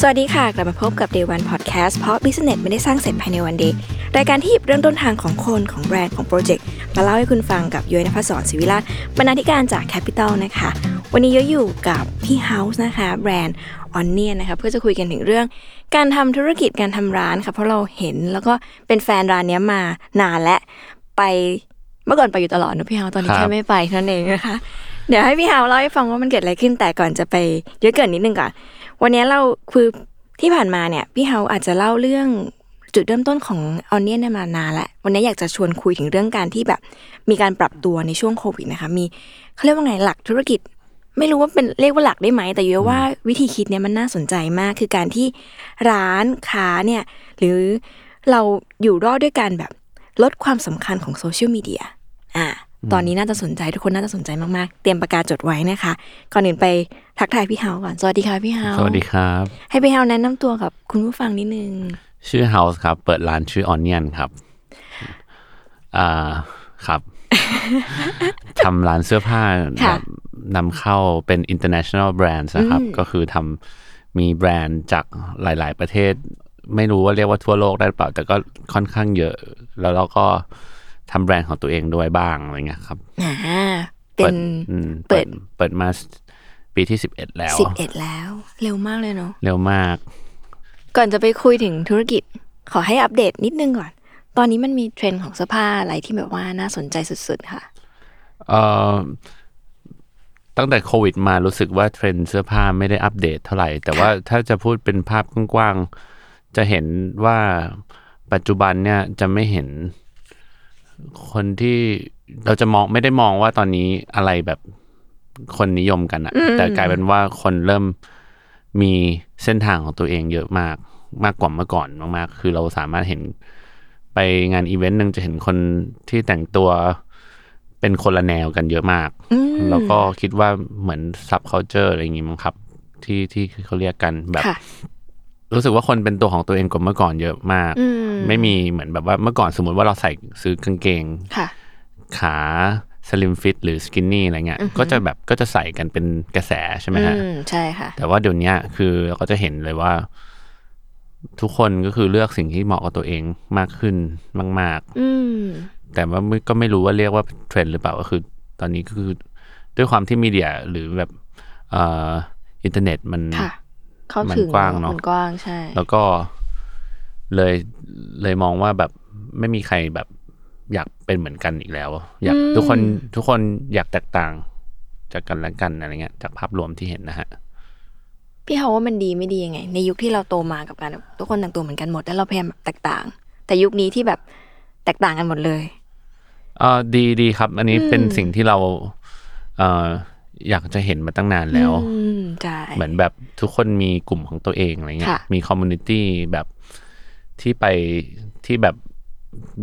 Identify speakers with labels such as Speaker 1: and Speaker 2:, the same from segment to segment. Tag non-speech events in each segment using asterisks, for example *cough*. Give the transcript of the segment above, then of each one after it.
Speaker 1: สวัสดีค่ะ กลับมาพบกับ Day One Podcast เพราะ Business ไม่ได้สร้างเสร็จภายในวันเดียวรายการที่หยิบเรื่องต้นทางของคนของแบรนด์ของโปรเจกต์ มาเล่าให้คุณฟังกับย้อยนภศรศิวิราชบรรณาธิการจาก Capital นะคะ วันนี้ย้อยอยู่กับพี่เฮาส์นะคะแบรนด์ออนเนียนะคะเพื่อจะคุยกันถึงเรื่อง การทำธุรกิจการทำร้านค่ะ เพราะเราเห็นแล้วก็เป็นแฟนร้านเนี้ยมานานและไปเมื่อก่อนไปอยู่ตลอดนะพี่เฮาตอนนี้
Speaker 2: ครับ
Speaker 1: แค่ไม่ไปเท่านั่นเองนะคะ เดี๋ยวให้พี่ฮาวเล่าให้ฟังว่ามันเกิดอะไรขึ้นแต่ก่อนจะไปเยอะเกินนิดนึงก่อน วันนี้เราคือที่ผ่านมาเนี่ยพี่ฮาวอาจจะเล่าเรื่องจุดเริ่มต้นของออนเนียนยมานานแล้ววันนี้อยากจะชวนคุยถึงเรื่องการที่แบบมีการปรับตัวในช่วงโควิดนะคะมีเขาเรียกว่าไงหลักธุรกิจ ไม่รู้ว่าเป็นเรียกว่าหลักได้ไหมแต่เยอะว่าวิธีคิดเนี่ยมันน่าสนใจมากคือการที่ร้านค้าเนี่ยหรือเราอยู่รอดด้วยการแบบลดความสำคัญของโซเชียลมีเดีย อ่ะตอนนี้น่าจะสนใจทุกคนน่าจะสนใจมาก ๆ เตรียมปากกาจดไว้นะคะ ก่อนอื่นไปทักทายพี่เฮาก่อน สวัสดีค่ะพี่เฮา
Speaker 3: สวัสดีครับ
Speaker 1: ให้พี่เฮาแนะนำตัวกับคุณผู้ฟังนิดนึง
Speaker 3: ชื่อ House ครับ เปิดร้านชื่อ Onion ครับ อ่า
Speaker 1: *laughs*
Speaker 3: ครับ ทำร้านเสื้อผ้า
Speaker 1: ค่ะ
Speaker 3: นำเข้าเป็น international brands นะครับ ก็คือทำมีแบรนด์จากหลาย ๆ ประเทศ ไม่รู้ว่าเรียกว่าทั่วโลกได้หรือเปล่า แต่ก็ค่อนข้างเยอะ แล้วเราก็ทำแบรนด์ของตัวเองด้วยบ้างอะไรเงี้ยครับ
Speaker 1: อ่าเป็น
Speaker 3: อืม
Speaker 1: เปิ
Speaker 3: เปิ
Speaker 1: ด
Speaker 3: ดเปิดมาปีที่สิบเอ็ดแล้ว
Speaker 1: สิบเอ็ดแล้ว เร็วมากเลยเนาะ
Speaker 3: เร็วมาก
Speaker 1: ก่อนจะไปคุยถึงธุรกิจขอให้อัปเดตนิดนึงก่อน ตอนนี้มันมีเทรนด์ของเสื้อผ้าอะไรที่แบบว่าน่าสนใจสุด ๆ ค่ะ
Speaker 3: เอ่อตั้งแต่โควิดมารู้สึกว่าเทรนด์เสื้อผ้าไม่ได้อัปเดตเท่าไหร่ แต่ว่าถ้าจะพูดเป็นภาพกว้างๆ จะเห็นว่าปัจจุบันเนี่ยจะไม่เห็นคนที่เราจะมองไม่ได้มองว่าตอนนี้อะไรแบบคนนิยมกันอะแต่กลายเป็นว่าคนเริ่มมีเส้นทางของตัวเองเยอะมากมากกว่าเมื่อก่อนมากๆ คือเราสามารถเห็นไปงานอีเวนต์หนึ่งจะเห็นคนที่แต่งตัว เป็นคนละแนวกันเยอะมาก แล้วก็คิดว่าเหมือน sub culture อะไรอย่างงี้มั้งครับ ที่ที่เขาเรียกกันแบบ
Speaker 1: ค่ะ
Speaker 3: รู้สึกว่าคนเป็นตัวของตัวเองกว่าเมื่อก่อนเยอะมาก ไม่มีเหมือนแบบว่าเมื่อก่อนสมมติว่าเราใส่ซื้อกางเกง
Speaker 1: ค่ะ
Speaker 3: ขาสลิมฟิตหรือสกินนี่อะไรเงี้ย ก็จะแบบก็จะใส่กันเป็นกระแสใช่ไหม
Speaker 1: อื
Speaker 3: ฮะ
Speaker 1: มใช่ค่ะ
Speaker 3: แต่ว่าเดี๋ยวเนี้ยคือเราก็จะเห็นเลยว่า ทุกคนก็คือเลือกสิ่งที่เหมาะกับตัวเองมากขึ้นมาก ๆ
Speaker 1: อืม
Speaker 3: แต่ว่าไม่ก็ไม่รู้ว่าเรียกว่าเทรนด์หรือเปล่าก็คือ ตอนนี้ก็คือด้วยความที่มีเดียหรือแบบเอ่ออินเทอร์เน็ตมัน
Speaker 1: ค่ะ เข้าถึง
Speaker 3: มันกว้างเนอะ
Speaker 1: มันกว้างใช่
Speaker 3: แล้วก็เลยเลยมองว่าแบบไม่มีใครแบบอยากเป็นเหมือนกันอีกแล้ว อยากทุกคนทุกคนอยากแตกต่างจากกันและกันอะไรเงี้ยจากภาพรวมที่เห็นนะฮะ
Speaker 1: พี่เขาว่ามันดีไม่ดียังไง ในยุคที่เราโตมากับการแบบทุกคนแต่งตัวเหมือนกันหมดแล้วเราพยายามแบบแตกต่าง แต่ยุคนี้ที่แบบแตกต่างกันหมดเลย
Speaker 3: เออดีดีครับ อันนี้เป็นสิ่งที่เราเอ่ออยากจะเห็นมาตั้งนานแล้ว
Speaker 1: อืมใช่
Speaker 3: เหมือนแบบทุกคนมีกลุ่มของตัวเองอะไรเงี้ย
Speaker 1: ค่ะ
Speaker 3: มีคอมมูนิตี้แบบที่ไปที่แบบ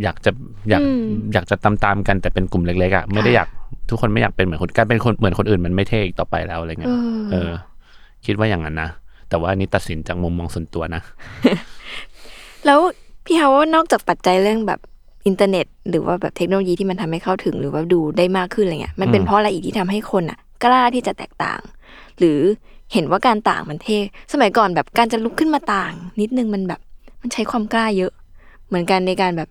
Speaker 3: อยากจะอยากอยากจะตามตามๆกันแต่เป็นกลุ่มเล็กๆอ่ะไม่ได้อยากทุกคนไม่อยากเป็นเหมือนคนการเป็นคนเหมือนคนอื่นมันไม่เท่อีกต่อไปแล้วอะไรเงี้ยเออ คิดว่าอย่างนั้นนะ แต่ว่าอันนี้ตัดสินจากมุมมองส่วนตัวนะ
Speaker 1: แล้วพี่เขาว่านอกจากปัจจัยเรื่องแบบ อินเทอร์เน็ต หรือว่าแบบเทคโนโลยีที่มันทำให้เข้าถึงหรือว่าดูได้มากขึ้นอะไรเงี้ยมันเป็นเพราะอะไรอีกที่ทำให้คนอ่ะ กล้าที่จะแตกต่าง หรือเห็นว่าการต่างมันเท่สมัยก่อนแบบการจะลุกขึ้นมาต่าง นิดนึงมันแบบมันใช้ความกล้าเยอะ เหมือนกันในการแบบ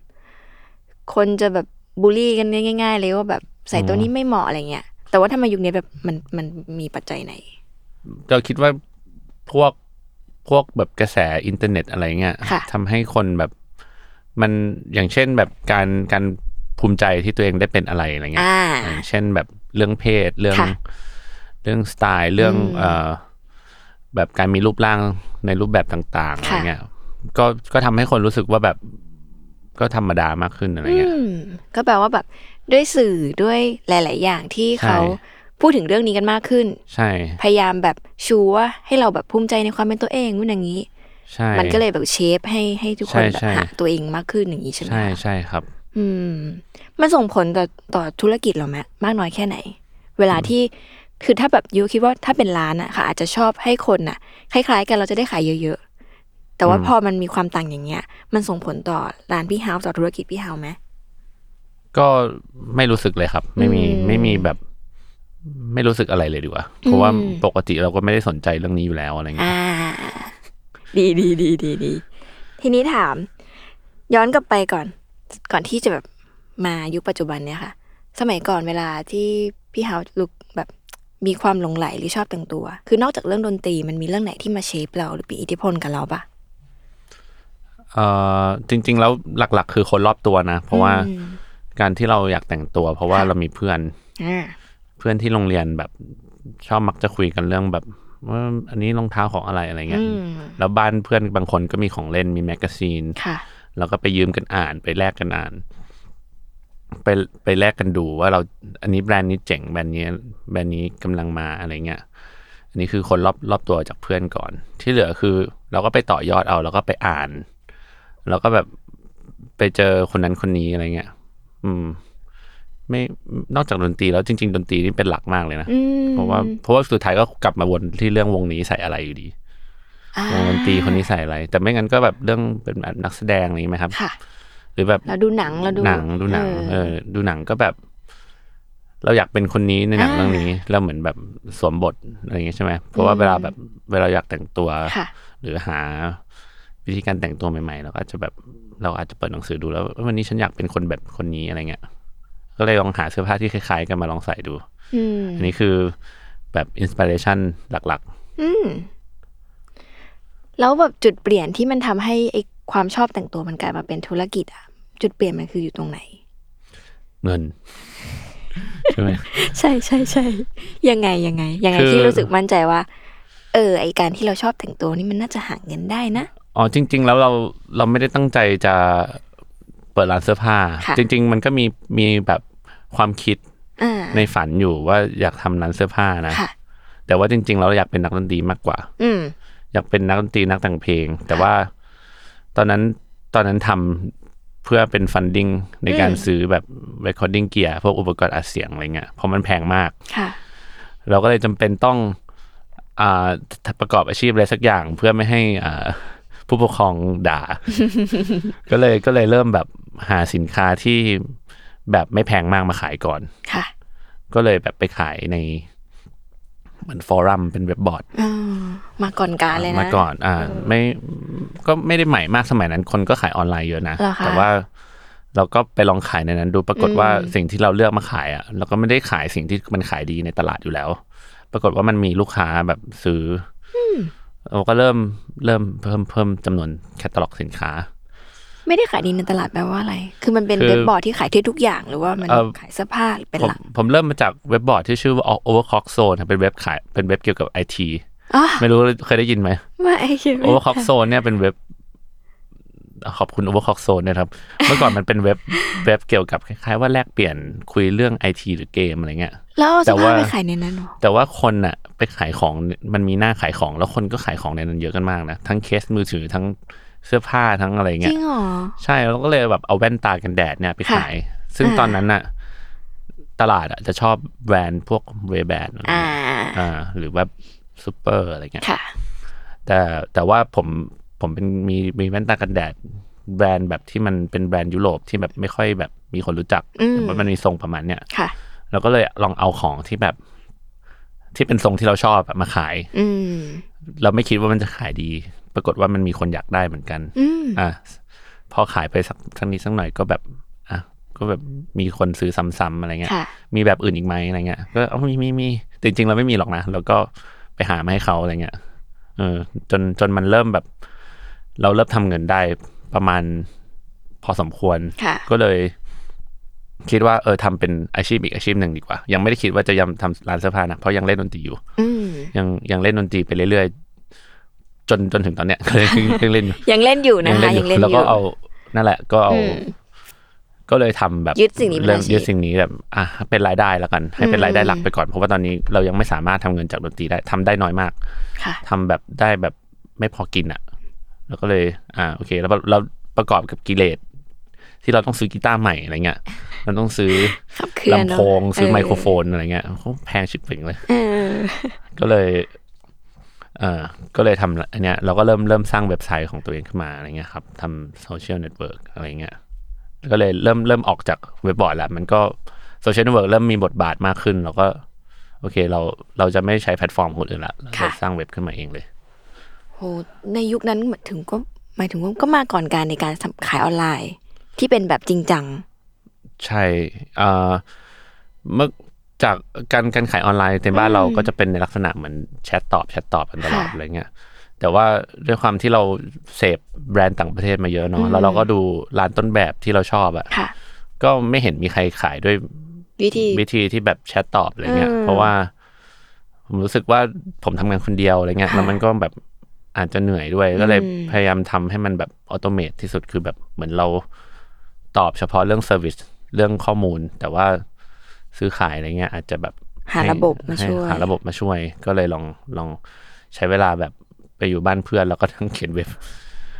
Speaker 1: คนจะแบบบูลลี่กันง่าย ๆ เลยว่าแบบใส่ตัวนี้ไม่เหมาะอะไรเงี้ยแต่ว่าถ้ามายุคนี้แบบมันมันมีปัจจัยไหน
Speaker 3: เราคิดว่าพวกพวกแบบกระแสอินเทอร์เน็ตอะไรเงี้ย
Speaker 1: ค่ะ
Speaker 3: ทำให้คนแบบมันอย่างเช่นแบบการการภูมิใจที่ตัวเองได้เป็นอะไรอะไรเงี้ย
Speaker 1: อ่า
Speaker 3: อย่างเช่นแบบเรื่องเพศเรื่อง
Speaker 1: ค่ะ
Speaker 3: เรื่องสไตล์เรื่องเอ่อแบบการมีรูปร่างในรูปแบบต่างๆอะไร
Speaker 1: ค่ะ
Speaker 3: เงี้ยก็ก็ทำให้คนรู้สึกว่าแบบก็ธรรมดามากขึ้นอะไรเงี้ย
Speaker 1: อืมก็แปลว่าแบบด้วยสื่อด้วยหลาย ๆ อย่างที่เขา
Speaker 3: ใช่
Speaker 1: พูดถึงเรื่องนี้กันมากขึ้น
Speaker 3: ใช่
Speaker 1: พยายามแบบชูว่าให้เราแบบภูมิใจในความเป็นตัวเองนู่นอย่างนี้
Speaker 3: ใช่
Speaker 1: มันก็เลยแบบเชฟให้ให้ทุกคนแบ
Speaker 3: ใช่
Speaker 1: บ
Speaker 3: ใช่
Speaker 1: หาตัวเองมากขึ้นอย่างนี้ใช่ไหม
Speaker 3: ใช่
Speaker 1: คะ
Speaker 3: ใช่ครับ
Speaker 1: อืม มันส่งผลต่อต่อธุรกิจเราไหมมากน้อยแค่ไหน เวลาที่คือถ้าแบบยูคิดว่าถ้าเป็นร้านอะค่ะ อาจจะชอบให้คนอะคล้ายๆ กันเราจะได้ขายเยอะ ๆ แต่ว่าพอมันมีความต่างอย่างเงี้ย มันส่งผลต่อร้านพี่เฮาส์ต่อธุรกิจพี่เฮาส์ไหม
Speaker 3: ก็ไม่รู้สึกเลยครับ ไม่มีไม่มีแบบ ไม่รู้สึกอะไรเลยดีกว่า เพราะว่าปกติเราก็ไม่ได้สนใจเรื่องนี้อยู่แล้วอะไรเงี้ย
Speaker 1: อ่า ดีดีดีดีดี ทีนี้ถาม ย้อนกลับไปก่อน ก่อนที่จะแบบมายุคปัจจุบันเนี่ยค่ะ สมัยก่อนเวลาที่พี่เฮาลุกแบบมีความหลงไหลหรือชอบแต่งตัว คือนอกจากเรื่องดนตรีมันมีเรื่องไหนที่มาเชฟเราหรือมีอิทธิพลกับเราปะ
Speaker 3: เอ่อจริง ๆ แล้วหลัก ๆ คือคนรอบตัวนะ เพราะว่าการที่เราอยากแต่งตัว เพราะว่าเรามีเพื่อน
Speaker 1: อ่า
Speaker 3: เพื่อนที่โรงเรียนแบบชอบมักจะคุยกันเรื่องแบบว่าอันนี้รองเท้าของอะไรอะไรเงี้ยแล้วบ้านเพื่อนบางคนก็มีของเล่นมีแมกกาซีน
Speaker 1: ค่ะ
Speaker 3: แล้วก็ไปยืมกันอ่านไปแลกกันอ่าน ไปไปแลกกันดูว่าเราอันนี้แบรนด์นี้เจ๋งแบรนด์นี้แบรนด์นี้กำลังมาอะไรเงี้ยอันนี้คือคนรอบรอบตัวจากเพื่อนก่อน ที่เหลือคือ เราก็ไปต่อยอดเอา แล้วก็ไปอ่าน แล้วก็แบบไปเจอคนนั้นคนนี้อะไรเงี้ยอืม ไม่นอกจากดนตรีแล้วจริง ๆ ดนตรีนี่เป็นหลักมากเลยนะเพราะว่าเพราะว่าสุดท้ายก็กลับมาวนที่เรื่องวงนี้ใส่อะไรอยู่ดีวงดนตรีคนนี้ใส่อะไร แต่ไม่งั้นก็แบบเรื่องเป็นแบบนักแสดงอะไรอย่างงี้ไหมครับ
Speaker 1: ค่ะ
Speaker 3: หรือแบบ
Speaker 1: เราดูหนังเราดู
Speaker 3: หนังดูหนัง
Speaker 1: เออ
Speaker 3: เออ ดูหนังก็แบบ เราอยากเป็นคนนี้ในหนังเรื่องนี้เราเหมือนแบบสวมบทอะไรอย่างเงี้ยใช่ไหมเพราะว่าเวลาแบบเวลาอยากแต่งตัว
Speaker 1: ค่ะ
Speaker 3: หรือหาวิธีการแต่งตัวใหม่ๆเราก็อาจจะแบบเราอาจจะเปิดหนังสือดูแล้วเอ้ยวันนี้ฉันอยากเป็นคนแบบคนนี้อะไรเงี้ยก็เลยลองหาเสื้อผ้าที่คล้ายๆกันมาลองใส่ดู
Speaker 1: อืม
Speaker 3: อันนี้คือแบบอินสปิเรชันหลัก
Speaker 1: อืม แล้วแบบจุดเปลี่ยนที่มันทำให้ไอความชอบแต่งตัวมันกลายมาเป็นธุรกิจอะจุดเปลี่ยนมันคืออยู่ตรงไหน
Speaker 3: ๆ เงิน
Speaker 1: *laughs*
Speaker 3: ใช่ไหม
Speaker 1: ใช่ใช่ใช่ยังไงยังไง ยังไง
Speaker 3: คือ
Speaker 1: ที่รู้สึกมั่นใจว่า เออ ไอการที่เราชอบแต่งตัวนี่มันน่าจะหาเงินได้นะ
Speaker 3: อ๋อจริง ๆ แล้วเราเราไม่ได้ตั้งใจจะเปิดร้านเสื้อผ้า
Speaker 1: ค่ะ
Speaker 3: จริง ๆ มันก็มีมีแบบความคิด
Speaker 1: อ่า
Speaker 3: ในฝันอยู่ว่าอยากทำร้านเสื้อผ้านะ
Speaker 1: ค่ะ
Speaker 3: แต่ว่าจริง ๆ เราอยากเป็นนักดนตรีมากกว่า
Speaker 1: อืม
Speaker 3: อยากเป็นนักดนตรีนักแต่งเพลง แต่ว่าตอนนั้นตอนนั้นทำเพื่อเป็นฟันดิ้งในการซื้อแบบ recording gear พวกอุปกรณ์อัดเสียงอะไรเงี้ยเพราะมันแพงมาก
Speaker 1: ค่ะ
Speaker 3: เราก็เลยจำเป็นต้องอ่าประกอบอาชีพอะไรสักอย่างเพื่อไม่ให้อ่าผู้ปกครองด่า ก็เลยก็เลยเริ่มแบบหาสินค้าที่แบบไม่แพงมากมาขายก่อน
Speaker 1: ค่ะ
Speaker 3: ก็เลยแบบไปขายในเหมือนฟอรัมเป็นเว็บบอร์ด
Speaker 1: เออมาก่อนการเลยนะ
Speaker 3: มาก่อนอ่าไม่ก็ไม่ได้ใหม่มากสมัยนั้นคนก็ขายออนไลน์เยอะนะ
Speaker 1: เหรอคะ
Speaker 3: แต่ว่าเราก็ไปลองขายในนั้นดูปรากฏว่าสิ่งที่เราเลือกมาขายอ่ะเราก็ไม่ได้ขายสิ่งที่มันขายดีในตลาดอยู่แล้ว ปรากฏว่ามันมีลูกค้าแบบซื้ออเราก็เริ่มเริ่มเพิ่มเพิ่มจำนวนแคตตาล็อกสินค้า
Speaker 1: ไม่ได้ขายดีในตลาดแปลว่าอะไร คือมันเป็น
Speaker 3: คือ
Speaker 1: เว็บบอร์ดที่ขายที่ทุกอย่างหรือว่ามัน
Speaker 3: เอ่อ
Speaker 1: ขายเสื้อผ้าหรือเป็น
Speaker 3: ผม
Speaker 1: หลัก
Speaker 3: ผมเริ่มมาจากเว็บบอร์ดที่ชื่อว่า Overclock Zone ครับเป็นเว็บขายเป็นเว็บเกี่ยวกับไอที
Speaker 1: อ๋อ
Speaker 3: ไม่รู้เคยได้ยินไหม
Speaker 1: ไม่คิดไม่
Speaker 3: *laughs* โอเวอร์ค k อกโซนเนี่ยเป็นเว็บ ขอบคุณโอเวอร์ค k อกโซนนะครับ เมื่อก่อนมันเป็นเว็บ *laughs* เว็บเกี่ยวกับคล้ายๆว่าแลกเปลี่ยนคุยเรื่องไอทีหรือเกมอะไรเงี้ย
Speaker 1: แล้วเอาเสื้อผ้า
Speaker 3: แต่ว่า
Speaker 1: ไปขายในนั้นเหรอ
Speaker 3: แต่ว่าคนอะไปขายของมันมีหน้าขายของแล้วคนก็ขายของในนั้นเยอะกันมากนะ ทั้งเคสมือถือทั้งเสื้อผ้าทั้งอะไร
Speaker 1: จ
Speaker 3: เงี้
Speaker 1: ริ
Speaker 3: ย
Speaker 1: งเหรอ
Speaker 3: ใช่แล้วก็เลยแบบเอาแว่นตากันแดดเนี่ยไปขาย ซึ่งตอนนั้นอะตลาดอะจะชอบแบรนด์พวกเวแบน
Speaker 1: อ่า
Speaker 3: อ่าหรือว่าซูเปอร์อะไรเงี้ย
Speaker 1: ค่ะ
Speaker 3: แต่แต่ว่าผมผมเป็นมีมีแว่นตากันแดด แบรนด์แบบที่มันเป็นแบรนด์ยุโรปที่แบบไม่ค่อยแบบมีคนรู้จัก
Speaker 1: อืม
Speaker 3: แต่ว่ามันมีทรงประมาณเนี้ย
Speaker 1: ค่ะ
Speaker 3: เราก็เลยลองเอาของที่แบบ ที่เป็นทรงที่เราชอบอะมาขาย
Speaker 1: อืม
Speaker 3: เราไม่คิดว่ามันจะขายดี ปรากฏว่ามันมีคนอยากได้เหมือนกัน
Speaker 1: อืม
Speaker 3: อ่ะพอขายไปสักทั้งนี้สักหน่อยก็แบบอ่ะก็แบบมีคนซื้อซ้ำๆอะไรเงี้ย
Speaker 1: ค่ะ
Speaker 3: มีแบบอื่นอีกไหมอะไรเงี้ย ก็เอามีมีมีจริง ๆ เราไม่มีหรอกนะ แล้วก็ไปหามาให้เขาอะไรเงี้ย เออ จนจนมันเริ่มแบบ เราเริ่มทำเงินได้ประมาณพอสมควร
Speaker 1: ค่ะ
Speaker 3: ก็เลย คิดว่าเออทำเป็นอาชีพอีกอาชีพหนึ่งดีกว่า ยังไม่ได้คิดว่าจะยังทำร้านเสื้อผ้านะ เพราะยังเล่นดนตรีอยู่
Speaker 1: อืม
Speaker 3: ยังยังเล่นดนตรีไปเรื่อยๆ จนจนถึงตอนเนี้ย *laughs* ก็เลยยังเล่นอยู่
Speaker 1: ยังเล่นอยู่นะคะ
Speaker 3: ยังเล่นอ
Speaker 1: ยังเล่น
Speaker 3: ยู่แล้ว
Speaker 1: อ
Speaker 3: ก็
Speaker 1: ยู่
Speaker 3: เอานั่นแหละก็เอา
Speaker 1: อืม
Speaker 3: ก็เลยทำแบบ
Speaker 1: ยึดสิ่งนี้เป็น
Speaker 3: เริ่ม
Speaker 1: อาชีพ
Speaker 3: ยึดสิ่งนี้แบบอ่ะเป็นรายได้แล้วกัน ให้เป็นรายได้หลักไปก่อนเพราะว่าตอนนี้เรายังไม่สามารถทำเงินจากดนตรีได้ทำได้น้อยมาก
Speaker 1: ค่ะ
Speaker 3: ทำแบบได้แบบไม่พอกินอ่ะ แล้วก็เลยอ่าโอเค แล้วเราประกอบกับกิเลสที่เราต้องซื้อกีตาร์ใหม่อะไรเงี้ยมันต้องซื้อ
Speaker 1: ขับเคลื่อน
Speaker 3: ลำ
Speaker 1: เนอะ
Speaker 3: โพงซื้อ
Speaker 1: เ
Speaker 3: ไมโครโฟนอะไรเงี้ยโอ้โหแพงชิบเป่งเลย
Speaker 1: เออ
Speaker 3: ก็เลย เอ่อ ก็เลยทำอันเนี้ย เราก็เริ่มเริ่มสร้างเว็บไซต์ของตัวเองขึ้นมาอะไรเงี้ยครับทำโซเชียลเน็ตเวิร์กอะไรเงี้ย ก็เลยเริ่มเริ่มออกจากเว็บบอร์ดแล้ว มันก็โซเชียลเน็ตเวิร์กเริ่มมีบทบาทมากขึ้น เราก็ โอเค เราเราจะไม่ใช้แพลตฟอร์มคนอื่นละเรา
Speaker 1: ค่ะ
Speaker 3: สร้างเว็บขึ้นมาเองเลย
Speaker 1: โหในยุคนั้นหมายถึงก็หมายถึงว่าก็มาก่อนการในการทำขายออนไลน์ ที่เป็นแบบจริงจัง
Speaker 3: ใช่เอ่อเมื่อจากการการขายออนไลน์ในบ้านเราก็จะเป็นในลักษณะเหมือนแชทตอบแชทตอบกันตลอด
Speaker 1: ค่ะ
Speaker 3: อะไรเงี้ย แต่ว่าด้วยความที่เราเสพแบรนด์ต่างประเทศมาเยอะเนาะแล้วเราก็ดูร้านต้นแบบที่เราชอบอะ
Speaker 1: ค่ะ
Speaker 3: ก็ไม่เห็นมีใครขายด้วย
Speaker 1: วิธี
Speaker 3: วิธีที่แบบแชทตอบอะไรเงี้ย
Speaker 1: เออ
Speaker 3: เพราะว่าผมรู้สึกว่าผมทำงานคนเดียวอะไรเงี้ยแล้วมันก็แบบอาจจะเหนื่อยด้วย ก็เลย
Speaker 1: อืม
Speaker 3: พยายามทำให้มันแบบออโตเมตที่สุดคือแบบเหมือนเรา ตอบเฉพาะเรื่องเซอร์วิสเรื่องข้อมูล แต่ว่าซื้อขายอะไรเงี้ยอาจจะแบบ
Speaker 1: หา
Speaker 3: ใ
Speaker 1: ระบบมา
Speaker 3: ให้
Speaker 1: ช่วย
Speaker 3: หาระบบมาช่วย ก็เลยลองลองใช้เวลาแบบไปอยู่บ้านเพื่อนแล้วก็ทั้งเขียนเว็บ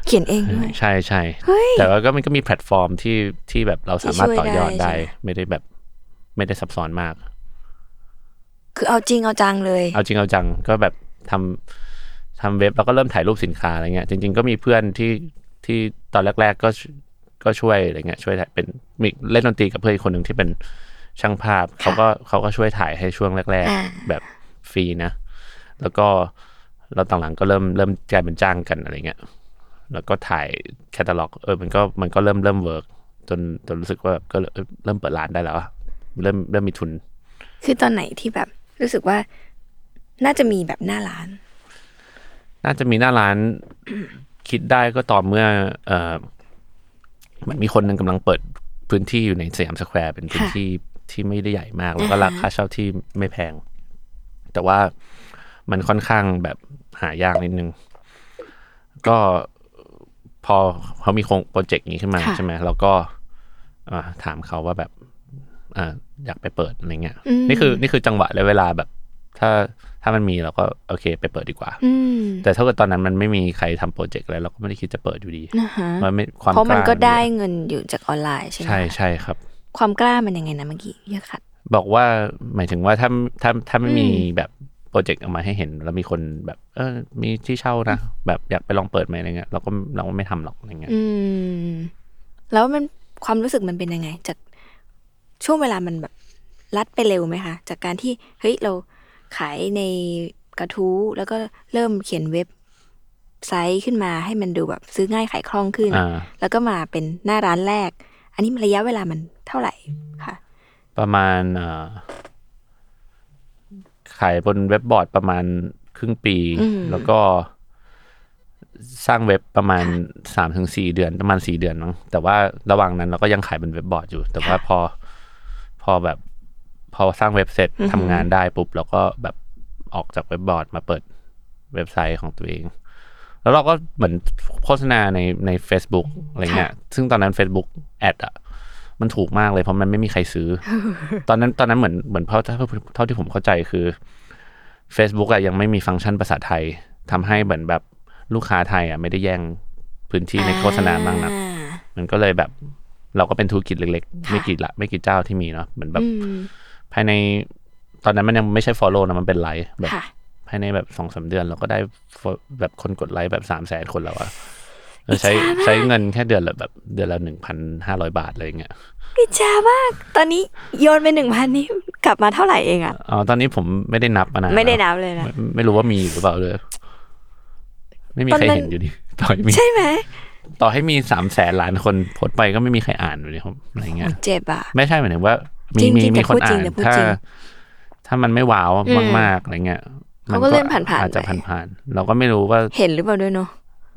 Speaker 1: เขียนเองด้วย
Speaker 3: ใช่ใช่
Speaker 1: เฮ้ย
Speaker 3: แต่ว่าก็มันก็มีแพลตฟอร์มที่ที่แบบเราสามารถ
Speaker 1: ที่ช่วย
Speaker 3: ต่อยอด
Speaker 1: ได้
Speaker 3: ได้
Speaker 1: ใช่ไหม
Speaker 3: ไม่ได้แบบไม่ได้ซับซ้อนมาก
Speaker 1: คือเอาจริงเอาจังเลย
Speaker 3: เอาจริงเอาจังก็แบบทำทำเว็บแล้วก็เริ่มถ่ายรูปสินค้าอะไรเงี้ย จริง ๆ ก็มีเพื่อนที่ที่ตอนแรก ๆ ก็ชก็ช่วยอะไรเงี้ยช่วยถ่ายเป็นมีเล่นดนตรีกับเพื่อนอีกคนหนึ่งที่เป็นช่างภาพเขาก็เขาก็ช่วยถ่ายให้ช่วงแรก
Speaker 1: อ่า
Speaker 3: ๆ แบบฟรีนะ แล้วก็เราต่างหลังก็เริ่มเริ่มกลายเป็นจ้างกันอะไรเงี้ยแล้วก็ถ่ายแคตตาล็อกเออมันก็มันก็เริ่มเริ่มเวิร์กจนจนรู้สึกว่าแบบก็เออเริ่มเปิดร้านได้แล้วอะเริ่มเริ่มมีทุน
Speaker 1: คือตอนไหนที่แบบรู้สึกว่าน่าจะมีแบบหน้าร้าน
Speaker 3: น่าจะมีหน้าร้าน *coughs* คิดได้ก็ต่อเมื่อ เออเหมันมีคนหนึ่งกำลังเปิดพื้นที่อยู่ในสยามสแควร์เป็นพื้น
Speaker 1: ค่ะ
Speaker 3: ที่ที่ไม่ได้ใหญ่มาก แล้วก็ราคาเช่าที่ไม่แพง แต่ว่ามันค่อนข้างแบบหายากนิดนึง ก็พอเขามีโครงโปรเจกต์นี้ขึ้นมา
Speaker 1: ค่ะ
Speaker 3: ใช่ไหมแล้วก็ อ่าถามเขาว่าแบบ อ่าอยากไปเปิดอะไรเงี้ย นี่คือนี่คือจังหวะและเวลาแบบ ถ้าถ้ามันมีเราก็โอเค ไปเปิดดีกว่า
Speaker 1: อืม
Speaker 3: แต่ถ้าเกิดตอนนั้นมันไม่มีใครทำโปรเจกต์อะไรเราก็ไม่ได้คิดจะเปิดอยู่ดี
Speaker 1: นะฮะ
Speaker 3: มันไม่ความ
Speaker 1: เพราะมัน
Speaker 3: ล้
Speaker 1: ก็ได้เงินอยู่จากออนไลน์ใช่ไหม
Speaker 3: ใช่ใช่ครับ
Speaker 1: ความกล้ามันยังไงนะเมื่อกี้เยอะค่ะ
Speaker 3: บอกว่าหมายถึงว่าถ้าถ้าถ้าไม่มีแบบโปรเจกต์ออกมาให้เห็น แล้วมีคนแบบเออมีที่เช่านะแบบอยากไปลองเปิดไหมอะไรเงี้ยเราก็เราก็ไม่ทำหรอกอะไรเงี้ย
Speaker 1: อืม แล้วมันความรู้สึกมันเป็นยังไง จากช่วงเวลามันแบบลัดไปเร็วไหมคะ จากการที่เฮ้ยเราขายในกระทู้แล้วก็เริ่มเขียนเว็บไซต์ขึ้นมาให้มันดูแบบซื้อง่ายขายคล่องขึ้น
Speaker 3: อ่า
Speaker 1: แล้วก็มาเป็นหน้าร้านแรก อันนี้มันระยะเวลามันเท่าไหร่ค่ะ
Speaker 3: ประมาณเอ่อขายบนเว็บบอร์ดประมาณครึ่งปี แล้วก็สร้างเว็บประมาณสามถึงสี่เดือน ประมาณสี่เดือนมั้งแต่ว่าระหว่างนั้นเราก็ยังขายบนเว็บบอร์ดอยู่ แต่ว่าพอพอแบบ พอสร้างเว็บเสร็จทำงานได้ปุ๊บเราก็แบบออกจากเว็บบอร์ดมาเปิดเว็บไซต์ของตัวเอง แล้วเราก็เหมือนโฆษณาในใน Facebook อะไรเงี้ย ซึ่งตอนนั้น Facebook แอดอะมันถูกมากเลยเพราะมันไม่มีใคร *laughs* ซื้อ ตอนนั้นตอนนั้นเหมือนเหมือนเพราะเท่าเท่าที่ผมเข้าใจคือ Facebook อะยังไม่มีฟังก์ชันภาษาไทยทำให้เหมือนแบบลูกค้าไทยอะไม่ได้แย่งพื้นที่ในโฆษณามากนัก
Speaker 1: อ่า
Speaker 3: มันก็เลยแบบเราก็เป็นธุรกิจเล็กๆ ไม่กี่ละไม่กี่เจ้าที่มีเนาะเหมือนแบบภายในตอนนั้นมันยังไม่ใช่ follow นะมันเป็นไลค์แบบ
Speaker 1: ค่ะ
Speaker 3: ภายในแบบสองสามเดือน เราก็ได้ fo- แบบคนกดไลค์แบบสามแสนคนแล้วอะเอ เราใช้ใช้เงินแค่เดือนละแบบเดือนละหนึ่งพันห้าร้อยบาทอะไรอย่างเงี้ย
Speaker 1: อิจฉามาก ตอนนี้โยนไปหนึ่งพันนี่กลับมาเท่าไหร่เองอะ
Speaker 3: อ๋อ ตอนนี้ผมไม่ได้นับมานาน
Speaker 1: ไม่ได้
Speaker 3: แล้ว
Speaker 1: นับเลยนะ
Speaker 3: ไม่ไม่รู้ว่ามีหรือเปล่าเลยไม่มี
Speaker 1: ตอน
Speaker 3: ใคร
Speaker 1: นั้น
Speaker 3: เห็นอยู่ดี ต่อให้มี
Speaker 1: ใช่ไหม
Speaker 3: ต่อให้มีสามแสนล้านคนโพสต์ไปก็ไม่มีใครอ่านอยู่ดีครับอะไรเงี้ย
Speaker 1: เจ็บอ่ะ
Speaker 3: ไม่ใช่หมายถึงว่า มี
Speaker 1: จริงๆ
Speaker 3: มีมี
Speaker 1: แต่
Speaker 3: คน
Speaker 1: พูดจริ
Speaker 3: อ่าง น
Speaker 1: แต่พูด
Speaker 3: ถ้า
Speaker 1: จริง
Speaker 3: ถ้ามันไม่ว้าว
Speaker 1: อืม
Speaker 3: มากๆอะไรเงี้ยมั
Speaker 1: เขาก็เลื่อนผ่านๆ
Speaker 3: อาจจะ
Speaker 1: ไป
Speaker 3: ผ่านๆเราก็ไม่รู้ว่า
Speaker 1: เห็นหรือเปล่าด้วยเนาะ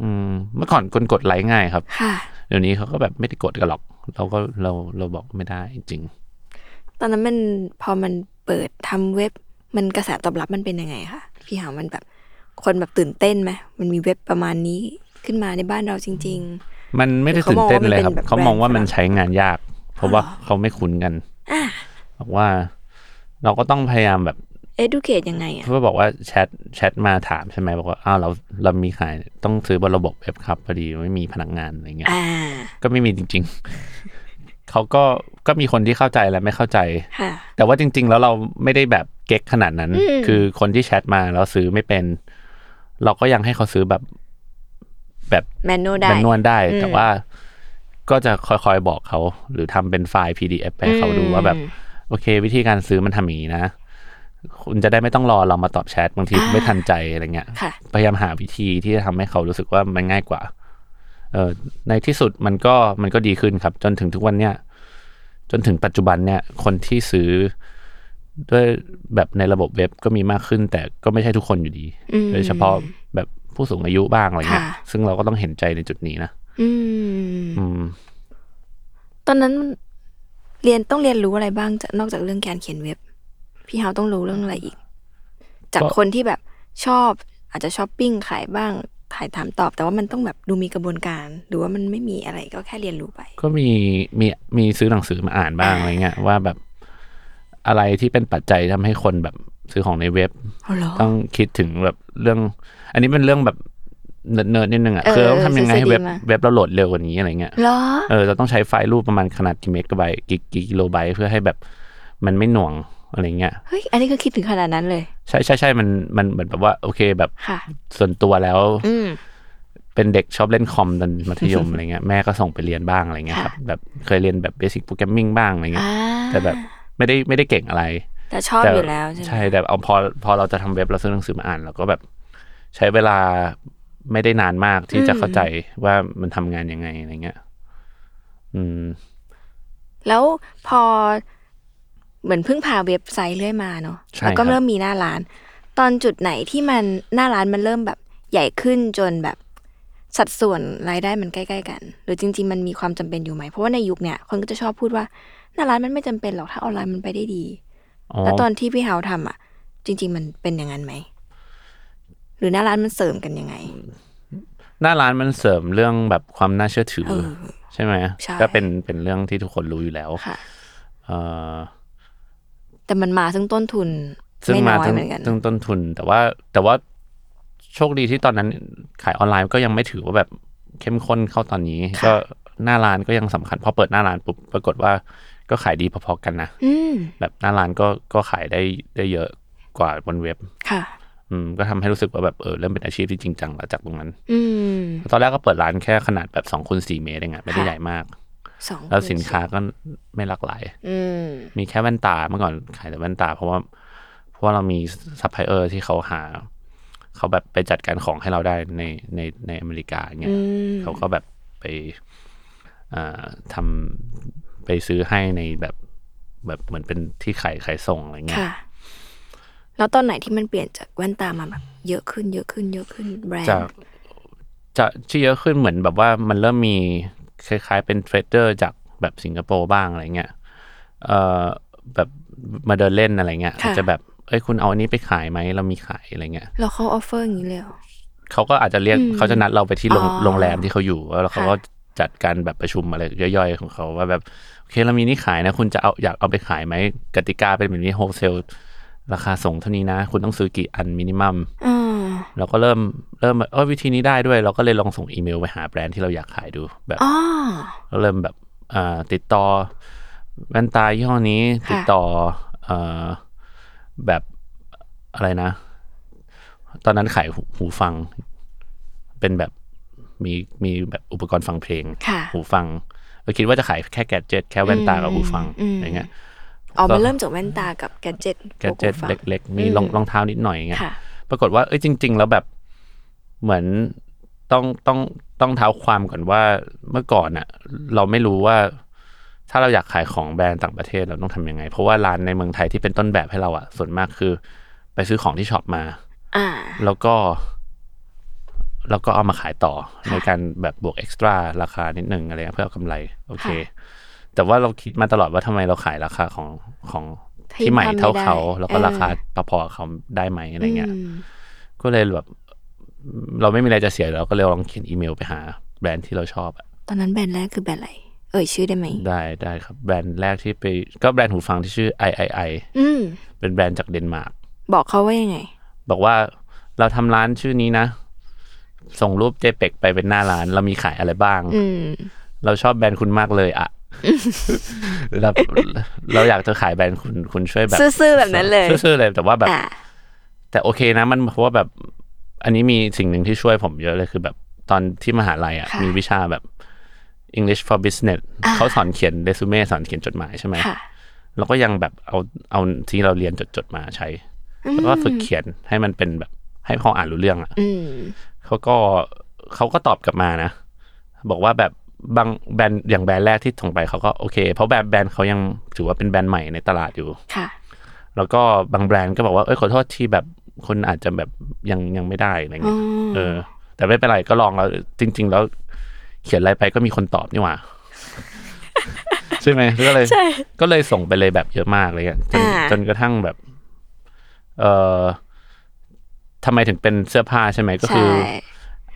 Speaker 3: อืม เมื่อก่อนคนกดไลค์ง่ายครับ
Speaker 1: ค่ะ
Speaker 3: เดี๋ยวนี้เขาก็แบบไม่ได้กดกันหรอก เราก็เราเราบอกไม่ได้จริง
Speaker 1: ตอนนั้นมันพอมันเปิดทำเว็บมันกระแสตอบรับมันเป็นยังไงคะพี่หาวมันแบบ คนแบบตื่นเต้นไหมมันมีเว็บประมาณนี้ขึ้นมาในบ้านเราจริง
Speaker 3: มันไม่ได้ตื่นเต้นเลยครับ เขา
Speaker 1: เขา
Speaker 3: ม
Speaker 1: ม
Speaker 3: อ
Speaker 1: อง ง
Speaker 3: ว่า
Speaker 1: ว่ามั
Speaker 3: มัน
Speaker 1: นเป็นแบบ
Speaker 3: ใช้งานยาก เพราะว่าเขาไม่คุ้นกันบอกว่า เราก็ต้องพยายามแบบ
Speaker 1: ๆ educate ยังไงอะ
Speaker 3: เพื่อบอกว่าแชทแชทมาถามใช่ไหมบอกว่าอ้าวเราเรามีขายต้องซื้อบนระบบเว็บครับพอดีไม่มีพนักงานอะไรเงี้ย
Speaker 1: อ่า
Speaker 3: ก็ไม่มีจริง ๆ *laughs* เขาก็ก็มีคนที่เข้าใจและไม่เข้าใจ
Speaker 1: ค่ะ
Speaker 3: แต่ว่าจริง ๆ แล้วเราไม่ได้แบบเก๊กขนาดนั้น คือคนที่แชทมาแล้วซื้อไม่เป็น เราก็ยังให้เขาซื้อแบบแบบ
Speaker 1: แมนนวลได้
Speaker 3: มันนวลได้
Speaker 1: อืม
Speaker 3: แต่ว่าก็จะคอยๆบอกเขา หรือทำเป็นไฟล์ PDF ไปให้เขาดูว่าแบบ โอเค วิธีการซื้อมันทำอย่างนี้นะ คุณจะได้ไม่ต้องรอเรามาตอบแชทบางทีไม่ทันใจอะไรเงี้ย
Speaker 1: ค่ะ
Speaker 3: พยายามหาวิธีที่จะทำให้เขารู้สึกว่ามันง่ายกว่า เออในที่สุดมันก็มันก็ดีขึ้นครับ จนถึงทุกวันเนี้ยจนถึงปัจจุบันเนี่ย คนที่ซื้อด้วยแบบในระบบเว็บก็มีมากขึ้น แต่ก็ไม่ใช่ทุกคนอยู่ดี
Speaker 1: อืม
Speaker 3: โดยเฉพาะแบบผู้สูงอายุบ้างอะไรเงี้ย
Speaker 1: ค่ะ
Speaker 3: ซึ่งเราก็ต้องเห็นใจในจุดนี้นะ
Speaker 1: อืม
Speaker 3: อืม
Speaker 1: ตอนนั้นเรียนต้องเรียนรู้อะไรบ้างจากนอกจากเรื่องการเขียนเว็บ พี่เฮาต้องรู้เรื่องอะไรอีก จาก
Speaker 3: ก็
Speaker 1: คนที่แบบชอบ อาจจะช้อปปิ้งขายบ้างถ่ายถามตอบ แต่ว่ามันต้องแบบดูมีกระบวนการ หรือว่ามันไม่มีอะไรก็แค่เรียนรู้ไป
Speaker 3: ก็มีมีมีซื้อหนังสือมาอ่านบ้างอะไรเงี้ยว่าแบบอะไรที่เป็นปัจจัยทำให้คนแบบซื้อของในเว็บ
Speaker 1: อ๋อเหรอ
Speaker 3: ต้องคิดถึงแบบเรื่อง อันนี้เป็นเรื่องแบบเนิร์ดๆนิดนึงอ่ะ
Speaker 1: เออ
Speaker 3: คือต้องทำยังไงให้เว็บ
Speaker 1: เออ
Speaker 3: เว็บเราโหลดเร็วกว่านี้อะไรเงี้ย
Speaker 1: เหรอ
Speaker 3: เออเราต้องใช้ไฟล์รูปประมาณขนาดกี่เมกะไบต์กี่กี่กิโลไบต์เพื่อให้แบบมันไม่หน่วงอะไรเงี้ย
Speaker 1: เฮ้ย อันนี้ก็คิดถึงขนาดนั้นเลย
Speaker 3: ใช่ใช่ใช่มันมันเหมือนแบบว่าโอเคแบบ
Speaker 1: ค่ะ
Speaker 3: ส่วนตัวแล้ว
Speaker 1: อืม
Speaker 3: เป็นเด็กชอบเล่นคอมตอนมัธยมอะไรเงี้ยแม่ก็ส่งไปเรียนบ้างอะไรเงี้ยครับแบบเคยเรียนแบบเบสิกโปรแกรมมิ่งบ้างอะไรเงี้ย
Speaker 1: อ่า
Speaker 3: แต่แบบไม่ได้ไม่ได้เก่งอะไร
Speaker 1: แต่ชอบ
Speaker 3: ต่
Speaker 1: อยู่แล้วใช่ไหม
Speaker 3: ใช่แต่เอาพอพอเราจะทำเว็บเราซื้อหนังสือมาอ่านเราก็แบบใช้เวลาไม่ได้นานมากที่จะเข้าใจว่ามันทำงานยังไงอะไรเงี้ย อืม
Speaker 1: แล้วพอเหมือนเพิ่งพาเว็บไซต์เรื่อยมาเนาะ
Speaker 3: ใช่
Speaker 1: แล้วก็
Speaker 3: ครับ
Speaker 1: เริ่มมีหน้าร้าน ตอนจุดไหนที่มันหน้าร้านมันเริ่มแบบใหญ่ขึ้นจนแบบสัดส่วนรายได้มันใกล้ๆกัน หรือจริง ๆ มันมีความจำเป็นอยู่ไหมเพราะว่าในยุคเนี่ยคนก็จะชอบพูดว่าหน้าร้านมันไม่จำเป็นหรอกถ้าออนไลน์มันไปได้ดี
Speaker 3: อ๋อ
Speaker 1: แล้วตอนที่พี่เฮาทำอ่ะ จริง ๆ มันเป็นอย่างนั้นไหมหรือหน้าร้านมันเสริมกันยังไง
Speaker 3: หน้าร้านมันเสริมเรื่องแบบความน่าเชื่อถือ ใช่ไหม
Speaker 1: ใช่
Speaker 3: ก็เป็นเป็นเรื่องที่ทุกคนรู้อยู่แล้ว
Speaker 1: ค่ะ
Speaker 3: เออ
Speaker 1: แต่มันมาซึ่งต้นทุน
Speaker 3: ซึ่ง
Speaker 1: ไม่
Speaker 3: มา
Speaker 1: น้อย
Speaker 3: ทั้ง
Speaker 1: เหมือนกัน
Speaker 3: ทั้งต้นทุน แต่ว่า แต่ว่าโชคดีที่ตอนนั้นขายออนไลน์ก็ยังไม่ถือว่าแบบเข้มข้นเข้าตอนนี้
Speaker 1: ค่ะ
Speaker 3: ก็หน้าร้านก็ยังสำคัญพอเปิดหน้าร้านปุ๊บปรากฏว่าก็ขายดีพอๆกันนะ
Speaker 1: อืม
Speaker 3: แบบหน้าร้านก็ก็ขายได้ได้เยอะกว่าบนเว็บ
Speaker 1: ค่ะ
Speaker 3: อืมก็ทำให้รู้สึกว่าแบบเออเริ่มเป็นอาชีพที่จริงจังแล้วจากตรงนั้น
Speaker 1: อืม
Speaker 3: ตอนแรกก็เปิดร้านแค่ขนาดแบบสองคูณสี่เมตรเองอะไม่ได้
Speaker 1: ค่ะ
Speaker 3: ใหญ่มาก
Speaker 1: สอง
Speaker 3: แล้ว
Speaker 1: ณ
Speaker 3: สินค้าก็ไม่หลากหลาย
Speaker 1: อืม
Speaker 3: มีแค่แว่นตาเมื่อก่อนขายแต่แว่นตา เพราะว่าเพราะว่าเรามีซัพพลายเออร์ที่เขาหา เขาแบบไปจัดการของให้เราได้ในในในอเมริกาอย่างเงี้ยเขาก็แบบไปอ่าทำไปซื้อให้ในแบบแบบเหมือนเป็นที่ขายขายส่งอะไรเงี้ย
Speaker 1: ค่ะ แล้วตอนไหนที่มันเปลี่ยนจากแว่นตามาแบบ เยอะขึ้นเยอะขึ้นเยอะขึ้นแบรน
Speaker 3: จาก
Speaker 1: ด์
Speaker 3: จะที่เยอะขึ้นเหมือนแบบว่ามันเริ่มมีคล้ายๆเป็นเทรดเดอร์จากแบบสิงคโปร์บ้างอะไรเงี้ยเอ่อแบบมาเดินเล่นอะไรเงี้ย
Speaker 1: ค่ะ
Speaker 3: อาจจะแบบเอ้ยคุณเอาอันนี้ไปขายไหมเรามีขายอะไรเงี้ย
Speaker 1: แล้วเขาออฟเฟอร์อย่างนี้เลยเหรอ
Speaker 3: เขาก็อาจจะเรียกเขาจะนัดเราไปที่โรง
Speaker 1: อ๋อ
Speaker 3: โรงแรมที่เขาอยู่แล้วเขา
Speaker 1: ค่ะ
Speaker 3: ก็จัดการแบบประชุมอะไรย่อยๆของเขาว่าแบบโอเคเรามีนี่ขายนะ คุณจะเอาอยากเอาไปขายไหมกติกาเป็นแบบนี้โฮเซลราคาส่งเท่านี้นะ คุณต้องซื้อกี่อันมินิมัม
Speaker 1: อ่า
Speaker 3: เราก็เริ่มเริ่มแบบเออวิธีนี้ได้ด้วย เราก็เลยลองส่งอีเมลไปหาแบรนด์ที่เราอยากขายดูแบบ
Speaker 1: อ๋อ
Speaker 3: เราเริ่มแบบอ่าติดต่อแว่นตายี่ห้อนี้
Speaker 1: ค่ะ
Speaker 3: ติดต่อเอ่อแบบอะไรนะ ตอนนั้นขายหูหูฟัง เป็นแบบ มีมีแบบอุปกรณ์ฟังเพลง
Speaker 1: ค่ะ
Speaker 3: หูฟังก็คิดว่าจะขายแค่แกดเจ็ตแค่แว่นตากับหูฟัง
Speaker 1: อืม
Speaker 3: อย่างเงี้ย
Speaker 1: อ๋อ
Speaker 3: ก็
Speaker 1: มันเริ่มจากแว่นตากับแกจิต
Speaker 3: แกดเจ็ตเล็ก ๆ มีรองรองเท้านิดหน่อยอย่างเงี้ย
Speaker 1: ค่ะ
Speaker 3: ปรากฏว่าเอ้ยจริง ๆ แล้วแบบเหมือนต้องต้องต้องเท้าความก่อนว่าเมื่อก่อนอะเราไม่รู้ว่า ถ้าเราอยากขายของแบรนด์ต่างประเทศเราต้องทำยังไง เพราะว่าร้านในเมืองไทยที่เป็นต้นแบบให้เราอะส่วนมากคือ ไปซื้อของที่ช็อปมา
Speaker 1: ๆอ่า
Speaker 3: แล้วก็ แล้วก็เอามาขายต่อในการแบบบวกเอ็กซ์ตร้าราคานิดหนึ่งอะไรเงี้ยเพื่อเอากำไร โอเค
Speaker 1: ค่ะ
Speaker 3: แต่ว่าเราคิดมาตลอดว่าทำไมเราขายราคาของของ
Speaker 1: ที่
Speaker 3: ที่ใหม่เท่าเขา
Speaker 1: ทำไม่ได้
Speaker 3: แล้วก็
Speaker 1: เออ
Speaker 3: ราคาพอๆกับเขาได้ไหมอะไรเงี้ย
Speaker 1: อืม
Speaker 3: ก็เลยแบบ เราไม่มีอะไรจะเสียเราก็เลยลองเขียนอีเมลไปหาแบรนด์ที่เราชอบอะ
Speaker 1: ตอนนั้นแบรนด์แรกคือแบรนด์อะไร เอ่ยชื่อได้ไหม
Speaker 3: ได้ได้ครับแบรนด์แรกที่ไปก็แบรนด์หูฟังที่ชื่อ III
Speaker 1: อืม
Speaker 3: เป็นแบรนด์จากเดนมาร์ก
Speaker 1: บอกเขาว่ายังไง
Speaker 3: บอกว่าเราทำร้านชื่อนี้นะ ส่งรูป JPEG ไปเป็นหน้าร้าน เรามีขายอะไรบ้าง
Speaker 1: อืม
Speaker 3: เราชอบแบรนด์คุณมากเลยอะเราเราอยากจะขายแบรนด์คุณคุณช่วยแบบ
Speaker 1: ซื่อๆแบบนั้นเลย
Speaker 3: ซื่อๆเลยแต่ว่าแบบ
Speaker 1: อ่า
Speaker 3: แต่โอเคนะมันเพราะว่าแบบ อันนี้มีสิ่งหนึ่งที่ช่วยผมเยอะเลยคือแบบตอนที่มหาลัยอ่ะ
Speaker 1: ค่ะ
Speaker 3: มีวิชาแบบ English for Business
Speaker 1: อ่า
Speaker 3: เขาสอนเขียนเรซูเม่สอนเขียนจดหมายใช่ไหม
Speaker 1: ค่ะ
Speaker 3: เราก็ยังแบบเอาเอาที่เราเรียนจดจดๆมาใช้ แล้วก็ฝึกเขียนให้มันเป็นแบบให้พออ่านรู้เรื่องอ่ะ
Speaker 1: อืม
Speaker 3: เขาก็เขาก็ตอบกลับมานะ บอกว่าแบบบางแบรนด์อย่างแบรนด์แรกที่ส่งไปเขาก็โอเค เพราะแบบแบรนด์เขายังถือว่าเป็นแบรนด์ใหม่ในตลาดอยู่
Speaker 1: ค่ะ
Speaker 3: แล้วก็บางแบรนด์ก็บอกว่าเอ้ยขอโทษที่แบบคนอาจจะแบบยังยังไม่ได้อะไรเงี้ยเออ แต่ไม่เป็นไรก็ลองแล้วจริง ๆ แล้ว เขียนอะไรไปก็มีคนตอบนี่หว่า *laughs* ใช่ไหมก็เลย ก็เลยส่งไปเลยแบบเยอะมากเลยอะจน
Speaker 1: อ่า
Speaker 3: จนกระทั่งแบบ เอ่อทำไมถึงเป็นเสื้อผ้าใช่ไหมก็
Speaker 1: ใช่
Speaker 3: คือ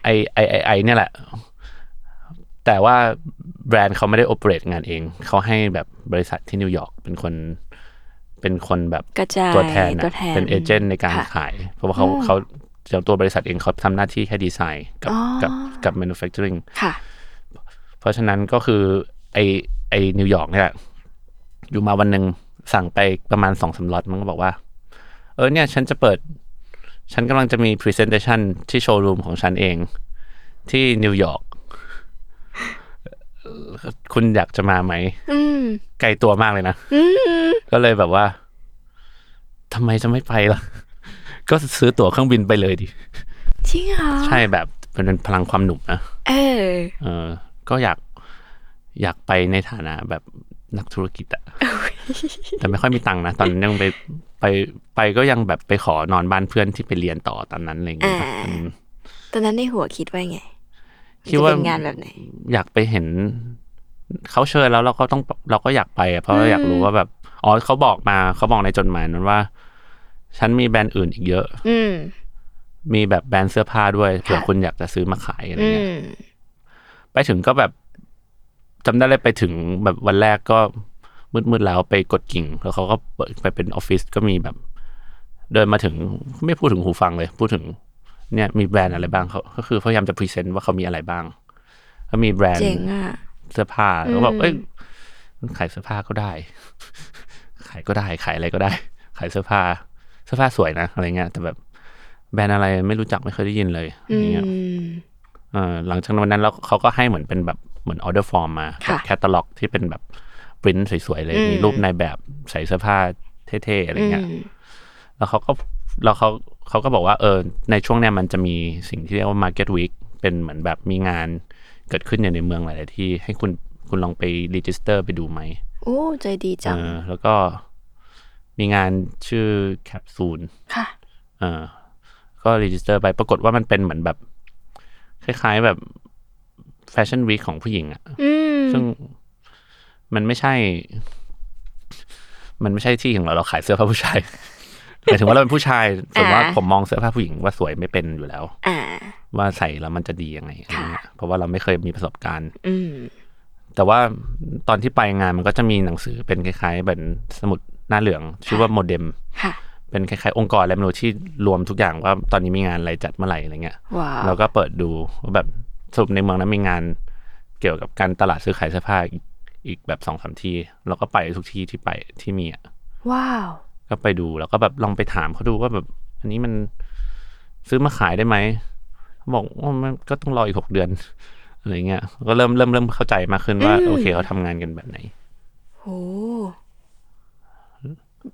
Speaker 3: ไอไอไอไอเนี่ยแหละ แต่ว่าแบรนด์เขาไม่ได้โอเปเรตงานเอง เขาให้แบบบริษัทที่นิวยอร์กเป็นคน เป็นคนแบบ
Speaker 1: กระจาย
Speaker 3: ตัวแทนอะ
Speaker 1: ตัวแทน
Speaker 3: เป็นเอเจนต์ในการ
Speaker 1: ค่ะ
Speaker 3: ขาย เพราะว่าเขาเขาอย่างตัวบริษัทเองเขาทำหน้าที่แค่ดีไซน์กับ
Speaker 1: อ๋อ
Speaker 3: กับกับ manufacturing
Speaker 1: ค่ะ
Speaker 3: เพราะฉะนั้นก็คือไอไอนิวยอร์กเนี่ยแหละอยู่มาวันหนึ่งสั่งไปประมาณสองสามล็อตมันก็บอกว่า เออเนี่ย ฉันจะเปิด ฉันกำลังจะมี Presentation ที่โชว์รูมของฉันเอง ที่นิวยอร์กเอ่อ *laughs* คุณอยากจะมาไหม
Speaker 1: อืม
Speaker 3: ไกลตัวมากเลยนะ ก็เลยแบบว่าทำไมจะไม่ไปล่ะ *laughs* ก็ซื้อตั๋วเครื่องบินไปเลยดิ
Speaker 1: จริงเหรอ
Speaker 3: ใช่แบบเป็นพลังความหนุ่มนะ
Speaker 1: เออ
Speaker 3: เออก็อยากอยากไปในฐานะแบบนักธุรกิจอะแต่ไม่ค่อยมีตังค์นะ ตอนนั้นยังไปไปไปก็ยังแบบไปขอนอนบ้านเพื่อนที่ไปเรียนต่อตอนนั้นอะไรอย่างเงี้ย
Speaker 1: อ่า
Speaker 3: อืม
Speaker 1: ตอนนั้นในหัวคิดว่าไง
Speaker 3: คิดว่า
Speaker 1: จะเป็นงานแบบไหน
Speaker 3: อยากไปเห็นเขาเชิญแล้วเราก็ต้องเราก็อยากไปอะเพราะเราอยากรู้ว่าแบบอ๋อเขาบอกมาเขาบอกในจดหมายนั้นว่า ฉันมีแบรนด์อื่นอีกเยอะ
Speaker 1: อืม
Speaker 3: มีแบบแบรนด์เสื้อผ้าด้วยเผื่อ
Speaker 1: ค่ะ
Speaker 3: คุณอยากจะซื้อมาขายอะไร
Speaker 1: อื
Speaker 3: เงี้ย
Speaker 1: ม
Speaker 3: ไปถึงก็แบบจำได้เลยไปถึงแบบวันแรกก็มืดๆแล้วไปกดกิ่ง แล้วเขาก็เปิดไปเป็นออฟฟิศก็มีแบบ เดินมาถึงไม่พูดถึงหูฟังเลย พูดถึง เนี่ยมีแบรนด์อะไรบ้างเขาก็คือพยายามจะพรีเซนต์ว่าเขามีอะไรบ้างก็มีแบรนด์
Speaker 1: เจ๋งอ่ะ
Speaker 3: เสื้อผ้าแล้วแบบเอ้ยขายเสื้อผ้าก็ได้ *laughs* ขายก็ได้ ขายอะไรก็ได้ ขายเสื้อผ้า เสื้อผ้าสวยนะอะไรเงี้ยแต่แบบแบรนด์อะไรไม่รู้จักไม่เคยได้ยินเลยอะไรเงี้ย
Speaker 1: อืม
Speaker 3: เอ่อหลังจากวันนั้นแล้วเขาก็ให้เหมือนเป็นแบบเหมือนออเดอร์ฟอร์มมา
Speaker 1: ค่ะ
Speaker 3: แคตตาล็อกที่เป็นแบบปริ้นสวยๆเลย มีรูปในายแบบใส่เสื้อผ้าเท่ๆ อะไรเงี้ย
Speaker 1: อืม
Speaker 3: แล้วเขาก็แล้วเขาเขาก็บอกว่าเออในช่วงเนี้ยมันจะมีสิ่งที่เรียกว่า Market Week เป็นเหมือนแบบมีงานเกิดขึ้นอยู่ในเมืองหลายๆที่ ให้คุณคุณลองไปรีจิสเตอร์ไปดูไหม
Speaker 1: โอ้ใจดีจัง
Speaker 3: เออแล้วก็มีงานชื่อแคปซูล
Speaker 1: ค่ะ
Speaker 3: เออก็รีจิสเตอร์ไปปรากฏว่ามันเป็นเหมือนแบบ คล้ายๆแบบแฟชั่นวีคของผู้หญิงอะ
Speaker 1: อืม
Speaker 3: ซึ่งมันไม่ใช่ มันไม่ใช่ที่ของเราเราขายเสื้อผ้าผู้ชาย *laughs* หมายถึงว่าเราเป็นผู้ชายส่วนว่าก
Speaker 1: อ่า
Speaker 3: ผมมองเสื้อผ้าผู้หญิงว่าสวยไม่เป็นอยู่แล้ว
Speaker 1: อ่า
Speaker 3: ว่าใส่แล้วมันจะดียังไงอะไรเงี้ยเพราะว่าเราไม่เคยมีประสบการณ์
Speaker 1: อืม
Speaker 3: แต่ว่าตอนที่ไปงานมันก็จะมีหนังสือเป็นคล้ายๆแบบสมุดหน้าเหลือง ชื่อว่าโมเดม
Speaker 1: ค่ะ
Speaker 3: เป็นคล้ายๆองค์กรอะไรไม่รู้ที่รวมทุกอย่างว่าตอนนี้มีงานอะไรจัดเมื่อไหร่อะไรเงี้ย
Speaker 1: ว้าว
Speaker 3: เราก็เปิดดูว่าแบบสรุปในเมืองนั้นมีงานเกี่ยวกับการตลาดซื้อขายเสื้อผ้าอีกอีกแบบสองสามที่เราก็ไปทุกที่ที่ไปที่มีอะ
Speaker 1: ว้าว
Speaker 3: ก็ไปดูแล้วก็แบบลองไปถามเขาดูว่าแบบ อันนี้มันซื้อมาขายได้ไหม บอกว่ามันก็ต้องรออีกหกเดือน *laughs* อะไรเงี้ยก็เริ่มเริ่มเริ่มเข้าใจมากขึ้นว่า โอเคเขาทำงานกันแบบไหน
Speaker 1: โอ้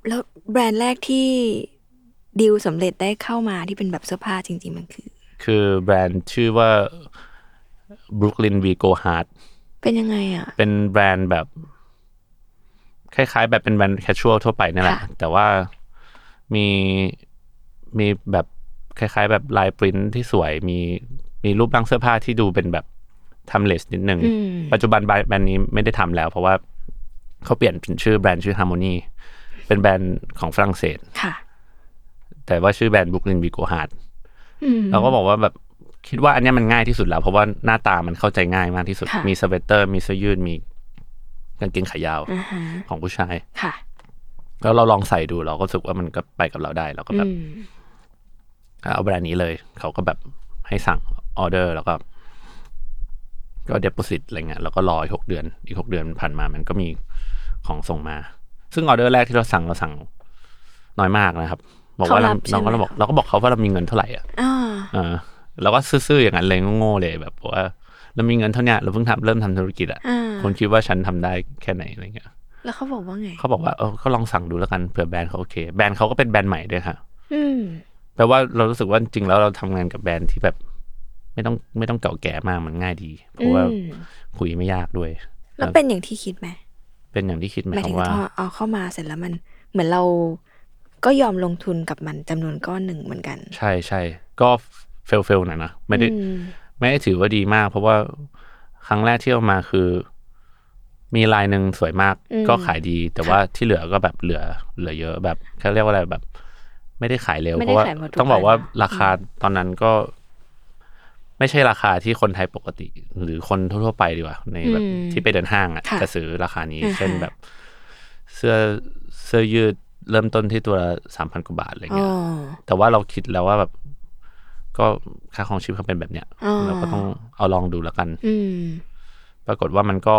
Speaker 1: แล้วแบรนด์แรกที่ดีลสำเร็จได้เข้ามาที่เป็นแบบเสื้อผ้าจริง ๆ มันคือ
Speaker 3: คือแบรนด์ชื่อว่า Brooklyn We Go Hard
Speaker 1: เป็นยังไงอ่ะ
Speaker 3: เป็นแบรนด์แบบ คล้ายๆ แบบเป็นแบรนด์แคชชวลทั่วไปนี่แหละ
Speaker 1: ค่ะ
Speaker 3: แต่ว่ามีมีแบบคล้ายๆ แบบลายปริ้นที่สวย มีมีรูปร่างเสื้อผ้าที่ดูเป็นแบบทำเลสนิดนึง ปัจจุบันแบรนด์แบรนด์นี้ไม่ได้ทำแล้ว เพราะว่าเขาเปลี่ยนเป็นชื่อแบรนด์ชื่อ Harmony เป็นแบรนด์ของฝรั่งเศส
Speaker 1: ค่ะ
Speaker 3: แต่ว่าชื่อแบรนด์บุคลินบิโกฮาร์ดเราก็บอกว่าแบบคิดว่าอันเนี้ยมันง่ายที่สุดแล้ว เพราะว่าหน้าตามันเข้าใจง่ายมากที่สุด
Speaker 1: ค่ะ
Speaker 3: มีสเวตเตอร์ มีเสื้อยืด มีกางเกงขายาวของผู้ชาย
Speaker 1: ค่ะ
Speaker 3: แล้วเราลองใส่ดูเราก็รู้สึกว่ามันก็ไปกับเราได้เราก็แบบเอาแบรนด์นี้เลย เขาก็แบบให้สั่งออเดอร์แล้วก็ ก็เด p o สิตอะไรเงี้ยแล้วก็รออีกหกเดือน อีกหกเดือนผ่านมา มันก็มีของส่งมา ซึ่งออเดอร์แรกที่เราสั่งเราสั่งน้อยมากนะครับ บอกว่าเรา
Speaker 1: เขารับใช่
Speaker 3: เรา
Speaker 1: ไหม
Speaker 3: ก็เราบอกเราก็บอกเขาว่าเรามีเงินเท่าไหร่อ่ะ
Speaker 1: อ่า
Speaker 3: เออเราก็ซื่อๆอย่างนั้นเลยโง่ๆเลยแบบว่าเรามีเงินเท่าเนี้ยเราเพิ่งทำเริ่มทำธุรกิจอ่ะ
Speaker 1: อ่า
Speaker 3: คนคิดว่าฉันทำได้แค่ไหนอะไรเงี้ย
Speaker 1: แล้วเขาบอกว่าไง
Speaker 3: เขาบอกว่าเออก็ลองสั่งดูแล้วกันเผื่อแบรนด์เขาโอเค แบรนด์เขาก็เป็นแบรนด์ใหม่ด้วยค่ะ
Speaker 1: อืม
Speaker 3: แปลว่าเรารู้สึกว่าจริงๆแล้วเราทำงานกับแบรนด์ที่แบบ ไม่ต้องไม่ต้องเก่าแก่มากมันง่ายดี เพราะว่า
Speaker 1: อืม
Speaker 3: คุยไม่ยากด้วย
Speaker 1: แล้วเป็นอย่างที่คิดไหม
Speaker 3: เป็นอย่างที่คิดไหม
Speaker 1: หมาย
Speaker 3: ครั
Speaker 1: ถึ
Speaker 3: บ
Speaker 1: ง
Speaker 3: ว่า
Speaker 1: พอเอาเข้ามาเสร็จแล้วมัน เหมือนเราก็ยอมลงทุนกับมันจำนวนก้อนหนึ่งเหมือนกัน
Speaker 3: ใช่ใช่ก็เฟลเฟลหน่อยนะไม่ได้
Speaker 1: อืม
Speaker 3: ไม่ได้ถือว่าดีมาก เพราะว่าครั้งแรกที่เอามาคือ มีลายหนึ่งสวยมาก
Speaker 1: อืม
Speaker 3: ก็ขายดี แต่ว่าที่เหลือก็แบบเหลือเหลือเยอะแบบเขาเรียกว่าอะไรแบบ ไม่ได้ขายเร็ว
Speaker 1: ไม่
Speaker 3: เพ
Speaker 1: ได้
Speaker 3: ราะว่า
Speaker 1: ขายหมดทุก
Speaker 3: ต้องบอกว่า
Speaker 1: อันนะ
Speaker 3: ราคาตอนนั้นก็ ไม่ใช่ราคาที่คนไทยปกติ หรือคนทั่วๆไปดีกว่าในแบบที่ไปเดินห้างอ่ะ
Speaker 1: ค่ะ
Speaker 3: จะซื้อราคานี้
Speaker 1: อ่าฮะ
Speaker 3: เช่นแบบ เสื้อเสื้อยืดเริ่มต้นที่ตัวสามพันกว่าบาทอะไร
Speaker 1: อ๋
Speaker 3: เงี้
Speaker 1: อ
Speaker 3: ย แต่ว่าเราคิดแล้วว่าแบบ ก็ค่าของชีพเขาเป็นแบบเนี้ย
Speaker 1: อ๋อ
Speaker 3: เราก็ต้องเอาลองดูแล้วกัน
Speaker 1: อืม
Speaker 3: ปรากฏว่ามันก็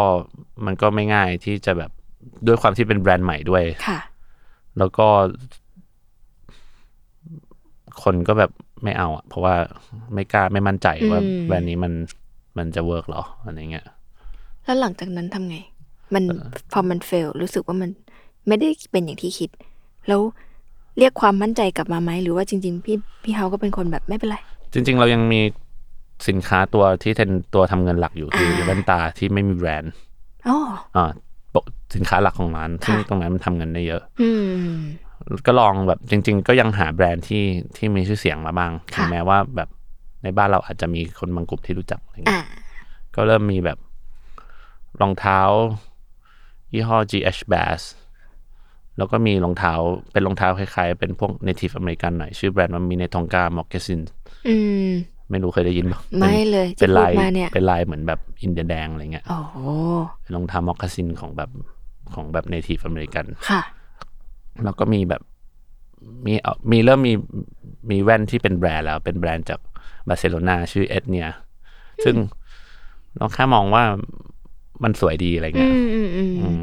Speaker 3: มันก็ไม่ง่ายที่จะแบบด้วยความที่เป็นแบรนด์ใหม่ด้วย
Speaker 1: ค่ะ
Speaker 3: แล้วก็ คนก็แบบไม่เอาอ่ะ เพราะว่าไม่กล้าไม่มั่นใจว่า
Speaker 1: อืม
Speaker 3: แบรนด์นี้มันมันจะเวิร์กหรออะไรเงี้ย
Speaker 1: แล้วหลังจากนั้นทำไง มันพอมันเฟลรู้สึกว่ามันไม่ได้เป็นอย่างที่คิด แล้วเรียกความมั่นใจกลับมาไหมหรือว่าจริง ๆ พี่พี่เฮาก็เป็นคนแบบไม่เป็นไร
Speaker 3: จริง ๆ เรายังมีสินค้าตัวที่เป็นตัวทำเงินหลักอยู่คือแว่นตาที่ไม่มีแบรนด์
Speaker 1: อ๋อ
Speaker 3: อ่าปกสินค้าหลักของร้านซึ่ง
Speaker 1: ค่ะ
Speaker 3: ตรงนั้นมันทำเงินได้เยอะ
Speaker 1: อืม
Speaker 3: ก็ลองแบบจริง ๆ ก็ยังหาแบรนด์ที่ที่มีชื่อเสียงมาบ้าง
Speaker 1: ค่ะ
Speaker 3: ถึงแม้ว่าแบบในบ้านเราอาจจะมีคนบางกลุ่มที่รู้จักอะไร
Speaker 1: อ่า
Speaker 3: เงี้ยก็เริ่มมีแบบรองเท้า ยี่ห้อ GH Bass แล้วก็มีรองเท้าเป็นรองเท้าคล้ายๆ เป็นพวก Native อเมริกันหน่อย ชื่อแบรนด์ว่ามีในทองกา m o c c a s i n
Speaker 1: อืม
Speaker 3: ไม่รู้เคยได้ยินปะ
Speaker 1: ไม่
Speaker 3: ป็น
Speaker 1: เลยที่
Speaker 3: เป็นลาย
Speaker 1: พูดมาเนี่ย
Speaker 3: เป็นลายเหมือนแบบอินเดียแดงอะไรเงี้ย
Speaker 1: โอ้โห
Speaker 3: เป็นรองเท้ามอคคาซินของแบบของแบบ Native อเมริกัน
Speaker 1: ค่ะ
Speaker 3: แล้วก็มีแบบมีเอามีเริ่มมีมีแว่นที่เป็นแบรนด์แล้ว เป็นแบรนด์จากบาร์เซโลนาชื่อเอ็ดเนียซึ่งเราแค่มองว่ามันสวยดีอะไรเงี้ย
Speaker 1: อืมอืมอืม
Speaker 3: อืม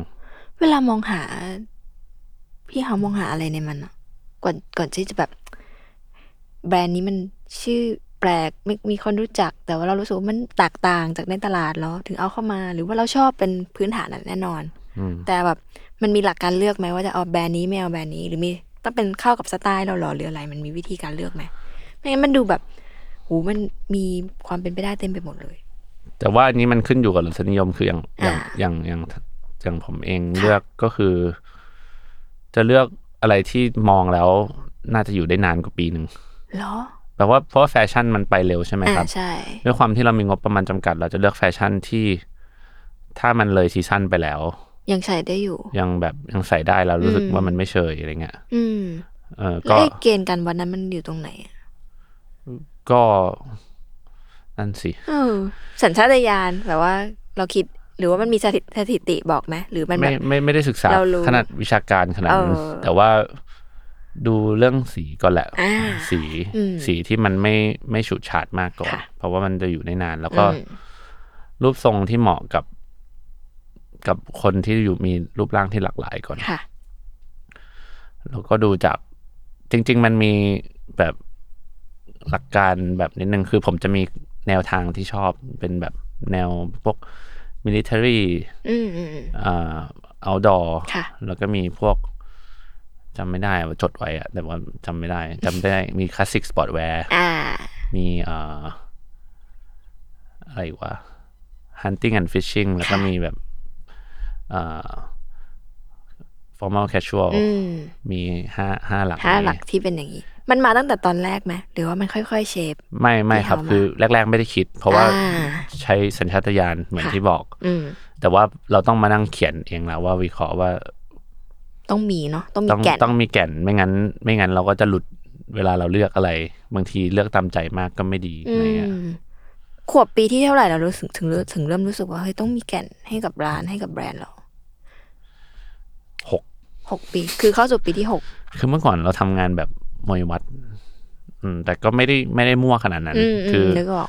Speaker 1: เวลามองหา พี่เฮามองหาอะไรในมันอะก่อนก่อนที่จะแบบ แบรนด์นี้มันชื่อแปลกไม่มีคนรู้จัก แต่ว่าเรารู้สึกว่ามันแตกต่างจากในตลาดเหรอถึงเอาเข้ามา หรือว่าเราชอบเป็นพื้นฐานอะแน่นอน แต่แบบมันมีหลักการเลือกไหมว่าจะเอาแบรนด์นี้ไม่เอาแบรนด์นี้ หรือมีต้องเป็นเข้ากับสไตล์เราเหรอหรืออะไร มันมีวิธีการเลือกไหมไม่งั้นมันดูแบบหูมันมีความเป็นไปได้เต็มไปหมดเลย
Speaker 3: แต่ว่าอันนี้มันขึ้นอยู่กับรสนิยมคืออย่างอย่าง
Speaker 1: อ่า
Speaker 3: อย่างอย่างอย่างผมเองเลือกก็คือ จะเลือกอะไรที่มองแล้วน่าจะอยู่ได้นานกว่าปีหนึ่ง
Speaker 1: เหรอ
Speaker 3: แปลว่าเพราะว่าแฟชั่นมันไปเร็วใช่ไหม
Speaker 1: อ่า
Speaker 3: ครับ
Speaker 1: ใช่
Speaker 3: ด้วยความที่เรามีงบประมาณจำกัด เราจะเลือกแฟชั่นที่ถ้ามันเลยซีซั่นไปแล้ว
Speaker 1: ยังใช้ได้อยู่
Speaker 3: ยังแบบยังใส่ได้แล้วรู้สึกว่ามันไม่เชยอะไรเงี้ย
Speaker 1: อืม
Speaker 3: เออ
Speaker 1: แล้ว
Speaker 3: ก็
Speaker 1: ไอ้เกณฑ์การวัดนั้นมันอยู่ตรงไหนอะ
Speaker 3: ก็ นั่นสิ
Speaker 1: เออ สัญชาตญาณแบบว่าเราคิดหรือว่ามันมีสถิสถิติบอกไหมหรือมันแบ
Speaker 3: ไม่
Speaker 1: บ
Speaker 3: ไม่ไม่ได้ศึกษา
Speaker 1: เรารู้
Speaker 3: ขนาดวิชาการขนาดนั้น
Speaker 1: เออ
Speaker 3: แต่ว่าดูเรื่องสีก่อนแหละ
Speaker 1: อ่า
Speaker 3: สี
Speaker 1: อืม
Speaker 3: สีที่มันไม่ไม่ฉูดฉาดมากก่อน
Speaker 1: ค่ะ
Speaker 3: เพราะว่ามันจะอยู่ได้นาน แล้ว
Speaker 1: อื
Speaker 3: ก็
Speaker 1: ม
Speaker 3: รูปทรงที่เหมาะกับ กับคนที่อยู่มีรูปร่างที่หลากหลายก่อน
Speaker 1: ค่ะ
Speaker 3: แล้วก็ดูจากจริง ๆ มันมีแบบ หลักการแบบนิดนึงคือผมจะมีแนวทางที่ชอบเป็นแบบแนวพวก military
Speaker 1: อืมอืมอืม
Speaker 3: อ่า outdoor
Speaker 1: ค่ะ
Speaker 3: แล้วก็มีพวกจำไม่ได้ว่าจดไว้อะแต่ว่าจำไม่ได้จำได้มี classic sportwear
Speaker 1: อ่า
Speaker 3: มีเอ่ออะไรอีกวะ hunting and fishing แล้วก็มีแบบเอ่อ formal casual
Speaker 1: อืม
Speaker 3: มีห้าห้าหลัก
Speaker 1: ถ้าหลัก
Speaker 3: นี้
Speaker 1: ที่เป็นอย่างนี้ มันมาตั้งแต่ตอนแรกไหมหรือว่ามันค่อยๆเชฟ
Speaker 3: ไม่ไม่ครับ
Speaker 1: ที่เอามา
Speaker 3: คือแรก ๆ ไม่ได้คิด เพราะว่า
Speaker 1: อ่า
Speaker 3: ใช้สัญชาตญาณเหมือน
Speaker 1: ค่ะ
Speaker 3: ที่บอก
Speaker 1: อืม
Speaker 3: แต่ว่าเราต้องมานั่งเขียนเองแล้วว่าวิเคราะห์ว่า
Speaker 1: ต้องมีเนาะต้องมี
Speaker 3: ต้อง
Speaker 1: แก่น
Speaker 3: ต้องมีแก่นไม่งั้น ไม่งั้นเราก็จะหลุดเวลาเราเลือกอะไร บางทีเลือกตามใจมากก็ไม่ดี
Speaker 1: อื
Speaker 3: อะไรเงี้ย
Speaker 1: มขวบปีที่เท่าไหร่เรารู้สึกถึงรู้ถึงเริ่มรู้สึกว่าเฮ้ยต้องมีแก่นให้กับร้านให้กับแบรนด์เรา
Speaker 3: หก
Speaker 1: หกปี คือเข้าสู่ปีที่หก
Speaker 3: คือเมื่อก่อนเราทำงานแบบมวยวัด อืม แต่ก็ไม่ได้ไม่ได้มั่วขนาดนั้น
Speaker 1: อืมอืม
Speaker 3: คือ
Speaker 1: นึกออก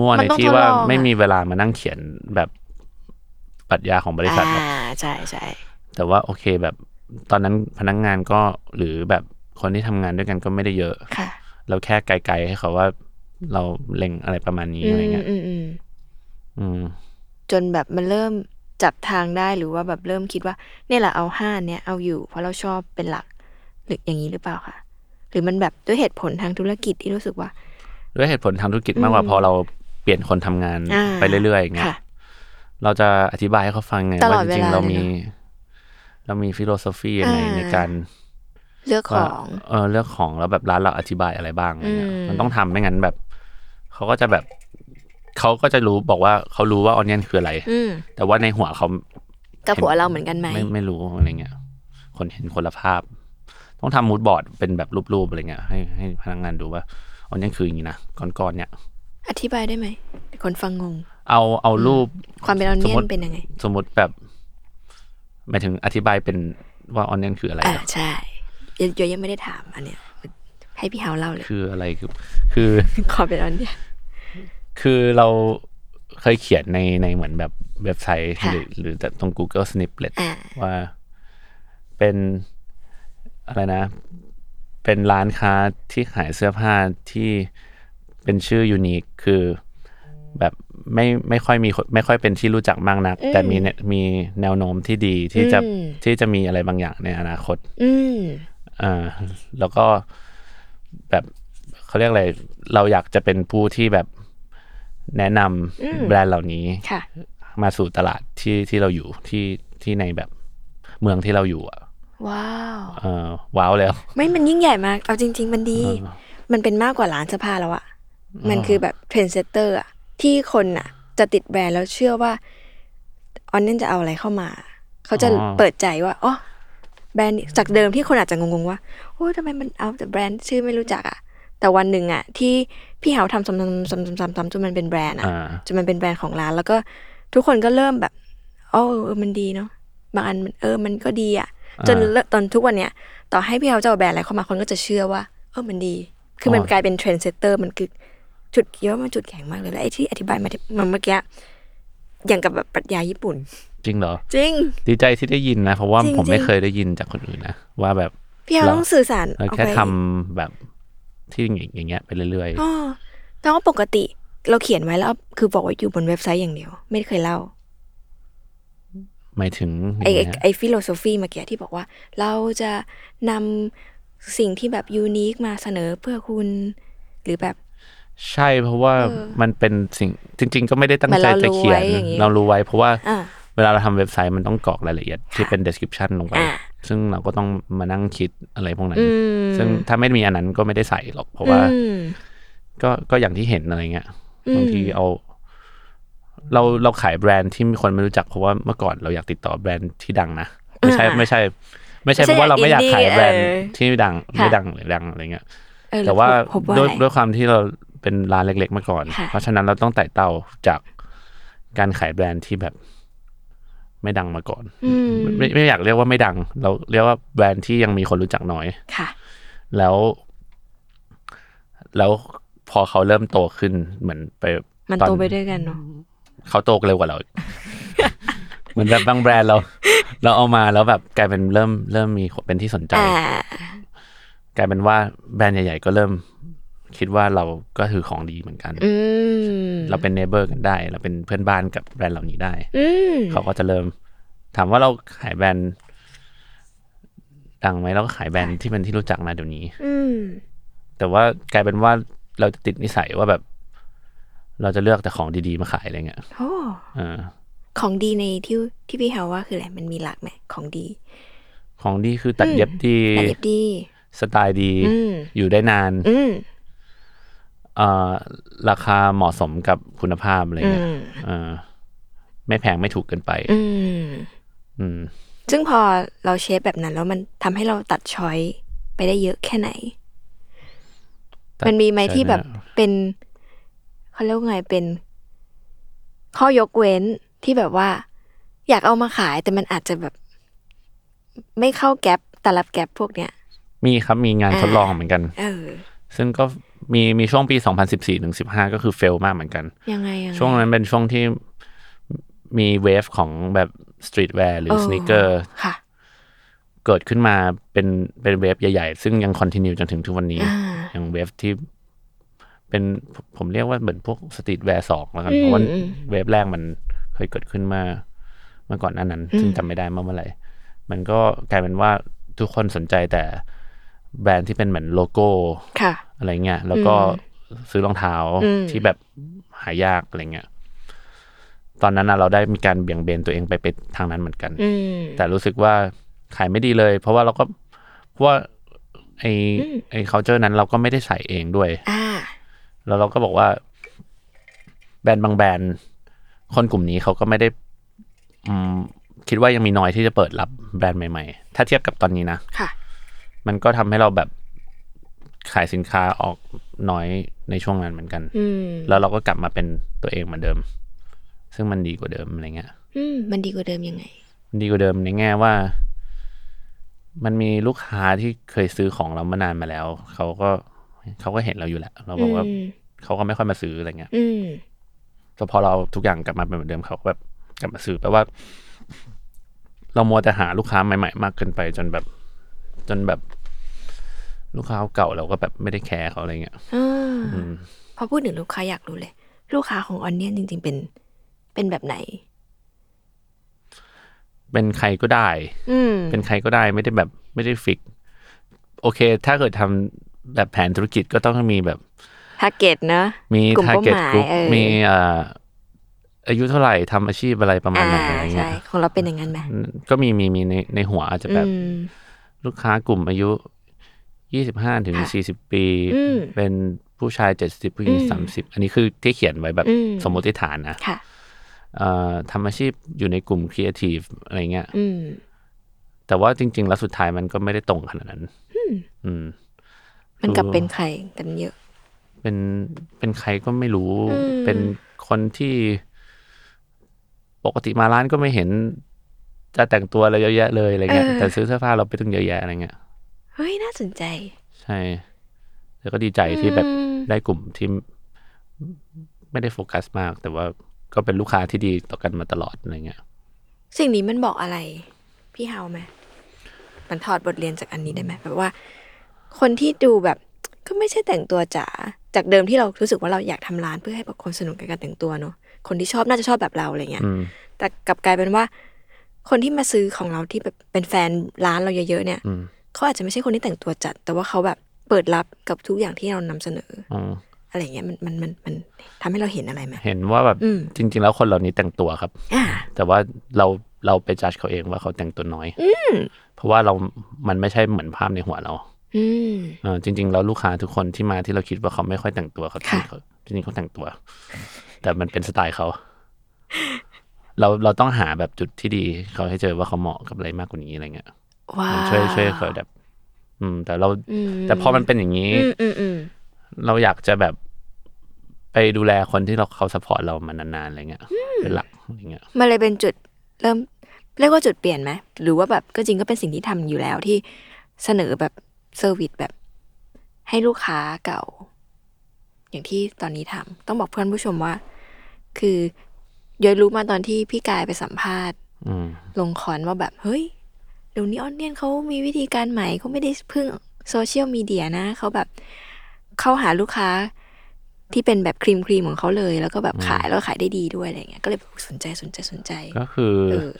Speaker 3: มั่ว
Speaker 1: มั
Speaker 3: ใน
Speaker 1: นต้อง
Speaker 3: ที่
Speaker 1: ทด
Speaker 3: ว่า
Speaker 1: ลองอะ
Speaker 3: ไม่มีเวลามานั่งเขียนแบบปรัชญาของบริษัท
Speaker 1: อ่า
Speaker 3: หรอก
Speaker 1: ใช่ใช่
Speaker 3: แต่ว่าโอเคแบบตอนนั้นพนักงานก็หรือแบบคนที่ทำงานด้วยกันก็ไม่ได้เยอะ
Speaker 1: ค่ะ
Speaker 3: เราแค่ไกลๆให้เขาว่าเราเล็งอะไรประมาณนี้
Speaker 1: อื
Speaker 3: อะไร
Speaker 1: ม
Speaker 3: เงี้ย
Speaker 1: อืมอืม
Speaker 3: อืม
Speaker 1: จนแบบมันเริ่มจับทางได้หรือว่าแบบเริ่มคิดว่าเนี่ยแหละเอาห้าเนี่ยเอาอยู่ เพราะเราชอบเป็นหลัก หรืออย่างนี้หรือเปล่าคะหรือมันแบบด้วยเหตุผลทางธุรกิจที่รู้สึกว่า
Speaker 3: ด้วยเหตุผลทางธุรกิจมากกว่าพอเราเปลี่ยนคนทำงาน
Speaker 1: อ่า
Speaker 3: ไปเรื่อยๆอย่างเงี้
Speaker 1: ค่ะ
Speaker 3: ยเราจะอธิบายให้เขาฟังไง
Speaker 1: ตลอ
Speaker 3: ว่า
Speaker 1: ด
Speaker 3: จ
Speaker 1: เวลา
Speaker 3: ริงๆเรามี
Speaker 1: เลยเน
Speaker 3: เรามีฟิโลโซฟียังไงในการ
Speaker 1: เลือกข
Speaker 3: ว่า
Speaker 1: อง
Speaker 3: เออเรื่องของแล้วแบบร้านเราอธิบายอะไรบ้างอะไรเงี้ย
Speaker 1: อืม
Speaker 3: มันต้องทำไม่งั้นแบบ เขาก็จะแบบเขาก็จะรู้บอกว่าเขารู้ว่าออนเนียนคืออะไร
Speaker 1: อืม
Speaker 3: แต่ว่าในหัวเขา
Speaker 1: กับหัวเราเหมือนกันไหม
Speaker 3: ไม่ไม่รู้อะไรเงี้ย คนเห็นคนละภาพ ต้องทำมูดบอร์ดเป็นแบบรูปๆอะไรเงี้ยให้ให้พนักงานดูว่าออนเนียนคืออย่างนี้นะก้อนๆเนี่ย
Speaker 1: อธิบายได้ไหมคนฟังงง
Speaker 3: เอาเอารูป
Speaker 1: ความเป็นออน
Speaker 3: ส
Speaker 1: เนีย
Speaker 3: มม
Speaker 1: น
Speaker 3: ติ
Speaker 1: เป็นยังไง
Speaker 3: สมมติแบบหมายถึงอธิบายเป็นว่าออนเนียนคืออะไร
Speaker 1: อ่า
Speaker 3: อะ
Speaker 1: ใช่ยังยังยังไม่ได้ถามอันเนี้ยให้พี่เฮาเล่าเลย
Speaker 3: คืออะไรคือคือ
Speaker 1: ขอเป็นออนเนียน
Speaker 3: คือเราเคยเขียนในในเหมือนแบบเว็บไซต์
Speaker 1: ค่ะ
Speaker 3: หรือหรือแต่ตรง Google Snippet
Speaker 1: อ่า
Speaker 3: ว่าเป็นอะไรนะ เป็นร้านค้าที่ขายเสื้อผ้าที่เป็นชื่อยูนิคคือแบบไม่ไม่ค่อยมีคนไม่ค่อยเป็นที่รู้จักมากนัก แต่มีแนมีแนวโน้มที่ดีที่จะที่จะมีอะไรบางอย่างในอนาคต
Speaker 1: อืม
Speaker 3: อ่าแล้วก็แบบเขาเรียกอะไร เราอยากจะเป็นผู้ที่แบบแนะนำแบรนด์เหล่านี้
Speaker 1: ค่ะ
Speaker 3: มาสู่ตลาดที่ที่เราอยู่ที่ที่ในแบบเมืองที่เราอยู่อ่ะ
Speaker 1: ว้าว
Speaker 3: เออว้าวแล้ว
Speaker 1: ไม่มันยิ่งใหญ่มาก เอาจริง ๆ มันดี มันเป็นมากกว่าร้านเสื้อผ้าแล้วอะมันคือแบบเทรนเซเตอร์อะที่คนอะจะติดแบรนด์แล้วเชื่อว่าออนเนนจะเอาอะไรเข้ามา เขาจะ
Speaker 3: อ๋อ
Speaker 1: เปิดใจว่าอ๋อแบรนด์นี้จากเดิมที่คนอาจจะงงๆว่าโอ้ยทำไมมันเอาแต่แบรนด์ชื่อไม่รู้จักอะแต่วันหนึ่งอะที่พี่เหาทำซ้ำๆๆๆๆๆจนมันเป็นแบรนด์อะ
Speaker 3: อ่า
Speaker 1: จนมันเป็นแบรนด์ของร้านแล้วก็ทุกคนก็เริ่มแบบอ๋อเออเออมันดีเนาะบางอันมันเออมันก็ดีอะจนเลิกตอนทุกวันเนี้ยต่อให้พี่เอาเจ้าแบรนด์อะไรเข้ามาคนก็จะเชื่อว่า เออมันดี คือมัน
Speaker 3: อ๋อ
Speaker 1: กลายเป็นเทรนด์เซตเตอร์มันคือจุดเยอะมันจุดแข็งมากเลยและไอ้ที่อธิบายมาที่มาเมื่อกี้อย่างกับแบบปรัชญาญี่ปุ่น
Speaker 3: จริงเหรอ
Speaker 1: จริง
Speaker 3: ดีใจที่ได้ยินนะ เพราะว่า
Speaker 1: จริง
Speaker 3: ผม
Speaker 1: จริ
Speaker 3: ไม่
Speaker 1: ง
Speaker 3: เคยได้ยินจากคนอื่นนะ ว่าแบบ
Speaker 1: พี่เอา
Speaker 3: เหรอ
Speaker 1: ต้องสื่อสาร
Speaker 3: เรา
Speaker 1: ออก
Speaker 3: แค่
Speaker 1: ไป
Speaker 3: ทำแบบที่อย่างเงี้ยไปเรื่อย
Speaker 1: อ๋อแต่ว่าปกติเราเขียนไว้แล้วเอาคือบอกว่าอยู่บนเว็บไซต์อย่างเดียว ไม่เคยเล่า
Speaker 3: ๆหมายถึง
Speaker 1: ไอ
Speaker 3: ยั
Speaker 1: ไอ้
Speaker 3: งงฮะ
Speaker 1: ไอฟิโลโซฟีเมื่อกี้ที่บอกว่า เราจะนำสิ่งที่แบบยูนิคมาเสนอเพื่อคุณ หรือแบบ
Speaker 3: ใช่เพราะว่ามันเป็นสิ่งจริง ๆ ก็ไม่ได้ตั้ง
Speaker 1: เหมือน
Speaker 3: ใจ
Speaker 1: เรา
Speaker 3: จะ
Speaker 1: รู้
Speaker 3: เขียน
Speaker 1: ไว้อย่างงี้
Speaker 3: เรารู้ไว้เพราะว่า
Speaker 1: อ่า
Speaker 3: เวลาเราทำเว็บไซต์มันต้องกรอกรายละเอียดที่เป็น description ลงไป
Speaker 1: อ่า
Speaker 3: ซึ่งเราก็ต้องมานั่งคิดอะไรพวกนั้น
Speaker 1: อืม
Speaker 3: ซึ่งถ้าไม่มีอันนั้นก็ไม่ได้ใส่หรอก เพราะว่า
Speaker 1: อืม
Speaker 3: ก็ก็อย่างที่เห็นอะไรเงี้ย
Speaker 1: อืม
Speaker 3: บางทีเอา เราเราขายแบรนด์ที่มีคนไม่รู้จักเพราะว่าเมื่อก่อนเราอยากติดต่อแบรนด์ที่ดังนะ ไม่ใช่ไม่ใช่ ไม่ใช่
Speaker 1: ไม่ใช่
Speaker 3: เพราะว่าเราไม่อยากขายแบรนด์
Speaker 1: เออ
Speaker 3: ที่ดังไม่
Speaker 1: ค่ะ
Speaker 3: ดังหรือดังอะไรเงี้ย
Speaker 1: เออ
Speaker 3: แต่ว่า
Speaker 1: ล้พบว่า
Speaker 3: ด้วย
Speaker 1: อะไร
Speaker 3: ด้วยความที่เราเป็นร้านเล็ก ๆ มาก่อน
Speaker 1: ค่ะ
Speaker 3: เพราะฉะนั้นเราต้องไต่เต้าจากการขายแบรนด์ที่แบบไม่ดังมาก่อน
Speaker 1: อืม
Speaker 3: ไม่ไม่อยากเรียกว่าไม่ดัง เราเรียกว่าแบรนด์ที่ยังมีคนรู้จักน้อย
Speaker 1: ค่ะ
Speaker 3: แล้ว แล้วพอเขาเริ่มโตขึ้นเหมือนไป
Speaker 1: มัน
Speaker 3: อ
Speaker 1: โตไปด้วยกันเนาะ
Speaker 3: เขาโตเร็วกว่าเรา
Speaker 1: *laughs*
Speaker 3: อีก เหมือนแบบบางแบรนด์เรา เราเอามาแล้วแบบกลายเป็นเริ่มเริ่มมีคนเป็นที่สนใจ
Speaker 1: อ่า
Speaker 3: กลายเป็นว่าแบรนด์ใหญ่ ๆ ก็เริ่ม คิดว่าเราก็คือของดีเหมือนกัน
Speaker 1: อืม
Speaker 3: เราเป็นเนเบอร์กันได้ เราเป็นเพื่อนบ้านกับแบรนด์เหล่านี้ได้
Speaker 1: อืม
Speaker 3: เขาก็จะเริ่ม ถามว่าเราขายแบรนด์ดังไหมเราก็ขายแบรนด์ที่เป็นที่รู้จักนะเดี๋ยวนี้
Speaker 1: อืม
Speaker 3: แต่ว่ากลายเป็นว่าเราจะติดนิสัยว่าแบบ เราจะเลือกแต่ของดีๆมาขายอะไรเงี้ย
Speaker 1: โอ้
Speaker 3: เออ
Speaker 1: ของดีในที่ที่พี่เฮาว่าคืออะไรมันมีหลักไหมของดี
Speaker 3: ของดีคือตัดเย็บดี
Speaker 1: แต่เอฟดี
Speaker 3: สไตล์ดี
Speaker 1: อืม
Speaker 3: อยู่ได้นาน
Speaker 1: อืม
Speaker 3: เอ่อราคาเหมาะสมกับคุณภาพอะไรเงี้ย
Speaker 1: อืม
Speaker 3: เออไม่แพงไม่ถูกเกินไป
Speaker 1: อืม
Speaker 3: อืม
Speaker 1: ซึ่งพอเราเชฟแบบนั้น แล้วมันทำให้เราตัดช้อยไปได้เยอะแค่ไหน
Speaker 3: ตัด
Speaker 1: มันมีไหม
Speaker 3: ช้อย
Speaker 1: ที่แบบ
Speaker 3: ได้
Speaker 1: เป็นเขาเรียกว่าไงเป็น ข้อยกเว้นที่แบบว่า อยากเอามาขายแต่มันอาจจะแบบ ไม่เข้าแก๊ปแต่รับแก๊ปพวกเนี้ย
Speaker 3: มีครับมีงาน
Speaker 1: อ่า
Speaker 3: ทดลองเหมือนกัน
Speaker 1: เออ
Speaker 3: ซึ่งก็มีมีช่วงปี 2014ถึง15 ก็คือเฟลมากเหมือนกัน
Speaker 1: ยังไงยังไ
Speaker 3: ช่วงนั้นเป็นช่วงที่มีเวฟของแบบสตรีทแวร์หรือสเนคเกอร์
Speaker 1: ค่ะ
Speaker 3: เกิดขึ้นมาเป็นเป็นเวฟใหญ่ๆ ซึ่งยังคอนติเนียจนถึงทุกวันนี้
Speaker 1: อ่า
Speaker 3: อย่างเวฟที่เป็นผมผมเรียกว่าเหมือนพวกสตรีทแวร์สองแล้วกันเพราะว่าเวฟแรกมันเคยเกิดขึ้นมาเมื่อก่อนหน้านั้น ซึ่งจำไม่ได้เมื่อเมื่อไหร่มันก็กลายเป็นว่าทุกคนสนใจแต่แบรนด์ที่เป็นเหมือนโลโก้
Speaker 1: ค่ะ
Speaker 3: อะไรเงี้ยแล้วก็ซื้อรองเท้าที่แบบหายากอะไรเงี้ยตอนนั้นนะเราได้มีการเบี่ยงเบนตัวเองไปไปทางนั้นเหมือนกัน
Speaker 1: อืม
Speaker 3: แต่รู้สึกว่าขายไม่ดีเลย เพราะว่าเราก็เพราะว่าไอไอ culture นั้นเราก็ไม่ได้ใส่เองด้วย
Speaker 1: อ่า
Speaker 3: แล้วเราก็บอกว่า แบรนด์บางแบรนด์คนกลุ่มนี้เขาก็ไม่ได้ อืมคิดว่ายังมีน้อยที่จะเปิดรับแบรนด์ใหม่ๆ ถ้าเทียบกับตอนนี้นะ
Speaker 1: ค่ะ
Speaker 3: มันก็ทำให้เราแบบขายสินค้าออกน้อยในช่วงนั้นเหมือนกัน
Speaker 1: อืม
Speaker 3: แล้วเราก็กลับมาเป็นตัวเองเหมือนเดิม ซึ่งมันดีกว่าเดิมอะไรเงี้ย
Speaker 1: อืม มันดีกว่าเดิมยังไง
Speaker 3: มันดีกว่าเดิมในแง่ว่า มันมีลูกค้าที่เคยซื้อของเรามานานมาแล้ว เขาก็เขาก็เห็นเราอยู่แหละ เราบอกว่า
Speaker 1: อืม
Speaker 3: เขาก็ไม่ค่อยมาซื้ออะไรเงี้ย
Speaker 1: อืม
Speaker 3: แต่พอเราทุกอย่างกลับมาเป็นเหมือนเดิมเขาก็แบบกลับมาซื้อแปลว่า เรามัวแต่หาลูกค้าใหม่ ๆ มากเกินไป จนแบบ จนแบบ ลูกค้าเก่าเราก็แบบไม่ได้แคร์เขาอะไรเงี้ย
Speaker 1: เอออพอพูดถึงลูกค้าอยากรู้เลย ลูกค้าของออนเนียนจริง ๆ เป็น เป็นแบบไหน
Speaker 3: เป็นใครก็ได้
Speaker 1: อืม
Speaker 3: เป็นใครก็ได้ไม่ได้แบบไม่ได้ฟิก โอเค ถ้าเกิดทำแบบแผนธุรกิจก็ต้องมีแบบ
Speaker 1: ทาร์เก็ตนะ
Speaker 3: มี
Speaker 1: กลุ่มเป้า
Speaker 3: target
Speaker 1: หมาย
Speaker 3: group
Speaker 1: เออ
Speaker 3: มีเอ่ออายุเท่าไหร่ทำอาชีพอะไรประมาณ
Speaker 1: อ่า
Speaker 3: ไหนอะไรเงี้
Speaker 1: ใช่
Speaker 3: ย
Speaker 1: ของเราเป็นอย่างนั้นไหม
Speaker 3: ก็มีมีมีในในหัวอาจจะแบบ
Speaker 1: อืม
Speaker 3: ลูกค้ากลุ่มอายุ 25 ถึง
Speaker 1: ค่ะ
Speaker 3: 40 ปี
Speaker 1: อืม
Speaker 3: เป็นผู้ชาย 70 ผู้หญิง 30 อันนี้คือที่เขียนไว้แบบ
Speaker 1: อืม
Speaker 3: สมมติฐานนะ
Speaker 1: ค่ะ
Speaker 3: เอ่อทำอาชีพอยู่ในกลุ่มครีเอทีฟอะไรเงี้ย
Speaker 1: อืม
Speaker 3: แต่ว่าจริง ๆ แล้วสุดท้ายมันก็ไม่ได้ตรงขนาดนั้น อืม
Speaker 1: มันกลับ
Speaker 3: ดู
Speaker 1: เป็นใครกันเยอะ
Speaker 3: เป็นเป็นใครก็ไม่รู้ เป็นคนที่ปกติมาร้านก็ไม่เห็น จะแต่งตัวอะไรเยอะแยะเลยอะไรเงี้ย
Speaker 1: เออ
Speaker 3: แต่ซื้อเสื้อผ้าเราไปตั้งเยอะแยะอะไรเงี้ย
Speaker 1: เฮ้ย น่าสนใจ
Speaker 3: ใช่ แล้วก็ดีใจที่แบบ
Speaker 1: อืม
Speaker 3: ได้กลุ่มที่ไม่ได้โฟกัสมาก แต่ว่าก็เป็นลูกค้าที่ดีต่อกันมาตลอดอะไรเงี้ย
Speaker 1: สิ่งนี้มันบอกอะไร พี่เฮาไหมมันถอดบทเรียนจากอันนี้ได้ไหมแบบว่า คนที่ดูแบบ ก็ไม่ใช่แต่งตัวจ๋าจากเดิมที่เรารู้สึกว่าเราอยากทำร้านเพื่อให้แบบคนสนุกกับการแต่งตัวเนอะคนที่ชอบน่าจะชอบแบบเราอะไรเงี้ย
Speaker 3: อืม
Speaker 1: แต่กลับกลายเป็นว่า คนที่มาซื้อของเราที่แบบเป็นแฟนร้านเราเยอะๆเนี่ย
Speaker 3: อืม
Speaker 1: เขาอาจจะไม่ใช่คนที่แต่งตัวจัด แต่ว่าเขาแบบเปิดรับกับทุกอย่างที่เรานำเสนอ
Speaker 3: อ๋อ
Speaker 1: อะไรเงี้ยมันมันมันมันทำให้เราเห็นอะไรไหม
Speaker 3: เห็นว่าแบบ
Speaker 1: อืม
Speaker 3: จริง ๆ แล้วคนเหล่านี้แต่งตัวครับ
Speaker 1: อ่า
Speaker 3: แต่ว่าเราเราไปจัดเขาเองว่าเขาแต่งตัวน้อยเพราะว่าเรา มันไม่ใช่เหมือนภาพในหัวเรา
Speaker 1: อืม
Speaker 3: เออจริง ๆ แล้วลูกค้าทุกคนที่มาที่เราคิดว่าเขาไม่ค่อยแต่งตัวเขาจริง
Speaker 1: ค่ะ
Speaker 3: ๆเขาจริงๆเขาแต่งตัว แต่มันเป็นสไตล์เขา เราเราต้องหาแบบจุดที่ดี เขาให้เจอว่าเขาเหมาะกับอะไรมากกว่านี้อะไรเงี้ย
Speaker 1: ว้า
Speaker 3: มั
Speaker 1: วน
Speaker 3: ช่วยช่วยเขาแบบ อืม แต่เรา แต่พอมันเป็นอย่างนี้
Speaker 1: อืมอืมอืม
Speaker 3: เราอยากจะแบบไปดูแลคนที่เราเขาสปอร์ตเรามานานๆอะไรเงี้ยเป็นหลักอะไรเงี้ย
Speaker 1: มันเลยเป็นจุดเริ่มเรียกว่าจุดเปลี่ยนไหมหรือว่าแบบก็จริงก็เป็นสิ่งที่ทำอยู่แล้วที่เสนอแบบเซอร์วิสแบบ ให้ลูกค้าเก่า อย่างที่ตอนนี้ทำต้องบอกเพื่อนผู้ชมว่า คือย้อยรู้มาตอนที่พี่กายไปสัมภาษณ์
Speaker 3: อืม
Speaker 1: ลงคอนว่าแบบ เฮ้ยเดี๋ยวนี้ออนเนียนเขามีวิธีการใหม่เขาไม่ได้พึ่งโซเชียลมีเดียนะ เขาแบบ เข้าหาลูกค้าที่เป็นแบบครีมครีมๆของเขาเลย แล้วก็แบบขายแล้วขายได้ดีด้วยอะไรเงี้ยก็เลยแบบสนใจสนใจสนใจ
Speaker 3: ก็คือ
Speaker 1: เออ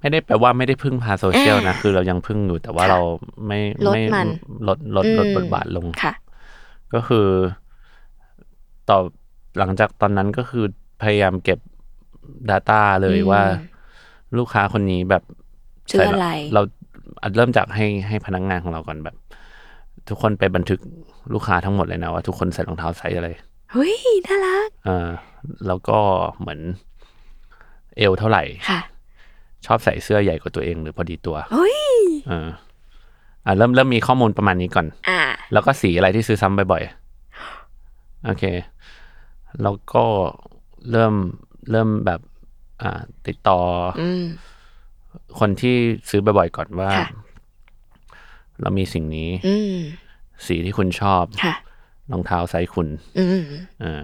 Speaker 3: ไม่ได้แปลว่าไม่ได้พึ่งพาโซเชียลนะ คือเรายังพึ่งอยู่แต่ว่า
Speaker 1: ค่ะ
Speaker 3: เราไม่
Speaker 1: ลด
Speaker 3: ไ
Speaker 1: มัน
Speaker 3: ลดลดลด
Speaker 1: อืม
Speaker 3: บทบาทลง
Speaker 1: ค่ะ
Speaker 3: ก็คือต่อหลังจากตอนนั้นก็คือพยายามเก็บ Data เลย
Speaker 1: อืม
Speaker 3: ว่าลูกค้าคนนี้แบบ
Speaker 1: ชื่ออะไร
Speaker 3: ใส่เราเราเริ่มจากให้ให้พนักงานของเราก่อนแบบ ทุกคนไปบันทึกลูกค้าทั้งหมดเลยนะว่าทุกคนใส่รองเท้าไซส์อะไร
Speaker 1: เฮ้ยน่ารัก
Speaker 3: เอ่อแล้วก็เหมือนเอวเท่าไหร่
Speaker 1: ค่ะ
Speaker 3: ชอบใส่เสื้อใหญ่กว่าตัวเองหรือพอดีตัว
Speaker 1: เฮ้ย
Speaker 3: เอออ่ะเริ่มเริ่มมีข้อมูลประมาณนี้ก่อน
Speaker 1: อ่า
Speaker 3: แล้วก็สีอะไรที่ซื้อซ้ำบ่อยๆ โอเค แล้วก็เริ่มเริ่มแบบ อ่า ติดต่ออ
Speaker 1: อืม
Speaker 3: คนที่ซื้อบ่อยๆก่อนว่า
Speaker 1: ค่ะ
Speaker 3: เรามีสิ่งนี้
Speaker 1: อืม
Speaker 3: สีที่คุณชอบ
Speaker 1: ค่ะ
Speaker 3: รองเท้าไซส์คุณ
Speaker 1: อืม
Speaker 3: เออ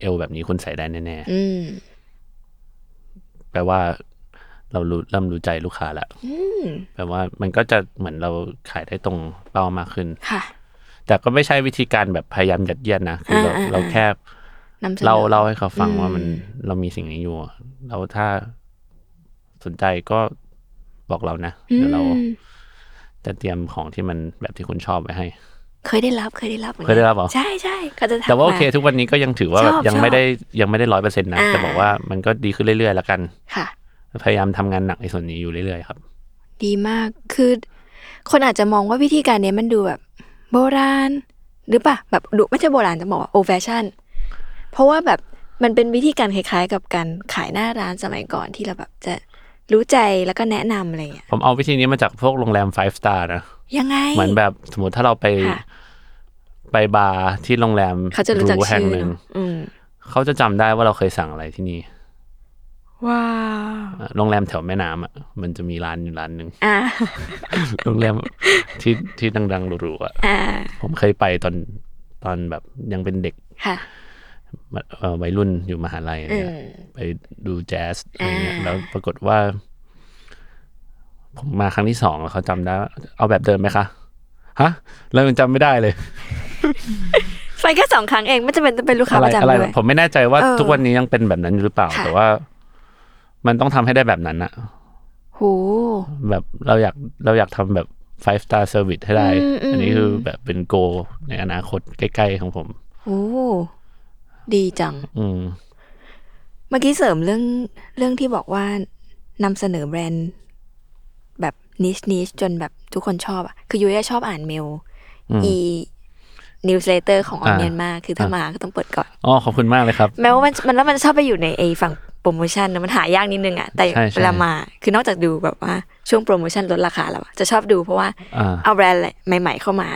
Speaker 3: เอวแบบนี้คุณใส่ได้แน่
Speaker 1: อืม
Speaker 3: ๆ แปลว่า เรารู้เริ่มรู้ใจลูกค้าแล้ว
Speaker 1: อืม
Speaker 3: แปลว่ามันก็จะเหมือนเราขายได้ตรงเป้ามากขึ้น
Speaker 1: ค่ะ
Speaker 3: แต่ก็ไม่ใช่วิธีการแบบพยายามยัดเยียดนะคือเรา
Speaker 1: อ่าๆๆ
Speaker 3: เราแค่
Speaker 1: นำสนอ
Speaker 3: เราเล่าให้เขาฟังว่ามัน
Speaker 1: อืม
Speaker 3: เรามีสิ่งนี้อยู่อะแล้วถ้าสนใจก็บอกเรานะ เดี๋ยวเรา
Speaker 1: อืม
Speaker 3: จะเตรียมของที่มันแบบที่คุณชอบไว้ให้
Speaker 1: เคยได้รับเคยได้รับหมือน
Speaker 3: เคย
Speaker 1: กัน
Speaker 3: ได้รับเหรอ
Speaker 1: ใช่ใช่ก็จะทัก
Speaker 3: แต่ว่าโอเค
Speaker 1: ม
Speaker 3: ทุกวันนี้ก็ยังถือว่าแบ
Speaker 1: ช
Speaker 3: บ
Speaker 1: อบ
Speaker 3: ยัง
Speaker 1: ชอบ
Speaker 3: ไม่ได้ยังไม่ได้ร้อยเปอร์เซ็นต์นะ
Speaker 1: อ่า
Speaker 3: แต่บอกว่ามันก็ดีขึ้นเรื่อยๆแล้วกัน
Speaker 1: ค่ะ
Speaker 3: พยายามทำงานหนักในส่วนนี้อยู่เรื่อยๆครับ
Speaker 1: ดีมาก คือ คนอาจจะมองว่าวิธีการเนี้ยมันดูแบบ โบราณ หรือเปะแบบดูไม่ใช่โบราณจะบอกว่าโอแฟชั่น เพราะว่าแบบมันเป็นวิธีการคล้ายๆ กับการขายหน้าร้านสมัยก่อนที่เราแบบจะรู้ใจแล้วก็แนะนำอะไรเงี้ย
Speaker 3: ผมเอาวิธีนี้มาจากพวกโรงแรม 5 star นะ
Speaker 1: ยังไง
Speaker 3: เหมือนแบบสมมติถ้าเราไป
Speaker 1: ค่ะ
Speaker 3: ไปบาร์ที่โรงแรม
Speaker 1: เขาจะรู้จัก
Speaker 3: หแห่
Speaker 1: ชื่
Speaker 3: ง
Speaker 1: อ
Speaker 3: หนึ่ง
Speaker 1: เนอะอืม
Speaker 3: เขาจะจำได้ว่าเราเคยสั่งอะไรที่นี่
Speaker 1: ว้าว
Speaker 3: อ่ะโรงแรมแถวแม่น้ำอ่ะมันจะมีร้านอยู่ร้านหนึ่ง
Speaker 1: อ่า
Speaker 3: โรงแรมที่ที่ดังๆหรูๆอ่ะ
Speaker 1: อ่า
Speaker 3: ผมเคยไปตอนตอนแบบยังเป็นเด็ก
Speaker 1: ค่ะ
Speaker 3: เอ่อวัยรุ่นอยู่มหาลัยอะไรเนี่ยไปดูแจ๊สอะไรเงี้ย
Speaker 1: อ่า
Speaker 3: แล้วปรากฏว่า ผมมาครั้งที่สองแล้วเขาจำได้ว่าเอาแบบเดิมไหมคะ ฮะ แล้วมันจำไม่ได้เลย
Speaker 1: ไปแค่สองครั้งเองไม่จำเป็นต้องเป็นลูกค้า
Speaker 3: อะไร
Speaker 1: ประจำ
Speaker 3: อะไร
Speaker 1: ด้วย
Speaker 3: ผมไม่แน่ใจว่า
Speaker 1: เออ
Speaker 3: ทุกวันนี้ยังเป็นแบบนั้นอยู่หรือเปล่า
Speaker 1: ค่ะ
Speaker 3: แต่ว่า มันต้องทำให้ได้แบบนั้นอะ
Speaker 1: โห
Speaker 3: แบบเราอยากเราอยากทำแบบ five star service ให้ได้
Speaker 1: อืมอืม
Speaker 3: อันนี้คือแบบเป็น goal ในอนาคตใกล้ๆของผม
Speaker 1: โห ดีจัง
Speaker 3: อืม
Speaker 1: เมื่อกี้เสริมเรื่องเรื่องที่บอกว่านำเสนอแบรนด์ แบบนิชนิชจนแบบทุกคนชอบอ่ะ คือยุ้ยอะชอบอ่านเมล อีนิวส์เลเตอร์ของออนเนียน
Speaker 3: อ่าม
Speaker 1: มาก คือถ้า
Speaker 3: อ่าม
Speaker 1: มาก็ต้องเปิดก่อน
Speaker 3: อ๋อขอบคุณมากเลยครับ
Speaker 1: แม้ว่ามันมันแล้วมันชอบไปอยู่ในไอฝั่งโปรโมชั่นนะมันหายากนิดนึงอ่ะ แต่
Speaker 3: ใช่ใช่
Speaker 1: เวลามา คือนอกจากดูแบบว่าช่วงโปรโมชั่นลดราคาแล้วอะจะชอบดูเพราะว่า
Speaker 3: อ่า
Speaker 1: เอาแบรนด์ใหม่ ๆ เข้ามา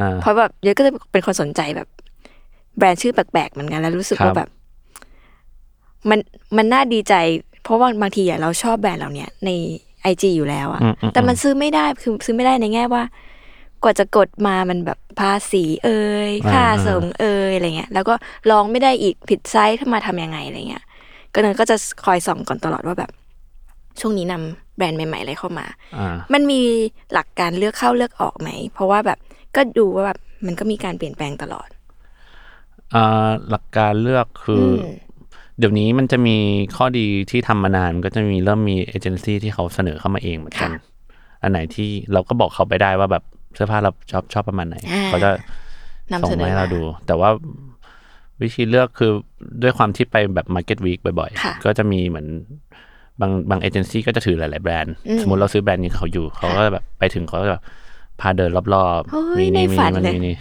Speaker 3: อ่า
Speaker 1: เพราะแบบเยอะก็จะเป็นคนสนใจแบบ แบรนด์ชื่อแปลกๆเหมือนกันแล้วรู้สึก
Speaker 3: ครั
Speaker 1: ว่า
Speaker 3: บ
Speaker 1: แบบ มันมันน่าดีใจ เพราะว่าบางทีอะเราชอบแบรนด์เราเนี้ยในไอจอยู่แล้วอะแต่มันซื้อไม่ได้คือซื้อไม่ได้ในแง่ว่า กว่าจะกดมามันแบบภาษีเอ่ยค่าส่งเอ่ยอะไรเงี้ย แล้วก็ลองไม่ได้อีกผิดไซส์ถ้ามาทำยังไงอะไรเงี้ย ก็เลยก็จะคอยส่องก่อนตลอดว่าแบบ ช่วงนี้นำแบรนด์ใหม่ๆอะไรเข้ามา
Speaker 3: อ่า
Speaker 1: มันมีหลักการเลือกเข้าเลือกออกไหม เพราะว่าแบบก็ดูว่าแบบมันก็มีการเปลี่ยนแปลงตลอด
Speaker 3: อ่า หลักการเลือกคืออเดี๋ยวนี้มันจะมีข้อดีที่ทำมานานมันก็จะมีเริ่มมีเอเจนซี่ที่เขาเสนอเข้ามาเองเหมือนกัน
Speaker 1: ค่ะ
Speaker 3: อันไหนที่เราก็บอกเขาไปได้ว่าแบบเสื้อผ้าเราชอบชอบประมาณไหน
Speaker 1: อ่า
Speaker 3: เขาจะ
Speaker 1: นำ
Speaker 3: ส่ง
Speaker 1: เสน
Speaker 3: มา
Speaker 1: อ
Speaker 3: ให้
Speaker 1: มา
Speaker 3: เราดู แต่ว่าวิธีเลือกคือด้วยความที่ไปแบบ Market Week บ่อย
Speaker 1: ค่ะ
Speaker 3: ๆ ก็จะมีเหมือนบางบางเอเจนซี่ก็จะถือหลาย ๆ แบรนด์ สมมติเราซื้อแบรนด์นี้เขาอยู่ เขาก็แบบไปถึงเขาก็แบบพาเดินรอบ
Speaker 1: เฮ้ย
Speaker 3: ๆมี
Speaker 1: ใน
Speaker 3: นี่มี
Speaker 1: ฝัน
Speaker 3: มัน
Speaker 1: เลย
Speaker 3: มีนี่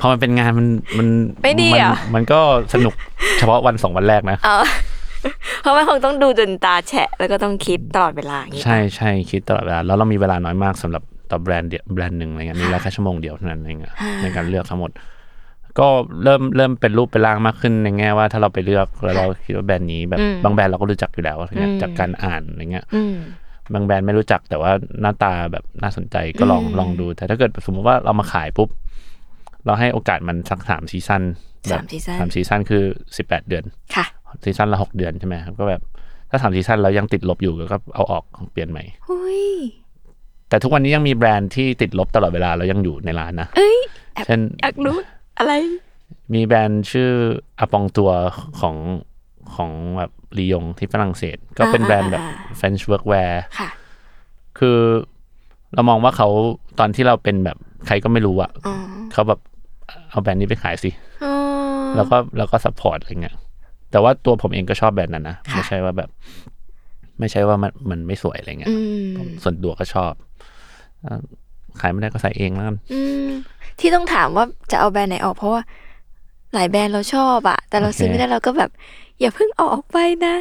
Speaker 3: พอมันเป็นงานมันมัน
Speaker 1: ไม่ดีเหรอ
Speaker 3: นมันก็สนุก เฉพาะวันสองวันแรกนะ
Speaker 1: เพราะมันคงต้องดูจนตาแฉะ แล้วก็ต้องคิดตลอดเวลาอย่างนี้
Speaker 3: ใช่ใช่คิดตลอดเวลา แล้วเรามีเวลาน้อยมากสำหรับต่อแบรนด์เดียวแบรนด์หนึ่งอะไรเงี้ยมีเวลาแค่ชั่วโมงเดียวเท่านั้นเองอะในการเลือกทั้งหมด ก็เริ่มเริ่มเป็นรูปเป็นร่างมากขึ้นในแง่ว่าถ้าเราไปเลือกแล้วเราคิดว่าแบรนด์นี้แบบบางแบรนด์เราก็รู้จักอยู่แล้วอะไรเงี้ยจากการอ่านอะไรเงี้ย
Speaker 1: อืม
Speaker 3: บางแบรนด์ไม่รู้จักแต่ว่าหน้าตาแบบน่าสนใจก็ลองลองดู แต่ถ้าเกิดสมมติว่าเรามาขายปุ๊บเราให้โอกาสมันสักสามซีซั่นแบบ
Speaker 1: สามซีซั่น
Speaker 3: สามซีซั่นคือสิบแปดเดือน
Speaker 1: ค่ะ
Speaker 3: ซีซั่นละหกเดือนใช่ไหมครับก็แบบถ้าสามซีซั่นเรายังติดลบอยู่ก็เอาออกเปลี่ยนใหม่
Speaker 1: อุ้ย
Speaker 3: แต่ทุกวันนี้ยังมีแบรนด์ที่ติดลบตลอดเวลาแล้วยังอยู่ในร้านนะ
Speaker 1: แอบ
Speaker 3: เช่น
Speaker 1: อยากรู้อะไร
Speaker 3: มีแบรนด์ชื่ออปองตัวของของแบบลียงที่ฝรั่งเศส ก็เป็นแบรนด์แบบ
Speaker 1: อ่า
Speaker 3: French workwear
Speaker 1: ค่ะ
Speaker 3: คือเรามองว่าเขาตอนที่เราเป็นแบบใครก็ไม่รู้อะเขาแบบเอาแบรนด์นี้ไปขายสิ
Speaker 1: อ๋อ
Speaker 3: แล้วก็แล้วก็ซัพพอร์ตอะไรเงี้ย แต่ว่าตัวผมเองก็ชอบแบรนด์นั้นนะ
Speaker 1: ค่ะ
Speaker 3: ไม่ใช่ว่าแบบ ไม่ใช่ว่ามันมันไม่สวยอะไรเงี้
Speaker 1: อ
Speaker 3: ย
Speaker 1: ืม
Speaker 3: ส่วนตัวก็ชอบอ่ะขายไม่ได้ก็ใส่เองแล้วกัน
Speaker 1: อืมที่ต้องถามว่าจะเอาแบรนด์ไหนออกเพราะว่า หลายแบรนด์เราชอบอะแต่เรา
Speaker 3: โอเค
Speaker 1: ซื้อไม่ได้เราก็แบบ อย่าเพิ่งเอาออกไปนะ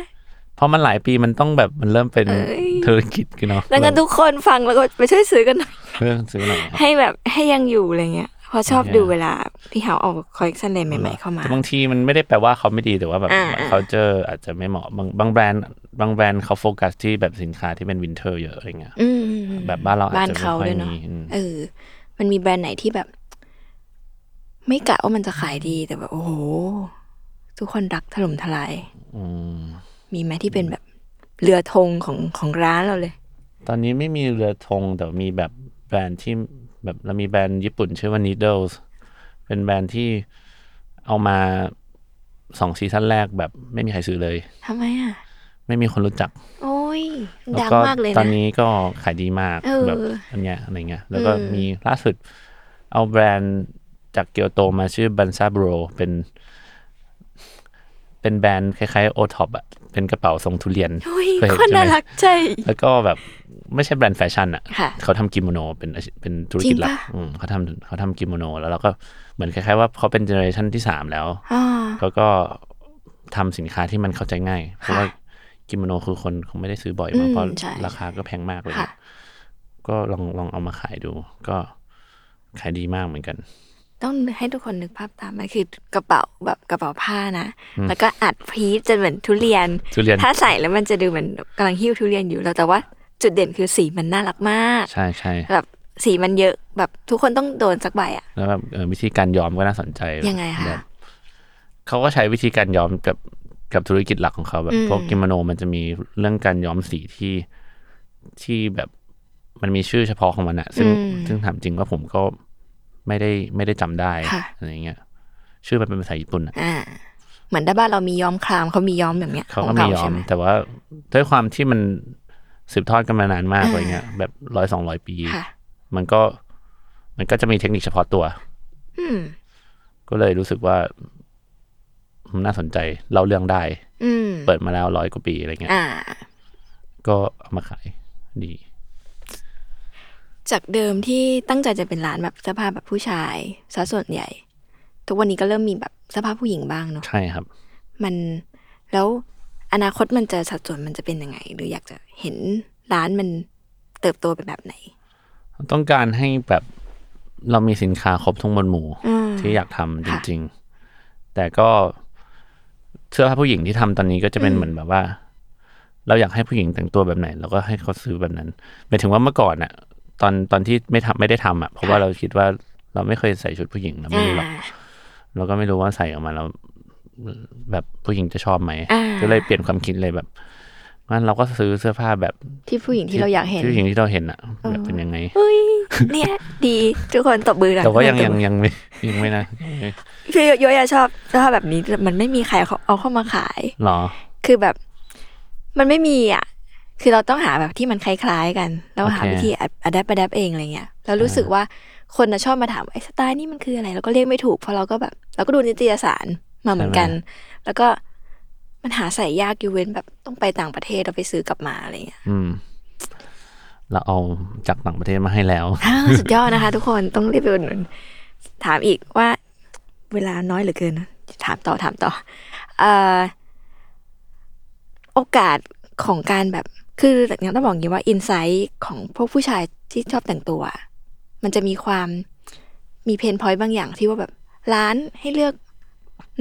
Speaker 3: เพราะมันหลายปีมันต้องแบบมันเริ่มเป็น
Speaker 1: เอ้ย
Speaker 3: ธุรกิจกันเนาะ
Speaker 1: ดังนั้นทุกคนฟังแล้วก็ไปช่วยซื้อกันหน่อย
Speaker 3: เรื่องซื้อหน่อยครับ
Speaker 1: ให้แบบให้ยังอยู่อะไรเงี้ยเพราะชอบ
Speaker 3: โอเค
Speaker 1: ดูเวลาพี่เฮาเอาคอลเลคชันอะไรใหม่ ๆเข้ามา
Speaker 3: แต่บางทีมันไม่ได้แปลว่าเขาไม่ดีแต่ว่าแบบ
Speaker 1: อ่าอ่า
Speaker 3: เขาเจออาจจะไม่เหมาะบางบางแบรนด์บางแบรนด์เขาโฟกัสที่แบบสินค้าที่เป็นวินเทอร์เยอะอะไรเงี้ย
Speaker 1: อืมอืมอืม
Speaker 3: แบบบ้านเราอาจจะ
Speaker 1: บ้านเขา
Speaker 3: ไม่ค่อย
Speaker 1: ด้วยเนาะ
Speaker 3: มีอืม
Speaker 1: เออ มันมีแบรนด์ไหนที่แบบ ไม่กะว่ามันจะขายดีแต่แบบโอ้โห ทุกคนรักถล่มทลาย
Speaker 3: อืม
Speaker 1: มีไหมที่เป็นแบบเรือธงของของร้านเราเลย
Speaker 3: ตอนนี้ไม่มีเรือธงแต่มีแบบแบรนด์ที่แบบเรามีแบรนด์ญี่ปุ่นชื่อว่า Needles เป็นแบรนด์ที่เอามาสองซีซั่นแรกแบบไม่มีใครซื้อเลย
Speaker 1: ทำไมอ่ะ
Speaker 3: ไม่มีคนรู้จัก
Speaker 1: โอ้ย
Speaker 3: แล้
Speaker 1: ดั
Speaker 3: ว
Speaker 1: ง
Speaker 3: ก็
Speaker 1: มากเลย
Speaker 3: ตอ
Speaker 1: นะ
Speaker 3: นนี้ก็ขายดีมาก
Speaker 1: เออ
Speaker 3: แบบอันเนี้ยอะไรเงี้ย แล้วก็มีล่าสุดเอาแบรนด์จากเกียวโตมาชื่อบันซาบโรเป็น เป็นแบรนด์คล้ายๆโอท็อปอะเป็นกระเป๋าทรงทุเรียน
Speaker 1: โอ้ย
Speaker 3: เยเห็
Speaker 1: คน น
Speaker 3: ใช่
Speaker 1: น่า
Speaker 3: ไหม
Speaker 1: รักใจ
Speaker 3: แล้วก็แบบไม่ใช่แบรนด์แฟชั่นอะ
Speaker 1: ค่ะ
Speaker 3: เขาทำกิโมโนเป็นอาชีพเป็นธุรกิจหลั
Speaker 1: จริ
Speaker 3: ก
Speaker 1: งปะ
Speaker 3: อืมเขาทำเขาทำกิโมโน แล้วเราก็เหมือนคล้ายๆว่าเขาเป็นเจเนอเรชันที่สามแล้ว
Speaker 1: อ่า
Speaker 3: เขาก็ทำสินค้าที่มันเข้าใจง่าย เพราะ
Speaker 1: ค่ะ
Speaker 3: ว่ากิโมโนคือคนคงไม่ได้ซื้อบ่อย
Speaker 1: อื
Speaker 3: มาก
Speaker 1: ม
Speaker 3: เพราะ
Speaker 1: ใช่
Speaker 3: ราคาก็แพงมากเลย
Speaker 1: ค่ะ
Speaker 3: ก็ลองลองเอามาขายดู ก็ขายดีมากเหมือนกัน
Speaker 1: ต้องให้ทุกคนนึกภาพตามมันคือกระเป๋าแบบกระเป๋าผ้านะ แล้วก็อัดพีชจนเหมือนทุเรียน
Speaker 3: ทุเรียน
Speaker 1: ถ้าใส่แล้วมันจะดูเหมือนกำลังหิ้วทุเรียนอยู่แล้วแต่ว่าจุดเด่นคือสีมันน่ารักมาก
Speaker 3: ใช่ใช่
Speaker 1: แบบสีมันเยอะแบบทุกคนต้องโดนสักใบอ่ะ
Speaker 3: แล้วแบบเอ่อวิธีการย้อมก็น่าสนใจ
Speaker 1: ยังไงคะ
Speaker 3: แบบเขาก็ใช้วิธีการย้อมกับกับธุรกิจหลักของเขาแบบ
Speaker 1: อืม
Speaker 3: พวกกิโมโนมันจะมีเรื่องการย้อมสีที่ที่แบบมันมีชื่อเฉพาะของมันอะซึ่งซึ่งถามจริงว่าผมก็ไม่ได้ไม่ได้จำได้อะไรเงี้ย ชื่อมันเป็นภาษาญี่ปุ่นอะ
Speaker 1: อ่า เหมือนด้านบ้านเรามีย้อมครามเขามีย้อมแบบเนี้ย
Speaker 3: เขา
Speaker 1: ขอ
Speaker 3: ก็
Speaker 1: ง
Speaker 3: ไม่
Speaker 1: เขา
Speaker 3: ยอ
Speaker 1: ใช่
Speaker 3: ม
Speaker 1: ไหม
Speaker 3: แต่ว่าด้วยความที่มันสืบทอดกันมานานมากอะไรเงี้ย แบบร้อยสองร้อยปี
Speaker 1: ค่ะ
Speaker 3: มันก็ มันก็จะมีเทคนิคเฉพาะตัว
Speaker 1: อืม
Speaker 3: ก็เลยรู้สึกว่ามันน่าสนใจเล่าเรื่องได้
Speaker 1: อืม
Speaker 3: เปิดมาแล้วร้อยกว่าปีอะไรเงี้ย
Speaker 1: อ่า
Speaker 3: ก็เอามาขายดี
Speaker 1: จากเดิมที่ตั้งใจจะเป็นร้านแบบเสื้อผ้าแบบผู้ชายซะส่วนใหญ่ ทุกวันนี้ก็เริ่มมีแบบเสื้อผ้าผู้หญิงบ้างเนาะ
Speaker 3: ใช่ครับ
Speaker 1: มันแล้วอนาคตมันจะสัดส่วนมันจะเป็นยังไง หรืออยากจะเห็นร้านมันเติบโตไปแบบไหน
Speaker 3: ต้องการให้แบบเรามีสินค้าครบทุกหมวดหมู่
Speaker 1: อืม
Speaker 3: ที่อยากทำจริง ๆ แต่ก็เสื้อผ้าผู้หญิงที่ทำตอนนี้ก็จะเป็นเหมือนแบบว่า เราอยากให้ผู้หญิงแต่งตัวแบบไหนเราก็ให้เขาซื้อแบบนั้นหมายถึงว่าเมื่อก่อนอะตอนตอนที่ไม่ทำไม่ได้ทำอะเพราะว่าเราคิดว่าเราไม่เคยใส่ชุดผู้หญิงเราไม่รู้หรอก
Speaker 1: อ่า
Speaker 3: เราก็ไม่รู้ว่าใส่ออกมาแล้วแบบผู้หญิงจะชอบไหม
Speaker 1: อ่า
Speaker 3: ก็เลยเปลี่ยนความคิดเลยแบบงั้นเราก็ซื้อเสื้อผ้าแบบ
Speaker 1: ที่ผู้หญิงที่เราอยากเห็น
Speaker 3: ที่ผู้หญิงที่เราเห็นอะแบบเป็นยังไง
Speaker 1: เฮ้ยเนี่ย ดีทุกคนตบมือหน่อย
Speaker 3: แต่ว่ายัง
Speaker 1: ทุก
Speaker 3: ยั
Speaker 1: คนตบมือ
Speaker 3: งยังไม่ *laughs* ยังไม่นะ
Speaker 1: พี่ย้อยอะชอบเสื้อผ้าแบบนี้แต่มันไม่มีใครเขาเอาเข้ามาขาย
Speaker 3: หรอ
Speaker 1: คือแบบมันไม่มีอ่ะ คือเราต้องหาแบบที่มันคล้ายๆกัน แล้วหา
Speaker 3: โอเค
Speaker 1: วิธีอัดแอปอัดแอปเองอะไรเงี้ย แล้วรู้สึกว่าคนน่ะชอบมาถามว่าไอ้สไตล์นี่มันคืออะไร เราก็เรียกไม่ถูก เพราะเราก็แบบ เราก็ดูนิตยสารมาเหมือนกัน แล้วก็มันหาใส่ยากอยู่เว้นแบบต้องไปต่างประเทศเราไปซื้อกลับมาอะไรเงี้ย
Speaker 3: อืม เราเอาจากต่างประเทศมาให้แล้ว *laughs*
Speaker 1: อ้าว *laughs* สุดยอดนะคะ ทุกคนต้องรีบไปอุดหนุนถามอีกว่า เวลาน้อยเหลือเกินนะถามต่อถามต่อเอ่อ โอกาสของการแบบคืออย่างนี้ต้องบอกอย่างนี้ว่าอินไซต์ของพวกผู้ชายที่ชอบแต่งตัวอะมันจะมีความมีเพนพอยต์บางอย่างที่ว่าแบบร้านให้เลือก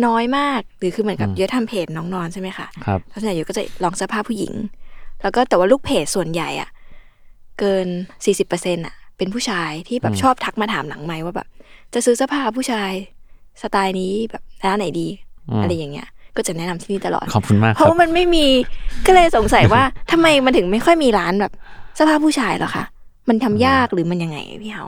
Speaker 1: น้อยมาก หรือคือเหมือนกับเยอะทำเพจน้องนอนใช่ไหมคะ
Speaker 3: ครับ
Speaker 1: แล้วส่วนใหญ่เยอะก็จะลองเสื้อผ้าผู้หญิง แล้วก็แต่ว่าลูกเพจส่วนใหญ่อะเกินสี่สิบเปอร์เซ็นต์อะเป็นผู้ชายที่แบบชอบทักมาถามหลังไมค์ว่าแบบ จะซื้อเสื้อผ้าผู้ชายสไตล์นี้แบบร้านไหนดี อะไรอย่างเงี้ย ก็จะแนะนำที่นี่ตลอด
Speaker 3: ขอบคุณมาก
Speaker 1: เพ
Speaker 3: ครั
Speaker 1: ราะ
Speaker 3: บ
Speaker 1: ว่ามันไม่มีก็เลยสงสัยว่า ทำไมมันถึงไม่ค่อยมีร้านแบบเสื้อผ้าผู้ชายเหรอคะ มันทำยากหรือมันยังไงพี่เฮา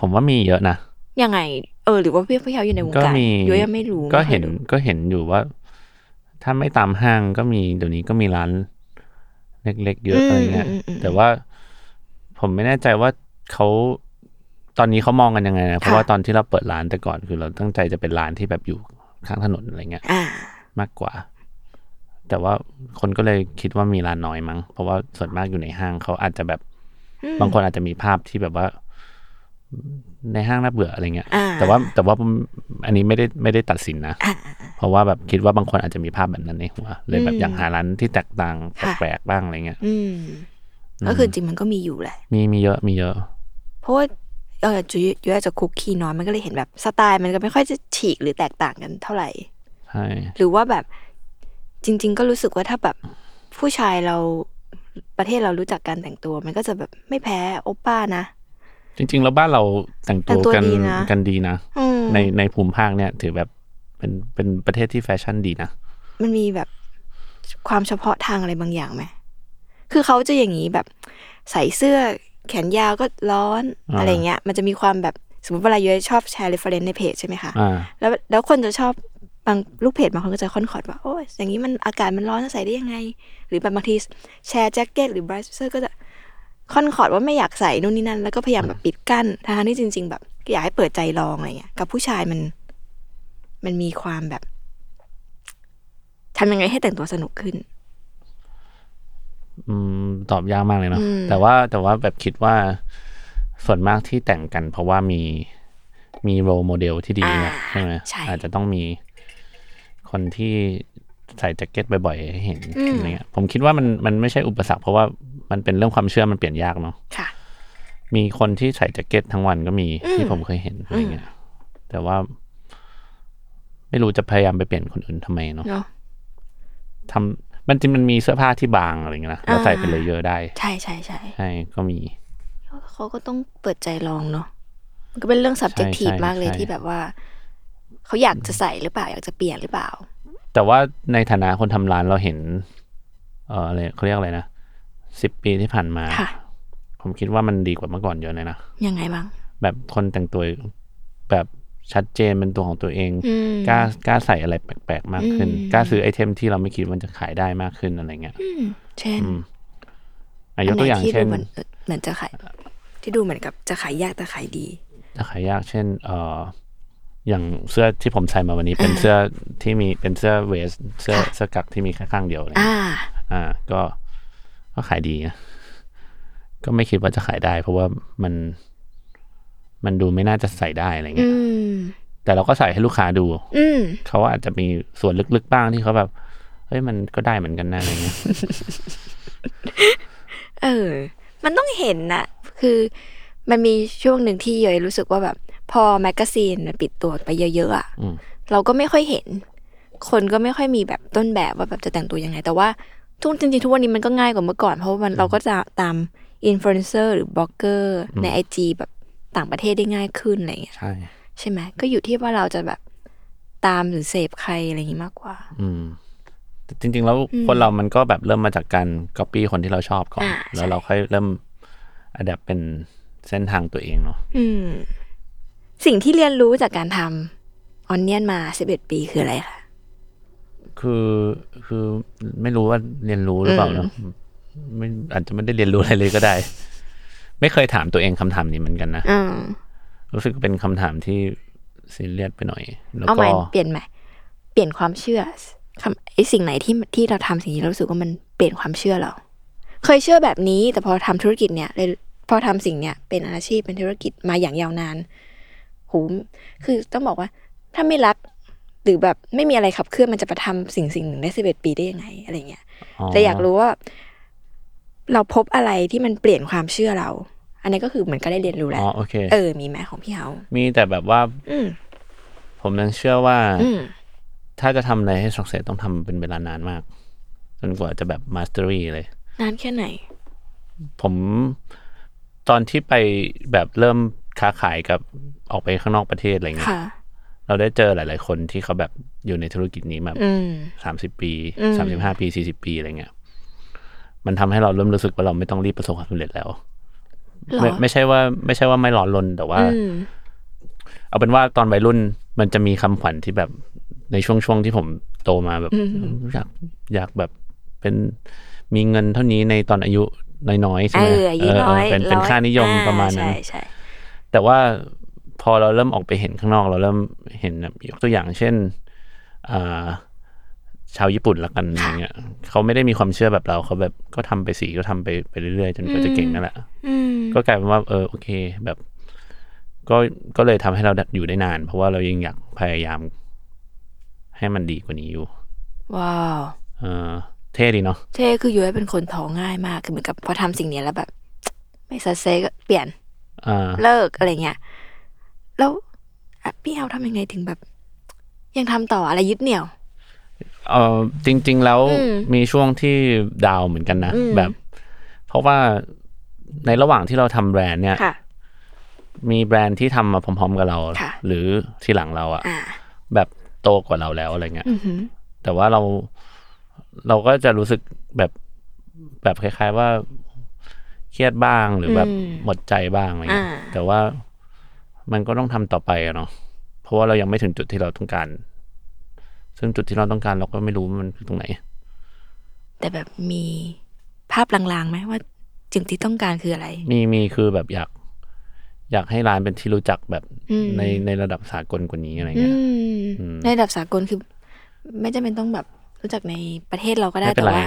Speaker 3: ผมว่ามีเยอะนะ
Speaker 1: ยังไง เออ หรือว่าพี่พี่เฮาอยู่ในวง
Speaker 3: ก็
Speaker 1: การ
Speaker 3: มี
Speaker 1: ยุ้ยยังไม่รู้
Speaker 3: ก็
Speaker 1: ไม่คย
Speaker 3: เห็น
Speaker 1: รู้
Speaker 3: ก็เห็นอยู่ว่า ถ้าไม่ตามห้างก็มีเดี๋ยวนี้ก็มีร้าน เล็กๆเยอะอะไรเงี้ยแต่ว่าผมไม่แน่ใจว่าเขาตอนนี้เขามองกันยังไงนะเพราะว่าตอนที่เราเปิดร้านแต่ก่อนคือเราตั้งใจจะเป็นร้านที่แบบอยู่ข้างถนนอะไรเงี้ย
Speaker 1: อ่า
Speaker 3: มากกว่า แต่ว่าคนก็เลยคิดว่ามีร้านน้อยมั้ง เพราะว่าส่วนมากอยู่ในห้างเขาอาจจะแบบบางคนอาจจะมีภาพที่แบบว่า ในห้างน่าเบื่ออะไรเงี้ย
Speaker 1: อ่า
Speaker 3: แต่ว่าแต่ว่าผมอันนี้ไม่ได้ไม่ได้ตัดสินนะ เพราะว่าแบบคิดว่าบางคนอาจจะมีภาพแบบนั้นในหัวเลยแบบอยากหาร้านที่แตกต่างแปลกๆบ้างอะไรเงี้ย
Speaker 1: อืม ก็คือจริงมันก็มีอยู่แหละ
Speaker 3: มีมีเยอะมีเยอะ
Speaker 1: เพราะว่าเออจุยยุ้ยอาจจะคุกคีน้อยมันก็เลยเห็นแบบสไตล์มันก็ไม่ค่อยจะฉีกหรือแตกต่างกันเท่าไหร่
Speaker 3: ใช่
Speaker 1: หรือว่าแบบจริง ๆ ก็รู้สึกว่าถ้าแบบผู้ชายเราประเทศเรารู้จักการแต่งตัว มันก็จะแบบไม่แพ้โอปป้านะ
Speaker 3: จริง ๆ แล้วบ้านเราแต่งตั
Speaker 1: แต่
Speaker 3: ว
Speaker 1: งตัว
Speaker 3: กัน
Speaker 1: ดีนะ
Speaker 3: กันดีนะ
Speaker 1: อืม
Speaker 3: ในในภูมิภาคเนี่ย ถือแบบเป็นเป็นประเทศที่แฟชั่นดีนะ
Speaker 1: มันมีแบบความเฉพาะทางอะไรบางอย่างไหมคือเขาจะอย่างนี้แบบใส่เสื้อแขนยาวก็ร้อน
Speaker 3: อ่า
Speaker 1: อะไรเงี้ย มันจะมีความแบบสมมติเวลาเยอะชอบแชร์เรฟเฟรนในเพจใช่ไหมคะ
Speaker 3: อ่า
Speaker 1: แล้วแล้วคนจะชอบบางลูกเพจบางคนก็จะค่อนขอดว่าโอ้ยอย่างนี้มันอากาศมันร้อนจะใส่ได้ยังไง หรือแบบบางทีแชร์แจ็คเก็ตหรือบรายเซอร์ก็จะค่อนขอดว่าไม่อยากใส่นู่นนี่นั่น แล้วก็พยายามแบบปิดกั้นทางที่จริง ๆ แบบอยากให้เปิดใจลองอะไรเงี้ยกับผู้ชายมัน มันมีความแบบทำยังไงให้แต่งตัวสนุกขึ้น
Speaker 3: อืมตอบยากมากเลยเนาะแต่ว่าแต่ว่าแบบคิดว่าส่วนมากที่แต่งกัน เพราะว่ามีมีโรโมเดลที่ดีนะ
Speaker 1: อ่า
Speaker 3: ใช่ไหม
Speaker 1: ใช่
Speaker 3: อาจจะต้องมีคนที่ใส่แจ็คเก็ตบ่อยๆให้เห็นอะไรเงี้ยผมคิดว่ามันมันไม่ใช่อุปสรรคเพราะว่ามันเป็นเรื่องความเชื่อมันเปลี่ยนยากเนาะ
Speaker 1: ค่ะ
Speaker 3: มีคนที่ใส่แจ็คเก็ตทั้งวันก็มีที่ผมเคยเห็นอะไรเงี้ยแต่ว่า ไม่รู้จะพยายามไปเปลี่ยนคนอื่นทำไมเนาะ
Speaker 1: เนาะ
Speaker 3: ทำมันจริงมันมีเสื้อผ้าที่บางอะไรเงี้ยนะเราใส่เป็นเลเยอร์ได้
Speaker 1: ใช่ใช่ใช่
Speaker 3: ใช่ก็มี
Speaker 1: เขาก็ต้องเปิดใจลองเนาะมันก็เป็นเรื่อง subjective
Speaker 3: ใช่
Speaker 1: มากเลย
Speaker 3: ใช่
Speaker 1: ที่แบบว่าเขาอยากจะใส่หรือเปล่าอยากจะเปลี่ยนหรือเปล่า
Speaker 3: แต่ว่าในฐานะคนทำร้านเราเห็น เอออะไรเขาเรียกอะไรนะสิบปีที่ผ่านมา
Speaker 1: ค่ะ
Speaker 3: ผมคิดว่ามันดีกว่าเมื่อก่อนเยอะเลยนะ
Speaker 1: ยังไงบ้าง
Speaker 3: แบบคนแต่งตัวแบบชัดเจนเป็นตัวของตัวเอง
Speaker 1: อืม
Speaker 3: กล้ากล้าใส่อะไรแปลกๆมากขึ้นกล้าซื้อไอเทมที่เราไม่คิดว่ามันจะขายได้มากขึ้นอะไรเงี้ย
Speaker 1: เช่น
Speaker 3: อ่ะยกตัวอย่าง
Speaker 1: ที่
Speaker 3: เช่น
Speaker 1: ดูเหมือนเหมือนจะขาย ที่ดูเหมือนกับจะขายยากแต่ขายดี
Speaker 3: ถ้าขายยากเช่น เอออย่างเสื้อที่ผมใส่มาวันนี้เป็นเสื้อที่มีเป็นเสื้อเวสเสื้อเสื้อกั๊กที่มีแค่ข้างเดียวอะไรเงี้ย
Speaker 1: อ่า
Speaker 3: อ่าก็ก็ขายดีนะก็ไม่คิดว่าจะขายได้ เพราะว่ามัน มันดูไม่น่าจะใส่ได้อะไรเงี้ย
Speaker 1: อืม
Speaker 3: แต่เราก็ใส่ให้ลูกค้าดู
Speaker 1: อืม
Speaker 3: เขาอาจจะมีส่วนลึกๆบ้างที่เขาแบบเฮ้ยมันก็ได้เหมือนกันนะอะไรเงี้ย
Speaker 1: เออ มันต้องเห็นนะ คือมันมีช่วงหนึ่งที่เยยรู้สึกว่าแบบ พอแมกกาซีนมันปิดตัวไปเยอะๆอะ
Speaker 3: อืม
Speaker 1: เราก็ไม่ค่อยเห็น คนก็ไม่ค่อยมีแบบต้นแบบว่าแบบจะแต่งตัวยังไง แต่ว่าทุกจริงๆทุกวันนี้มันก็ง่ายกว่าเมื่อก่อน เพราะว่ามันเราก็จะตามอินฟลูเอนเซอร์หรือบล็อกเกอร์ในไอจีแบบต่างประเทศได้ง่ายขึ้นอะไรอย่างเงี้ย
Speaker 3: ใช่
Speaker 1: ใช่ไหมก็อยู่ที่ว่าเราจะแบบตามหรือเสพใครอะไรอย่างนี้มากกว่า
Speaker 3: อืมแต่จริง ๆ แล้วคนเรามันก็แบบเริ่มมาจากการก๊อปปี้คนที่เราชอบก่อน
Speaker 1: อ่าใช่
Speaker 3: แล้วเราค่อยเริ่มอัดแอปเป็นเส้นทางตัวเองเนาะ
Speaker 1: อืม สิ่งที่เรียนรู้จากการทำออนเนียนมาสิบเอ็ดปีคืออะไรคะ
Speaker 3: คือคือไม่รู้ว่าเรียนรู้หรือเปล่าเนาะไม่อาจจะไม่ได้เรียนรู้อะไรเลยก็ได้ ไม่เคยถามตัวเองคำถามนี้เหมือนกันนะ
Speaker 1: อืม
Speaker 3: รู้สึกเป็นคำถามที่ซีเรียสไปหน่อย แล้ว
Speaker 1: เอาให
Speaker 3: ก็
Speaker 1: ม่เปลี่ยนใหม่เปลี่ยนความเชื่อคำไอสิ่งไหนที่ที่เราทำสิ่งนี้เรารู้สึกว่ามันเปลี่ยนความเชื่อเรา เคยเชื่อแบบนี้ แต่พอทำธุรกิจเนี่ยเลยพอทำสิ่งเนี้ยเป็นอาชีพเป็นธุรกิจมาอย่างยาวนานโหูคือต้องบอกว่า ถ้าไม่รักหรือแบบไม่มีอะไรขับเคลื่อนมันจะไปทำสิ่งสิ่งหนึ่งได้สิบเอ็ดปีได้ยังไงอะไรเงี้ย แต่อยากรู้ว่า เราพบอะไรที่มันเปลี่ยนความเชื่อเรา อันนี้ก็คือเหมือนก็ได้เรียนรู้แห
Speaker 3: อ๋
Speaker 1: ละ
Speaker 3: อโอเค
Speaker 1: เออ มีไหมของพี่เฮา
Speaker 3: มีแต่แบบว่า
Speaker 1: อืม
Speaker 3: ผมยังเชื่อว่า
Speaker 1: อืม
Speaker 3: ถ้าจะทำอะไรให้สักเซสต้องทำเป็นเวลานานมาก จนกว่าจะแบบมาสเตอรี่เลย
Speaker 1: นานแค่ไหน
Speaker 3: ผมตอนที่ไปแบบเริ่มค้าขายกับออกไปข้างนอกประเทศอะไรเงี้ย
Speaker 1: ค่ะ
Speaker 3: เราได้เจอหลาย ๆ คนที่เขาแบบอยู่ในธุรกิจนี้มา
Speaker 1: อืม
Speaker 3: สามสิบปีสามสิบห้าปีสี่สิบปีอะไรเงี้ย มันทำให้เราเริ่มรู้สึกว่าเราไม่ต้องรีบประสบความสำเร็จแล้ว
Speaker 1: หรอ
Speaker 3: ไม่ไม่ใช่ว่า ไม่ใช่ว่าไม่หลอนลนแต่ว่า
Speaker 1: อืม
Speaker 3: เอาเป็นว่าตอนวัยรุ่นมันจะมีคำขวัญที่แบบในช่วงช่วงที่ผมโตมาแบบอยากอยากแบบเป็นมีเงินเท่านี้ในตอนอายุน้อยๆใช่
Speaker 1: เอ
Speaker 3: ไห
Speaker 1: ออา
Speaker 3: ม
Speaker 1: ยุ
Speaker 3: เออเอ
Speaker 1: น้อ
Speaker 3: อย เป็นเป็น
Speaker 1: ร้อย
Speaker 3: ค่านิยม
Speaker 1: อ่
Speaker 3: ประมาณนั้น
Speaker 1: ใช่ใช่
Speaker 3: แต่ว่าพอเราเริ่มออกไปเห็นข้างนอกเราเริ่มเห็นแบบยกตัวอย่างเช่นอ่าชาวญี่ปุ่นละกันอย่างเงี้ยเขาไม่ได้มีความเชื่อแบบเราเขาแบบก็ทำไปสีก็ทำไปไปเรื่อยๆ จนกว่าจะเก่งนั่นแหละก็กลายเป็นว่า เออโอเคแบบ ก็ก็เลยทำให้เราอยู่ได้นาน เพราะว่าเรายังอยากพยายาม ให้มันดีกว่านี้อยู่
Speaker 1: ว้าว
Speaker 3: เออเท่ดีเนาะ
Speaker 1: เท่คือยุ้ยเป็นคนท้อง่ายมากคือเหมือนกับพอทำสิ่งเนี้ยแล้วแบบ ไม่สักเซก็เปลี่ยน
Speaker 3: อ่า
Speaker 1: เลิกอะไรเงี้ยแล้วอ่ะพี่เอาทำยังไงถึงแบบ ยังทำต่ออะไรยึดเหนี่ยว
Speaker 3: เออจริง ๆ แล้ว
Speaker 1: อืม
Speaker 3: มีช่วงที่ดาวน์เหมือนกันนะ
Speaker 1: อืม
Speaker 3: แบบ เพราะว่าในระหว่างที่เราทำแบรนด์เนี่ย
Speaker 1: ค่ะ
Speaker 3: มีแบรนด์ที่ทำมาพร้อม ๆ กับเรา
Speaker 1: ค่ะ
Speaker 3: หรือที่หลังเราอะ
Speaker 1: อ่า
Speaker 3: แบบโตกว่าเราแล้วอะไรเงี้ย
Speaker 1: อือหือ
Speaker 3: แต่ว่าเราเราก็จะรู้สึกแบบแบบคล้าย ๆ ว่าเครียดบ้างหรือแบบ
Speaker 1: อืม
Speaker 3: หมดใจบ้างอะไรเงี้ย
Speaker 1: อ่า
Speaker 3: แต่ว่ามันก็ต้องทำต่อไปอะเนาะเพราะว่าเรายังไม่ถึงจุดที่เราต้องการ ซึ่งจุดที่เราต้องการเราก็ไม่รู้ว่ามันคือตรงไหน
Speaker 1: แต่แบบมีภาพลางๆไหมว่าจึงที่ต้องการคืออะไร
Speaker 3: มีมีคือแบบอยาก อยากให้ร้านเป็นที่รู้จักแบบ
Speaker 1: อืม
Speaker 3: ในในระดับสากลกว่านี้อะไร
Speaker 1: อื
Speaker 3: เงี้ย
Speaker 1: ม
Speaker 3: อืม
Speaker 1: ในระดับสากลคือ ไม่จำเป็นต้องแบบรู้จักในประเทศเราก็ได้
Speaker 3: ไม่เป็
Speaker 1: แต่
Speaker 3: นไร
Speaker 1: ว่า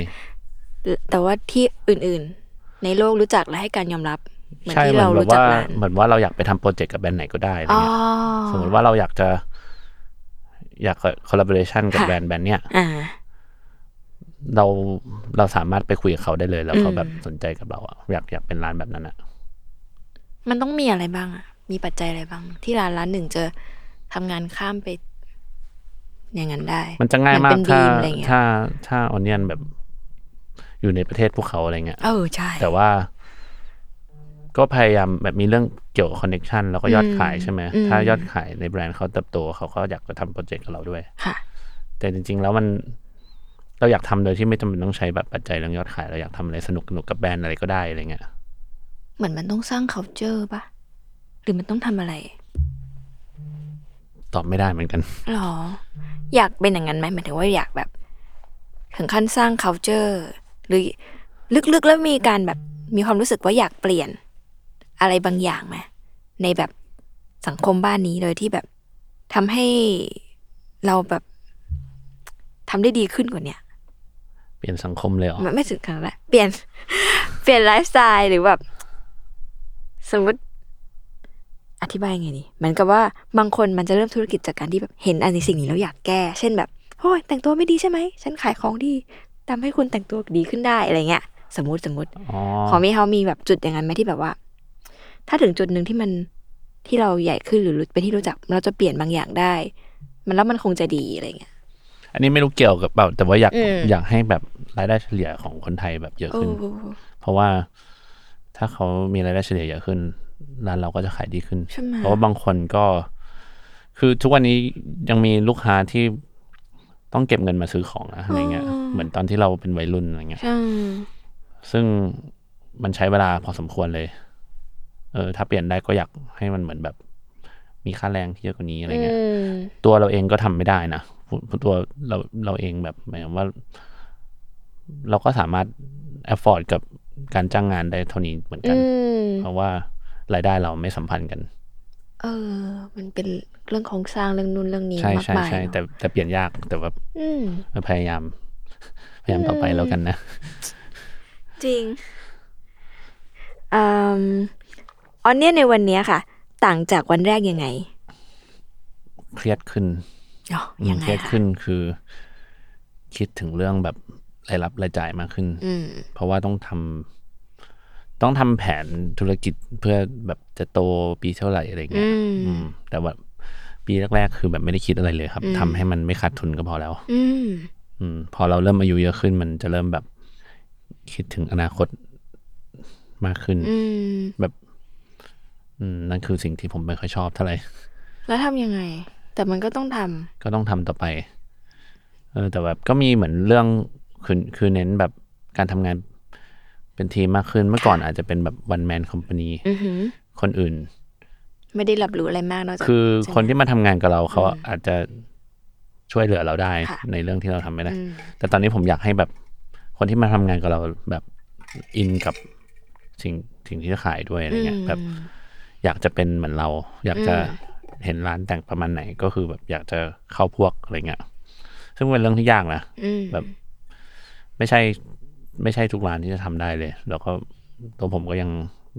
Speaker 1: แต่ว่าที่อื่นๆ ในโลกรู้จักและให้การยอมรับ เหมือน
Speaker 3: ใช่
Speaker 1: ที่
Speaker 3: เหมือ
Speaker 1: เรา
Speaker 3: นแบ
Speaker 1: รู้
Speaker 3: บ
Speaker 1: จัก
Speaker 3: ว่า
Speaker 1: ร้าน
Speaker 3: เหมือนว่าเราอยากไปทำโปรเจกต์กับแบรนด์ไหนก็ได้อะไร
Speaker 1: อ๋อ
Speaker 3: เงี้ยสมมติว่าเราอยากจะ อยากคอลลาบอร์เรชันกับ
Speaker 1: ค่ะ
Speaker 3: แบรนด์แบรนด์เนี้ย
Speaker 1: อ่า
Speaker 3: เราเราสามารถไปคุยกับเขาได้เลย แล้วเขา
Speaker 1: อืม
Speaker 3: แบบสนใจกับเราอะอยากอยากเป็นร้านแบบนั้นอะ
Speaker 1: มันต้องมีอะไรบ้างอะมีปัจจัยอะไรบ้าง ที่ร้านร้านหนึ่งจะทำงานข้ามไป อย่างนั้นได้
Speaker 3: มันจะง่ายมาก
Speaker 1: เป็น
Speaker 3: ถ้า
Speaker 1: ดีมอะไรเงี้ย
Speaker 3: ถ้าถ้าออนเนียนแบบอยู่ในประเทศพวกเขาอะไรเงี้ย
Speaker 1: เออใช่
Speaker 3: แต่ว่าก็พยายามแบบมีเรื่องเกี่ยวกับคอนเน็ชันแล้วก็ยอดขายใช่ไหม
Speaker 1: อืม
Speaker 3: ถ้ายอดขายในแบรนด์เขาเติบโตเขาก็อยากจะทำโปรเจกต์กับเราด้วย
Speaker 1: ค่ะ
Speaker 3: แต่จริง ๆ แล้วมันเราอยากทำโดยที่ไม่จำเป็นต้องใช้แบบปัจจัยเรื่องยอดขายเราอยากทำอะไรสนุกสนุกกับแบรนด์อะไรก็ได้อะไรเงี้ย
Speaker 1: เหมือนมันต้องสร้าง culture ปะหรือมันต้องทำอะไร
Speaker 3: ตอบไม่ได้เหมือนกัน
Speaker 1: หรอ อยากเป็นอย่างนั้นไหมหมายถึงว่าอยากแบบ ถึงขั้นสร้าง culture หรือลึกๆแล้วมีการแบบมีความรู้สึกว่าอยากเปลี่ยน อะไรบางอย่างไหมในแบบสังคมบ้านนี้โดยที่แบบทำให้เราแบบทำได้ดีขึ้นกว่าเนี้ย
Speaker 3: เปลี่ยนสังคมเลยเหรอ
Speaker 1: ไม่ไม่ถึงขนาดนั้นเปลี่ยน เปลี่ยนไลฟ์สไตล์หรือแบบ สมมติอธิบายไงดีเหมือนกับว่าบางคนมันจะเริ่มธุรกิจจากการที่แบบเห็นอันนี้สิ่งนี้แล้วอยากแก้ เช่นแบบโอ้ยแต่งตัวไม่ดีใช่ไหม ฉันขายของดีทำให้คุณแต่งตัวดีขึ้นได้อะไรเงี้ย สมมติสมมติ
Speaker 3: อ๋อ
Speaker 1: ของมีเขามีแบบจุดอย่างนั้นไหมที่แบบว่า ถ้าถึงจุดหนึ่งที่มันที่เราใหญ่ขึ้นหรือเป็นที่รู้จักเราจะเปลี่ยนบางอย่างได้ มันแล้วมันคงจะดีอะไรเงี้ย
Speaker 3: อันนี้ไม่รู้เกี่ยวกับเปล่าแต่ว่าอยาก
Speaker 1: อืม
Speaker 3: อยากให้แบบรายได้เฉลี่ยของคนไทยแบบเยอะ
Speaker 1: โอ้
Speaker 3: ขึ้น
Speaker 1: โห
Speaker 3: เพราะว่าถ้าเขามีรายได้เฉลี่ยเยอะขึ้นร้านเราก็จะขายดีขึ้น
Speaker 1: ใช่ไหม
Speaker 3: เพราะว่าบางคนก็ คือทุกวันนี้ยังมีลูกค้าที่ต้องเก็บเงินมาซื้อของนะอะไรเงี้ยเหมือนตอนที่เราเป็นวัยรุ่นอะไรเงี้ย
Speaker 1: ใช่
Speaker 3: ซึ่งมันใช้เวลาพอสมควรเลย เออ ถ้าเปลี่ยนได้ก็อยากให้มันเหมือนแบบ มีค่าแรงที่เยอะกว่านี้อะไร
Speaker 1: อื
Speaker 3: เงี้ย
Speaker 1: ม
Speaker 3: ตัวเราเองก็ทำไม่ได้นะตัวเราเราเองแบบหมายความว่า เราก็สามารถ afford กับการจ้างงานได้เท่านี้เหมือนกัน
Speaker 1: อืม
Speaker 3: เพราะว่ารายได้เราไม่สัมพันธ์กัน
Speaker 1: เออ มันเป็นเรื่องของสร้างเรื่องนู่นเรื่องนี้
Speaker 3: ใช่
Speaker 1: มาก
Speaker 3: ใช่
Speaker 1: มาย
Speaker 3: ใช่
Speaker 1: เนอะ
Speaker 3: แต่แต่เปลี่ยนยากแต่ว่า
Speaker 1: อืม
Speaker 3: พยายาม พยายามต่อไปแล้วกันนะ
Speaker 1: จริงอมออนเนี่ยในวันเนี้ยค่ะ ต่างจากวันแรกยังไง
Speaker 3: เครียดขึ้น
Speaker 1: อ๋อ
Speaker 3: อืม
Speaker 1: ยังไง
Speaker 3: เครียด
Speaker 1: คะ
Speaker 3: ขึ้นคือ คิดถึงเรื่องแบบรายรับรายจ่ายมากขึ้น
Speaker 1: อืม
Speaker 3: เพราะว่าต้องทำต้องทำแผนธุรกิจเพื่อแบบจะโตปีเท่าไหร่อะไร
Speaker 1: อื
Speaker 3: เงี้ย
Speaker 1: ม
Speaker 3: อืม แต่ว่าปีแรกๆคือแบบไม่ได้คิดอะไรเลยครับทำให้มันไม่ขาดทุนก็พอแล้ว
Speaker 1: อืม
Speaker 3: อืม พอเราเริ่มอายุเยอะขึ้น มันจะเริ่มแบบ คิดถึงอนาคตมากขึ้น
Speaker 1: อืม
Speaker 3: แบบ อืม นั่นคือสิ่งที่ผมไม่ค่อยชอบเท่าไหร่
Speaker 1: แล้วทำยังไง แต่มันก็ต้องท
Speaker 3: ก็ต้องทำต่อไป เออ แต่แบบก็มีเหมือนเรื่องคือคือเน้นแบบการทำงานเป็นทีมมากขึ้น เมื่อก่อนอาจจะเป็นแบบ one man company
Speaker 1: ำอือหือ
Speaker 3: คนอื่น
Speaker 1: ไม่ได้รับรู้อะไรมากนอกจาก
Speaker 3: คือคนที่มาทำงานกับเราเขาอาจจะช่วยเหลือเราได้
Speaker 1: ค่ะ
Speaker 3: ในเรื่องที่เราทำไม่ได้
Speaker 1: อืม
Speaker 3: แต่ตอนนี้ผมอยากให้แบบคนที่มาทำงานกับเราแบบอินกับสิ่งสิ่งที่จะขายด้วยอะไรเงี้ยแบบอยากจะเป็นเหมือนเรา อยากจะเห็นร้านแต่งประมาณไหนก็คือแบบอยากจะเข้าพวกอะไรเงี้ยซึ่งเป็นเรื่องที่ยากนะ
Speaker 1: อืม
Speaker 3: แบบ ไม่ใช่ ไม่ใช่ทุกร้านที่จะทำได้เลย แล้วก็ตัวผมก็ยัง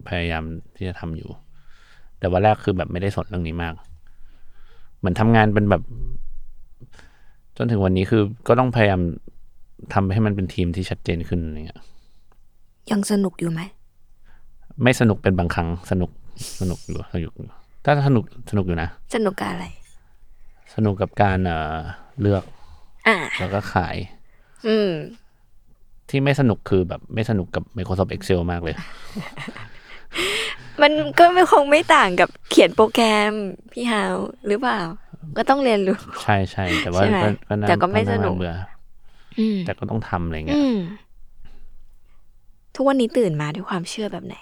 Speaker 3: พยายามที่จะทำอยู่ แต่ว่าแรกคือแบบไม่ได้สนเรื่องนี้มาก เหมือนทำงานเป็นแบบ จนถึงวันนี้คือก็ต้องพยายามทำให้มันเป็นทีมที่ชัดเจนขึ้นอะไรเงี้ย
Speaker 1: ยังสนุกอยู่ไหม
Speaker 3: ไม่สนุกเป็นบางครั้งสนุกสนุกอยู่สนุกอยู่ถ้าสนุกสนุกอยู่นะ
Speaker 1: สนุกกับอะไร
Speaker 3: สนุกกับการเอ่อเลือก
Speaker 1: อ่า
Speaker 3: แล้วก็ขาย
Speaker 1: อืม
Speaker 3: ที่ไม่สนุกคือแบบไม่สนุกกับ Microsoft Excel มากเลย
Speaker 1: มันก็ไม่คงไม่ต่างกับเขียนโปรแกรมพี่ฮาวหรือเปล่า ก็ต้องเรียนรู้
Speaker 3: ใช่ใช่แต่ว่า
Speaker 1: ใช่ไหม
Speaker 3: น่า
Speaker 1: แต่ก็ไม่
Speaker 3: า
Speaker 1: สนุก
Speaker 3: เบื่อ
Speaker 1: อืม
Speaker 3: แต่ก็ต้องทำอะไรเงี้
Speaker 1: อื
Speaker 3: ย
Speaker 1: ม ทุกวันนี้ตื่นมาด้วยความเชื่อแบบไหน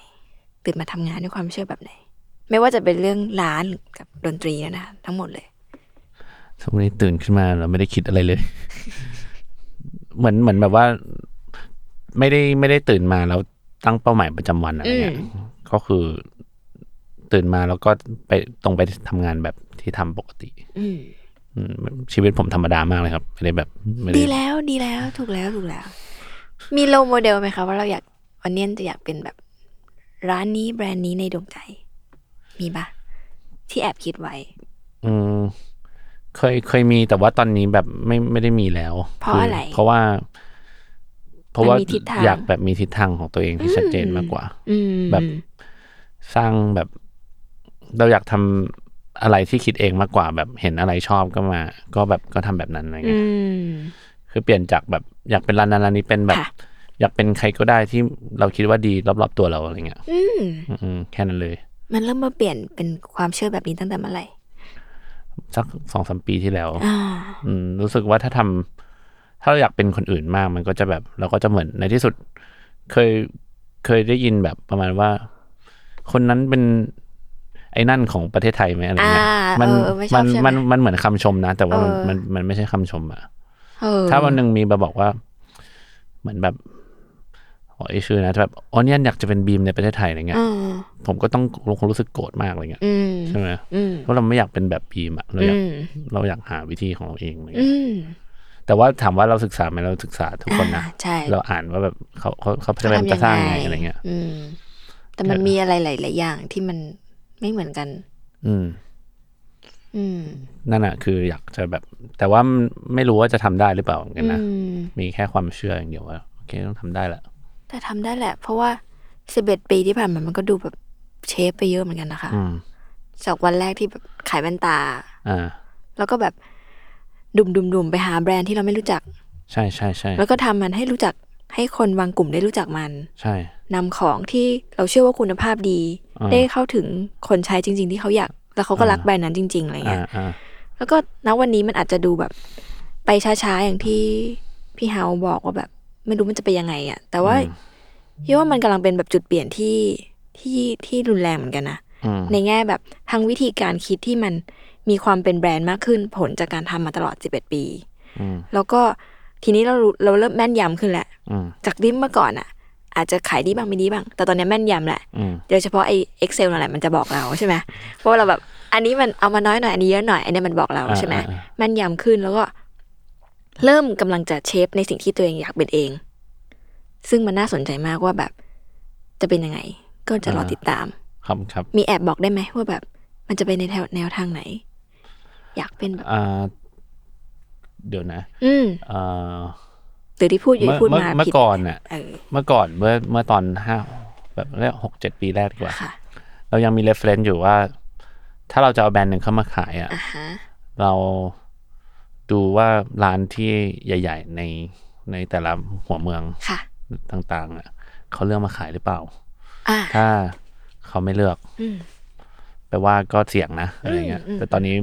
Speaker 1: ตื่นมาทำงานด้วยความเชื่อแบบไหน ไม่ว่าจะเป็นเรื่องร้านหรือกับดนตรีเนยนะคะทั้งหมดเลย
Speaker 3: ทุกวันนี้ตื่นขึ้นมาเราไม่ได้คิดอะไรเลย
Speaker 1: *laughs*
Speaker 3: เหมือนเหมือนแบบว่า ไม่ได้ไม่ได้ตื่นมาแล้วตั้งเป้าหมายประจำวันอะไรเงี้ย ก็คือ ตื่นมาแล้วก็ไปตรงไปทำงานแบบที่ทำปกติ
Speaker 1: อืม
Speaker 3: อืมชีวิตผมธรรมดามากเลยครับ ไม่ได้แบบไม่ได้
Speaker 1: ดีแล้วดีแล้วถูกแล้วถูกแล้ว มีโลโมเดลไหมคะ ว่าเราอยากวันเนี้ยจะอยากเป็นแบบ ร้านนี้แบรนด์นี้ในดวงใจ มีปะที่แอบคิดไว้
Speaker 3: อืมเคยเคยมีแต่ว่าตอนนี้แบบไม่ไม่ได้มีแล้ว
Speaker 1: เพราะ
Speaker 3: คื
Speaker 1: อะไร
Speaker 3: เพราะว่า เพราะว่าม
Speaker 1: ทิศทาง
Speaker 3: อยากแบบมีทิศทางของตัวเองที่ชัดเจนมากกว่า
Speaker 1: อืม
Speaker 3: แบบ สร้างแบบเราอยากทำอะไรที่คิดเองมากกว่า แบบเห็นอะไรชอบก็มา ก็แบบก็ทำแบบนั้นอะไร
Speaker 1: อื
Speaker 3: เงี้ย
Speaker 1: ม
Speaker 3: คือเปลี่ยนจากแบบอยากเป็นร้านนั้นร้านนี้เป็นแบบ
Speaker 1: ค่ะ
Speaker 3: อยากเป็นใครก็ได้ที่เราคิดว่าดีรอบๆตัวเราอะไรเงี้ย
Speaker 1: อืม
Speaker 3: อืมๆแค่นั้นเลย
Speaker 1: มันเริ่มมาเปลี่ยนเป็นความเชื่อแบบนี้ตั้งแต่เมื่อไหร่
Speaker 3: สักสองสามปีที่แล้ว
Speaker 1: อ่า
Speaker 3: อืมรู้สึกว่าถ้าทำถ้าเราอยากเป็นคนอื่นมากมันก็จะแบบ เราก็จะเหมือนในที่สุด เคยเคยได้ยินแบบประมาณว่า คนนั้นเป็น ไอ้นั่นของประเทศไทยไหมอะไรเงี้ย
Speaker 1: อ่า
Speaker 3: มั
Speaker 1: เออไม่ชอบ
Speaker 3: มัน
Speaker 1: ใช่ไหม
Speaker 3: มันมันเหมือนคำชมนะ แต่ว่ามัน
Speaker 1: เออ
Speaker 3: มันมันไม่ใช่คำชมอะ
Speaker 1: เออ
Speaker 3: ถ้าวันหนึ่งมีมาบอกว่า เหมือนแบบอ๋อไอชื่อนะแบบอ๋อเนี่ยอยากจะเป็นบีมในประเทศไทยอะไรเงี้ย
Speaker 1: อ่า
Speaker 3: ผมก็ต้องคงรู้สึกโกรธมากอะไรเงี้ย
Speaker 1: อืม
Speaker 3: ใช่ไหม
Speaker 1: อืม
Speaker 3: เพราะเราไม่อยากเป็นแบบบีมอะเราอยาก
Speaker 1: อืม
Speaker 3: เราอยากหาวิธีของเราเองอะไรเงี้ย
Speaker 1: อืม
Speaker 3: แต่ว่าถามว่าเราศึกษาไหมเราศึกษาทุกคนนะ
Speaker 1: อ่าใช่
Speaker 3: เราอ่านว่าแบบเขาเขาเขาจะเป็นจะสร้างไงอะไรเงี้ย
Speaker 1: อืม แต่มันมีอะไรหลาย ๆ อย่างที่มันไม่เหมือนกัน
Speaker 3: อืม
Speaker 1: อืม
Speaker 3: นั่นอ่ะคืออยากจะแบบ แต่ว่ามันไม่รู้ว่าจะทำได้หรือเปล่าเหมือนกันนะ
Speaker 1: อืม
Speaker 3: มีแค่ความเชื่ออย่างเดียวว่าโอเคต้องทำได้แหละ
Speaker 1: แต่ทำได้แหละ เพราะว่าสิบเอ็ดปีที่ผ่านมามันก็ดูแบบเชฟไปเยอะเหมือนกันนะคะ
Speaker 3: อืม
Speaker 1: จากวันแรกที่แบบขายแว่นตา
Speaker 3: อ่า
Speaker 1: แล้วก็แบบดุมดุมดุมๆๆไปหาแบรนด์ที่เราไม่รู้จัก
Speaker 3: ใช่ใช่ใช่
Speaker 1: แล้วก็ทำมันให้รู้จักให้คนบางกลุ่มได้รู้จักมัน
Speaker 3: ใช่
Speaker 1: นำของที่เราเชื่อว่าคุณภาพดี ได้เข้าถึงคนใช้จริง ๆ ที่เขาอยาก แล้วเขาก็รักแบรนด์นั้นจริง ๆ อะไร
Speaker 3: อ่า
Speaker 1: เงี้ย
Speaker 3: อ่า
Speaker 1: แล้วก็ณวันนี้มันอาจจะดูแบบ ไปช้าๆอย่างที่พี่เฮาบอกว่าแบบ ไม่รู้มันจะไปยังไงอะแต่ว่าพี่ว่ามันกำลังเป็นแบบจุดเปลี่ยนที่ที่ที่รุนแรงเหมือนกันนะ
Speaker 3: อืม
Speaker 1: ในแง่แบบทั้งวิธีการคิดที่มันมีความเป็นแบรนด์มากขึ้นผลจากการทำมาตลอด 11 ปี
Speaker 3: อืม
Speaker 1: แล้วก็ทีนี้เรารู้เราเริ่มแม่นยำขึ้นแหละ
Speaker 3: อืม
Speaker 1: จากดิมเมื่อก่อนอะอาจจะขายดีบ้างไม่ดีบ้าง แต่ตอนนี้แม่นยำแหละ
Speaker 3: อืม
Speaker 1: โดยเฉพาะไอเอ็กเซลนั่นแหละมันจะบอกเราใช่ไหมเพราะว่าเราแบบ อันนี้มันเอามาน้อยหน่อย อันนี้เยอะหน่อย อันนี้มันบอกเราใช่ไหมแมันยำขึ้นแล้วก็ เริ่มกำลังจะเชฟในสิ่งที่ตัวเองอยากเป็นเอง ซึ่งมันน่าสนใจมากว่าแบบจะเป็นยังไง ก็จะรอติดตาม
Speaker 3: ครับครับ
Speaker 1: มีแอบบอกได้ไหมว่าแบบมันจะไปในแนวแนวทางไหน อยากเป็นแบบ
Speaker 3: อ่า เดี๋ยวนะ
Speaker 1: อืม
Speaker 3: อ่า
Speaker 1: หรือที่พูดอยู่
Speaker 3: เมื่อ
Speaker 1: ที่พูด
Speaker 3: เมื่อ
Speaker 1: มา
Speaker 3: เมื่อ
Speaker 1: ผิด
Speaker 3: ก่อนอ่ะ
Speaker 1: เออ
Speaker 3: เมื่อก่อนเมื่อเมื่อตอนห้าแบบเรียกหกเจ็ดปีแรกดีกว่า
Speaker 1: ค่ะ
Speaker 3: เรายังมี reference อยู่ว่า ถ้าเราจะเอาแบรนด์หนึ่งเข้ามาขายอะ่ะ
Speaker 1: อ่าฮะ
Speaker 3: เราดูว่าร้านที่ใหญ่ ๆ ในในแต่ละหัวเมือง
Speaker 1: ค่ะ
Speaker 3: ต่างๆอ่ะเขาเลือกมาขายหรือเปล่า
Speaker 1: อ่า
Speaker 3: ถ้าเขาไม่เลือก
Speaker 1: อืม
Speaker 3: แปลว่าก็เสี่ยงนะอะไรเงี้ย
Speaker 1: อืม
Speaker 3: แต่ตอนนี้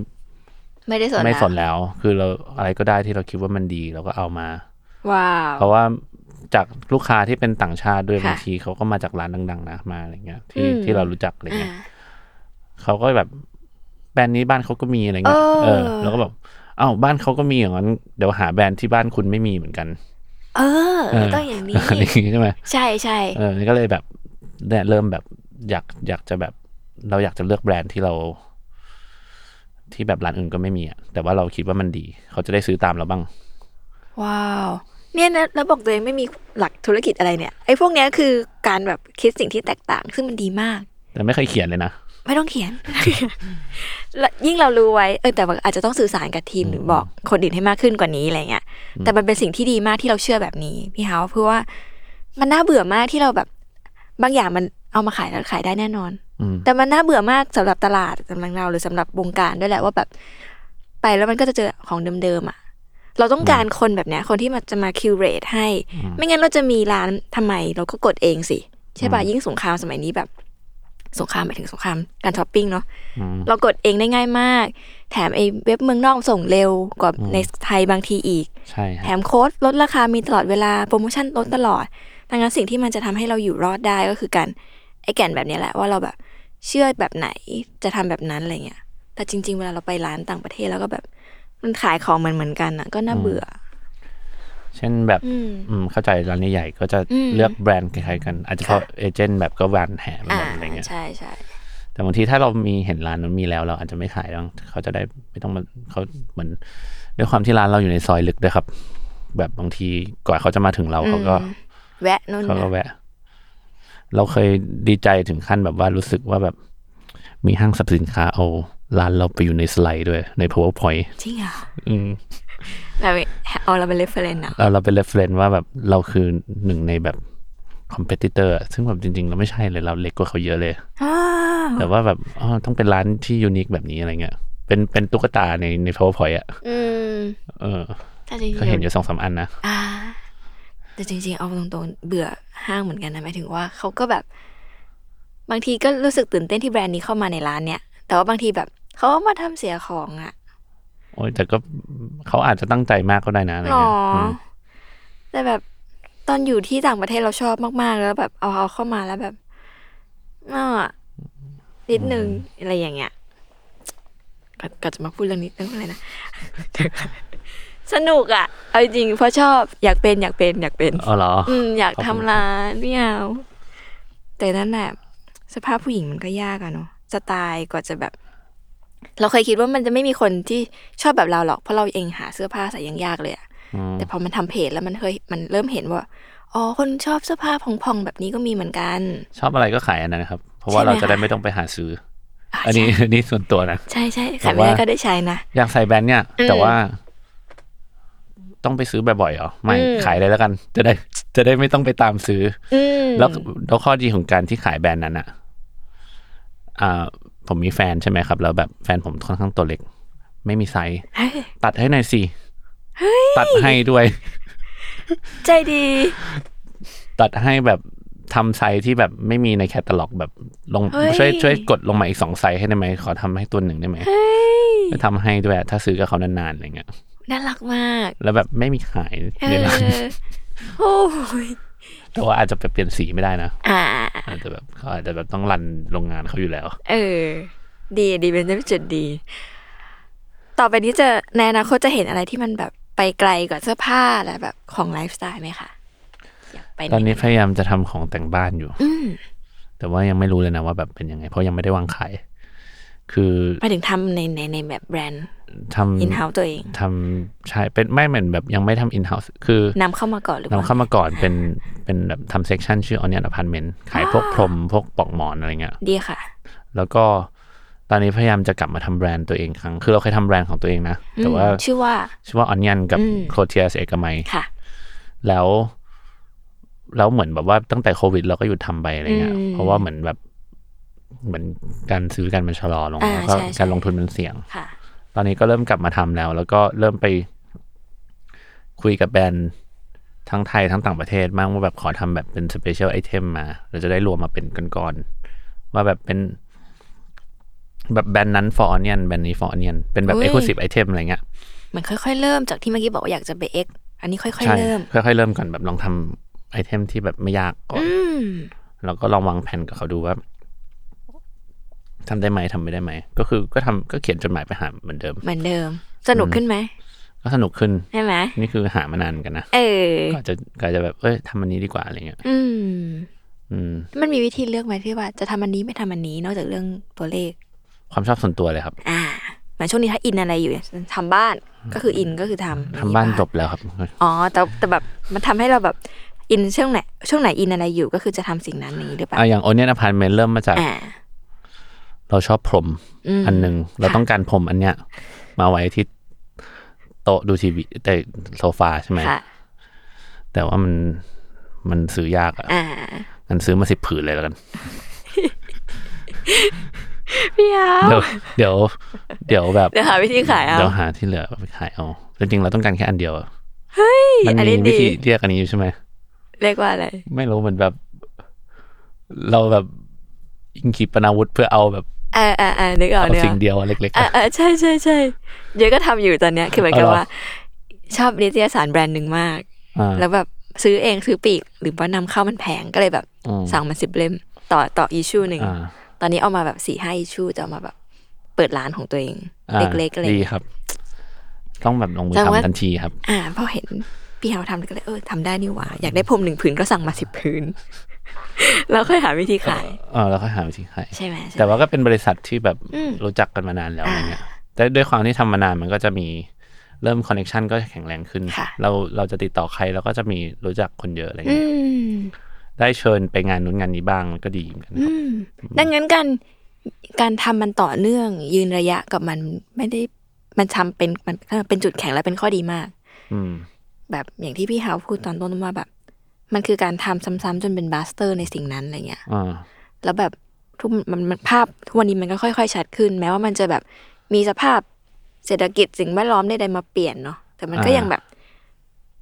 Speaker 1: ไม่ได้ส
Speaker 3: ไม่
Speaker 1: นะ
Speaker 3: สนแล้ว คือเราอะไรก็ได้ที่เราคิดว่ามันดีเราก็เอามา
Speaker 1: ว้าว
Speaker 3: เพราะว่าจากลูกค้าที่เป็นต่างชาติด้วย
Speaker 1: ค่ะ
Speaker 3: บางทีเขาก็มาจากร้านดัง ๆ นะมาอะไรเงี้ยที่
Speaker 1: อืม
Speaker 3: ที่เรารู้จักอะไรเงี้ย เขาก็แบบแบรนด์นี้บ้านเขาก็มีอะไรเงี้ย
Speaker 1: เออ
Speaker 3: เออแล้วก็แบบอ้าวบ้านเขาก็มีอย่างนั้นเดี๋ยวหาแบรนด์ที่บ้านคุณไม่มีเหมือนกัน
Speaker 1: เออ
Speaker 3: เ
Speaker 1: มันต้องอย่างนี้
Speaker 3: อะไร *laughs* อย่างงี้ใช่ไหม
Speaker 1: ใช่ใช่
Speaker 3: เออนี่ก็เลยแบบเนี่ยเริ่มแบบอยากอยากจะแบบ เราอยากจะเลือกแบรนด์ที่เรา ที่แบบร้านอื่นก็ไม่มีอะแต่ว่าเราคิดว่ามันดี เขาจะได้ซื้อตามเราบ้าง
Speaker 1: ว้าว เนี่ยนะแล้วบอกตัวเองไม่มีหลักธุรกิจอะไรเนี่ยไอ้พวกเนี้ยคือการแบบคิดสิ่งที่แตกต่าง ซึ่งมันดีมาก
Speaker 3: แต่ไม่เคยเขียนเลยนะ
Speaker 1: ไม่ต้องเขียน *laughs* และยิ่งเรารู้ไว้เออแต่ว่าอาจจะต้องสื่อสารกับทีมหรือบอกคนอื่นให้มากขึ้นกว่านี้อะไรเงี้ยแต่มันเป็นสิ่งที่ดีมากที่เราเชื่อแบบนี้พี่เฮาเพราะว่ามันน่าเบื่อมากที่เราแบบ บางอย่างมันเอามาขายแล้วขายได้แน่นอน
Speaker 3: อืม
Speaker 1: แต่มันน่าเบื่อมากสำหรับตลาดสำหรับเราหรือสำหรับวงการด้วยแหละว่าแบบไปแล้วมันก็จะเจอของเดิมๆอ่ะ เราต้องการคนแบบเนี้ย คนที่มาจะมาคิวเรตให้ ไม่งั้นเราจะมีร้านทำไมเราก็กดเองสิใช่ป่ะยิ่งสงครามสมัยนี้แบบ สงครามหมายถึงสงครามการช้อปปิ้งเนาะเรากดเองได้ง่ายมาก แถมไอ้เว็บเมืองนอกส่งเร็วกว่าในไทยบางทีอีก
Speaker 3: ใช่
Speaker 1: แถ
Speaker 3: ฮะ
Speaker 1: มโค้ดลดราคามีตลอดเวลาโปรโมชั่นลดตลอด ดังนั้นสิ่งที่มันจะทำให้เราอยู่รอดได้ก็คือการไอ้แก่นแบบเนี้ยแหละว่าเราแบบเชื่อแบบไหนจะทำแบบนั้นอะไรเงี้ย แต่จริง ๆ เวลาเราไปร้านต่างประเทศแล้วก็แบบมันขายของเหมือนเหมือนๆกันอ่ะ ก็น่าเบื่อ
Speaker 3: เช่นแบบ
Speaker 1: อืม
Speaker 3: อืมเข้าใจร้านใหญ่ๆก็จะ
Speaker 1: อืม
Speaker 3: เลือกแบรนด์คล้ายๆกัน อาจจะเพราะเอเจนต์แบบก็แบรนด์แหม
Speaker 1: อ่า
Speaker 3: อะไรเงี้ย
Speaker 1: ใช่ใช่
Speaker 3: แต่บางทีถ้าเรามีเห็นร้านนั้นมีแล้วเราอาจจะไม่ขายแล้วเขาจะได้ไม่ต้องมาเขาเหมือนด้วยความที่ร้านเราอยู่ในซอยลึกด้วยครับ แบบบางทีกว่าเขาจะมาถึงเราเขาก็
Speaker 1: แวะนู่น
Speaker 3: เขาก็
Speaker 1: นะ
Speaker 3: แวะ เราเคยดีใจถึงขั้นแบบว่ารู้สึกว่าแบบ มีห้างสรรพสินค้าเอาร้านเราไปอยู่ในสไลด์ด้วยใน powerpoint
Speaker 1: จริงเหรอ
Speaker 3: อืม
Speaker 1: แบบเอาเราเป็นเรฟเฟรนอ่ะ
Speaker 3: เราเราเป็น reference ว่าแบบเราคือหนึ่งในแบบ competitor อะซึ่งแบบจริง ๆ เราไม่ใช่เลยเราเล็กกว่าเขาเยอะเลย
Speaker 1: อ้าว
Speaker 3: แต่ว่าแบบอ๋อต้องเป็นร้านที่ยูนิคแบบนี้อะไรเงี้ย เป็นเป็นตุ๊กตาในใน powerpoint อะ
Speaker 1: อืม
Speaker 3: เออ
Speaker 1: แต่จริงๆ
Speaker 3: เคยเห็นอยู่สองสามอันนะ
Speaker 1: อ่าแต่จริงๆ เอาตรงๆ เบื่อห้างเหมือนกันนะหมายถึงว่าเขาก็แบบ บางทีก็รู้สึกตื่นเต้นที่แบรนด์นี้เข้ามาในร้านเนี่ย แต่ว่าบางทีแบบเขาก็มาทำเสียของอะ่ะ
Speaker 3: โอ้ยแต่ก็เขาอาจจะตั้งใจมากก็ได้นะอะไร
Speaker 1: หรอ
Speaker 3: เงี้ยม
Speaker 1: แต่แบบตอนอยู่ที่ต่างประเทศเราชอบมากๆ แล้วแบบเอาเอาเข้ามาแล้วแบบอ่านิดนึงอะไรอย่างเงี้ยก็ก็จะมาพูดเรื่องนี้เรื่องอะไร
Speaker 3: *laughs*
Speaker 1: นะ สนุกอะ่ะเอาจริงๆเพราะชอบอยากเป็นอยากเป็นอยากเป็น
Speaker 3: อ๋อเหรอ
Speaker 1: อืมอยาก
Speaker 3: ขอบคุณ
Speaker 1: ทำร้านพี่เอาแต่นั่นแหละสภาพผู้หญิงมันก็ยากอะเนาะสไตล์กว่าจะแบบ เราเคยคิดว่ามันจะไม่มีคนที่ชอบแบบเราหรอกเพราะเราเองหาเสื้อผ้าใส่ยังยากเลยอะแต่พอมันทำเพจแล้วมันเคยมันเริ่มเห็นว่าอ๋อคนชอบเสื้อผ้าผ่องๆแบบนี้ก็มีเหมือนกัน
Speaker 3: ชอบอะไรก็ขายอันนั้นนะครับ เพราะว่า
Speaker 1: ใช่ไหม
Speaker 3: เราจะได้
Speaker 1: คะ
Speaker 3: ไม่ต้องไปหาซื้อ
Speaker 1: อ่ะ
Speaker 3: อันนี้ อันนี้ส่วนตัวนะ
Speaker 1: ใช่ใช่ใช่ขายไม่ได้
Speaker 3: แต่ว่า
Speaker 1: ก็ได้ใช้นะ
Speaker 3: อยากใส่แบรนด์เนี่ย
Speaker 1: อืม
Speaker 3: แต่ว่า ต้องไปซื้อบ่อยๆเหรอไม่
Speaker 1: อืม
Speaker 3: ขายเลยแล้วกัน จะได้ จะได้ไม่ต้องไปตามซื้อ
Speaker 1: อืม
Speaker 3: อแล้วแล้วข้อดีของการที่ขายแบรนด์นั้นอ่ะ อ่า ผมมีแฟนใช่ไหมครับ แล้วแบบแฟนผมค่อนข้างตัวเล็ก ไม่มีไซส์
Speaker 1: เฮ้ย
Speaker 3: ตัดให้หน่อยสิตัดให้ด้วย
Speaker 1: ใจดี
Speaker 3: ตัดให้แบบทำไซส์ที่แบบไม่มีในแคตตาล็อกแบบลงช่วยช่วยกดลงมาอีกสองไซส์ให้ได้ไหมขอทำให้ตัวหนึ่งได้ไหม
Speaker 1: เฮ้ย
Speaker 3: ไปทำให้ด้วยอะถ้าซื้อกับเขานานๆอะไรเงี้ย
Speaker 1: น่ารักมาก
Speaker 3: แล้วแบบไม่มีขาย
Speaker 1: เอ
Speaker 3: ในร้าน
Speaker 1: อโอ้ย
Speaker 3: แต่ว่าอาจจะไปเปลี่ยนสีไม่ได้นะ
Speaker 1: อ่า
Speaker 3: อาจจะแบบเขาอาจจะแบบต้องรันโรงงานเขาอยู่แล้ว
Speaker 1: เออ ดีดีเป็นจุดดี ต่อไปนี้จะในอนาคตจะเห็นอะไรที่มันแบบไปไกลกว่าเสื้อผ้าและแบบของไลฟ์สไตล์ไหมคะอยากไปไห
Speaker 3: ตอนนี้พยายามจะทำของแต่งบ้านอยู่แต่ว่ายังไม่รู้เลยนะว่าแบบเป็นยังไง เพราะยังไม่ได้วางขายคือ
Speaker 1: ไปถึงทำในในในแบบแบรนด์
Speaker 3: ทำ
Speaker 1: อินเฮ้าตัวเอง
Speaker 3: ทำใช่เป็นไม่เหมือนแบบยังไม่ทำอินเฮ้าส์คือน
Speaker 1: ำเข้ามาก่อนหรือเป
Speaker 3: นำ
Speaker 1: ล่า
Speaker 3: เข้ามาก่อนเป็นเป็นแบบทำเซกชันชื่อ Onion Apartment ขายพวกพรมพวกปลอกหมอนอะไรเงี้ย
Speaker 1: ดีค่ะ
Speaker 3: แล้วก็ตอนนี้พยายามจะกลับมาทำแบรนด์ตัวเองครั้ง คือเราเคยทำแบรนด์ของตัวเองนะ แต่ว่า
Speaker 1: ชื่อว่า
Speaker 3: ชื่อว่าออนยันกับ
Speaker 1: อืม
Speaker 3: โครเทียสเอกมัย
Speaker 1: ค่ะ
Speaker 3: แล้วแล้วเหมือนแบบว่าตั้งแต่โควิด เราก็หยุดทำไปอะไรเงี้ย
Speaker 1: อืม
Speaker 3: เพราะว่าเหมือนแบบเหมือนการซื้อกันมันชะลอลง
Speaker 1: อ่า
Speaker 3: แล้วก็
Speaker 1: ใช่ใช่
Speaker 3: การลงทุนมันเสี่ยง
Speaker 1: ค่ะ
Speaker 3: ตอนนี้ก็เริ่มกลับมาทำแล้ว แล้วก็เริ่มไปคุยกับแบรนด์ทั้งไทยทั้งต่างประเทศบ้างว่าแบบขอทำแบบเป็นสเปเชียลไอเทมมาเราจะได้รวมมาเป็นก้อนๆว่าแบบเป็น แบบแบรนด์นั้น for onion แบรนด์นี้ for onion เป็นแบบ
Speaker 1: อุ้ย
Speaker 3: เอ็กซ์คลูซีฟไอเทมอะไรเงี้ย
Speaker 1: เหมือนค่อยๆเริ่มจากที่เมื่อกี้บอกว่าอยากจะไปเอ็กอันนี้ค่อย
Speaker 3: ใช่
Speaker 1: ๆเริ่ม
Speaker 3: ค่อยๆเริ่มก่อนแบบลองทำไอเทมที่แบบไม่ยากก่อน
Speaker 1: อืม
Speaker 3: แล้วก็ลองวางแผนกับเขาดูว่า ทำได้ไหมทำไม่ได้ไหม ก็คือก็ทำก็เขียนจดหมายไปหาเหมือนเดิม
Speaker 1: เหมือนเดิม สนุกขึ้นไหม
Speaker 3: ก็สนุกขึ้น
Speaker 1: ใช่ไหม
Speaker 3: นี่คือหามานานเหมือนกันนะ
Speaker 1: เออ
Speaker 3: ก็อาจจะก็อาจจะแบบเอ้ยทำอันนี้ดีกว่าอะไรเงี้ย
Speaker 1: อืม
Speaker 3: อืม
Speaker 1: มันมีวิธีเลือกไหมที่ว่าจะทำอันนี้ไม่ทำอันนี้ นอกจากเรื่องตัวเลข
Speaker 3: ความชอบส่วนตัวเลยครับ
Speaker 1: อ่าเหมือนช่วงนี้ถ้าอินอะไรอยู่ทำบ้านก็คืออินก็คือทำ
Speaker 3: ทำบ้านจบแล้วครับ
Speaker 1: อ๋อแต่แต่แบบมันทำให้เราแบบอินช่วงไหนช่วงไหนอินอะไรอยู่ก็คือจะทำสิ่งนั้นอย่างนี้หรือเปล่า
Speaker 3: อ่ะอย่างโอเนียนอพาร์ตเมนต์เริ่มมาจาก
Speaker 1: อ่า
Speaker 3: เราชอบพรม
Speaker 1: อืม
Speaker 3: อันหนึ่งเราต้องการพรมอันเนี้ย มาไว้ที่โต๊ะดูทีวีแต่โซฟาใช่ไหม
Speaker 1: ค่ะ
Speaker 3: แต่ว่ามันมันซื้อยากอะ
Speaker 1: อ่า
Speaker 3: งั้นซื้อมาสิบผืนเลยแล้วกัน
Speaker 1: พี่เอา
Speaker 3: เดี๋ยวเดี๋ยวเดี๋ยวแบบ
Speaker 1: เดี๋ยวหาวิธีขายเอา
Speaker 3: เดี๋ยวหาที่เหลือไปขายเอาจริงๆเราต้องการแค่อันเดียวอะมัน
Speaker 1: อันนี้ดี
Speaker 3: มีวิธีเรียกอันนี้อยู่ใช่ไหม
Speaker 1: เรียกว่าอะไร
Speaker 3: ไม่รู้เหมือนแบบ เราแบบยิงขีปนาวุธเพื่อเอาแบบ
Speaker 1: เออเออเออนึกออก
Speaker 3: เอา
Speaker 1: เนื้
Speaker 3: สิ่งเดียวอะเล็กๆ
Speaker 1: เออ
Speaker 3: อะ
Speaker 1: เออใช่ใช่ใช่เดี๋ยอะก็ทำอยู่ตอนเนี้ย คือเหมือนกับ
Speaker 3: เอาเหรอ
Speaker 1: ว่า ชอบนิตยสารแบรนด์หนึ่งมาก
Speaker 3: อ่า
Speaker 1: แล้วแบบซื้อเองซื้อปีก หรือว่านำเข้ามันแพงก็เลยแบบ
Speaker 3: อืม
Speaker 1: สั่งมาสิบเล่ม ต่อต่ออีชูหนึ่ง
Speaker 3: อ่า
Speaker 1: ตอนนี้เอามาแบบสี่ห้าอีชูจะเอามาแบบ เปิดร้านของตัวเอง
Speaker 3: อ่า
Speaker 1: เล็กๆอะไรอย่าง
Speaker 3: ดี
Speaker 1: เงี้ย
Speaker 3: ครับ ต้องแบบลงมือ
Speaker 1: แสดงว่า
Speaker 3: ทำทันทีครับ
Speaker 1: อ่าพอเห็นพี่เฮาทำก็เลยเออทำได้นี่หว่า อยากได้พรมหนึ่งผืนก็สั่งมาสิบผืน *laughs* แล้วค่อยหาวิธีขาย
Speaker 3: เออแล้วก็หาวิธีขาย
Speaker 1: ใช่ไหมใช่ไหม
Speaker 3: แต่ว่าก็เป็นบริษัทที่แบบ
Speaker 1: อืม
Speaker 3: รู้จักกันมานานแล้วอะไรเงี้ยแต่ด้วยความที่ทำมานานมันก็จะมีเริ่มคอนเน t ชันก็แข็งแรงขึ้น
Speaker 1: ค่ะ
Speaker 3: เราเราจะติดต่อใครเราก็จะมีรู้จักคนเยอะอะไร
Speaker 1: อื
Speaker 3: เงี้ย
Speaker 1: ม
Speaker 3: ได้เชิญไปงานนู้นงานนี้บ้างมันก็ดีเหมือนกันครับ
Speaker 1: อืมดังนั้นการการทำมันต่อเนื่องยืนระยะกับมันไม่ได้มันทำเป็นมันเป็นจุดแข็งและเป็นข้อดีมาก
Speaker 3: อืม
Speaker 1: แบบอย่างที่พี่เฮาพูดตอนต้นว่าแบบ มันคือการทำซ้ำๆจนเป็นบัสเตอร์ในสิ่งนั้นอะไรเงี้ย
Speaker 3: อ่า
Speaker 1: แล้วแบบทุกมันมันภาพทุกวันนี้มันก็ค่อยๆชัดขึ้น แม้ว่ามันจะแบบมีสภาพเศรษฐกิจสิ่งแวดล้อมใดๆมาเปลี่ยนเนาะแต่มันก็
Speaker 3: อ่ายั
Speaker 1: ยังแบบ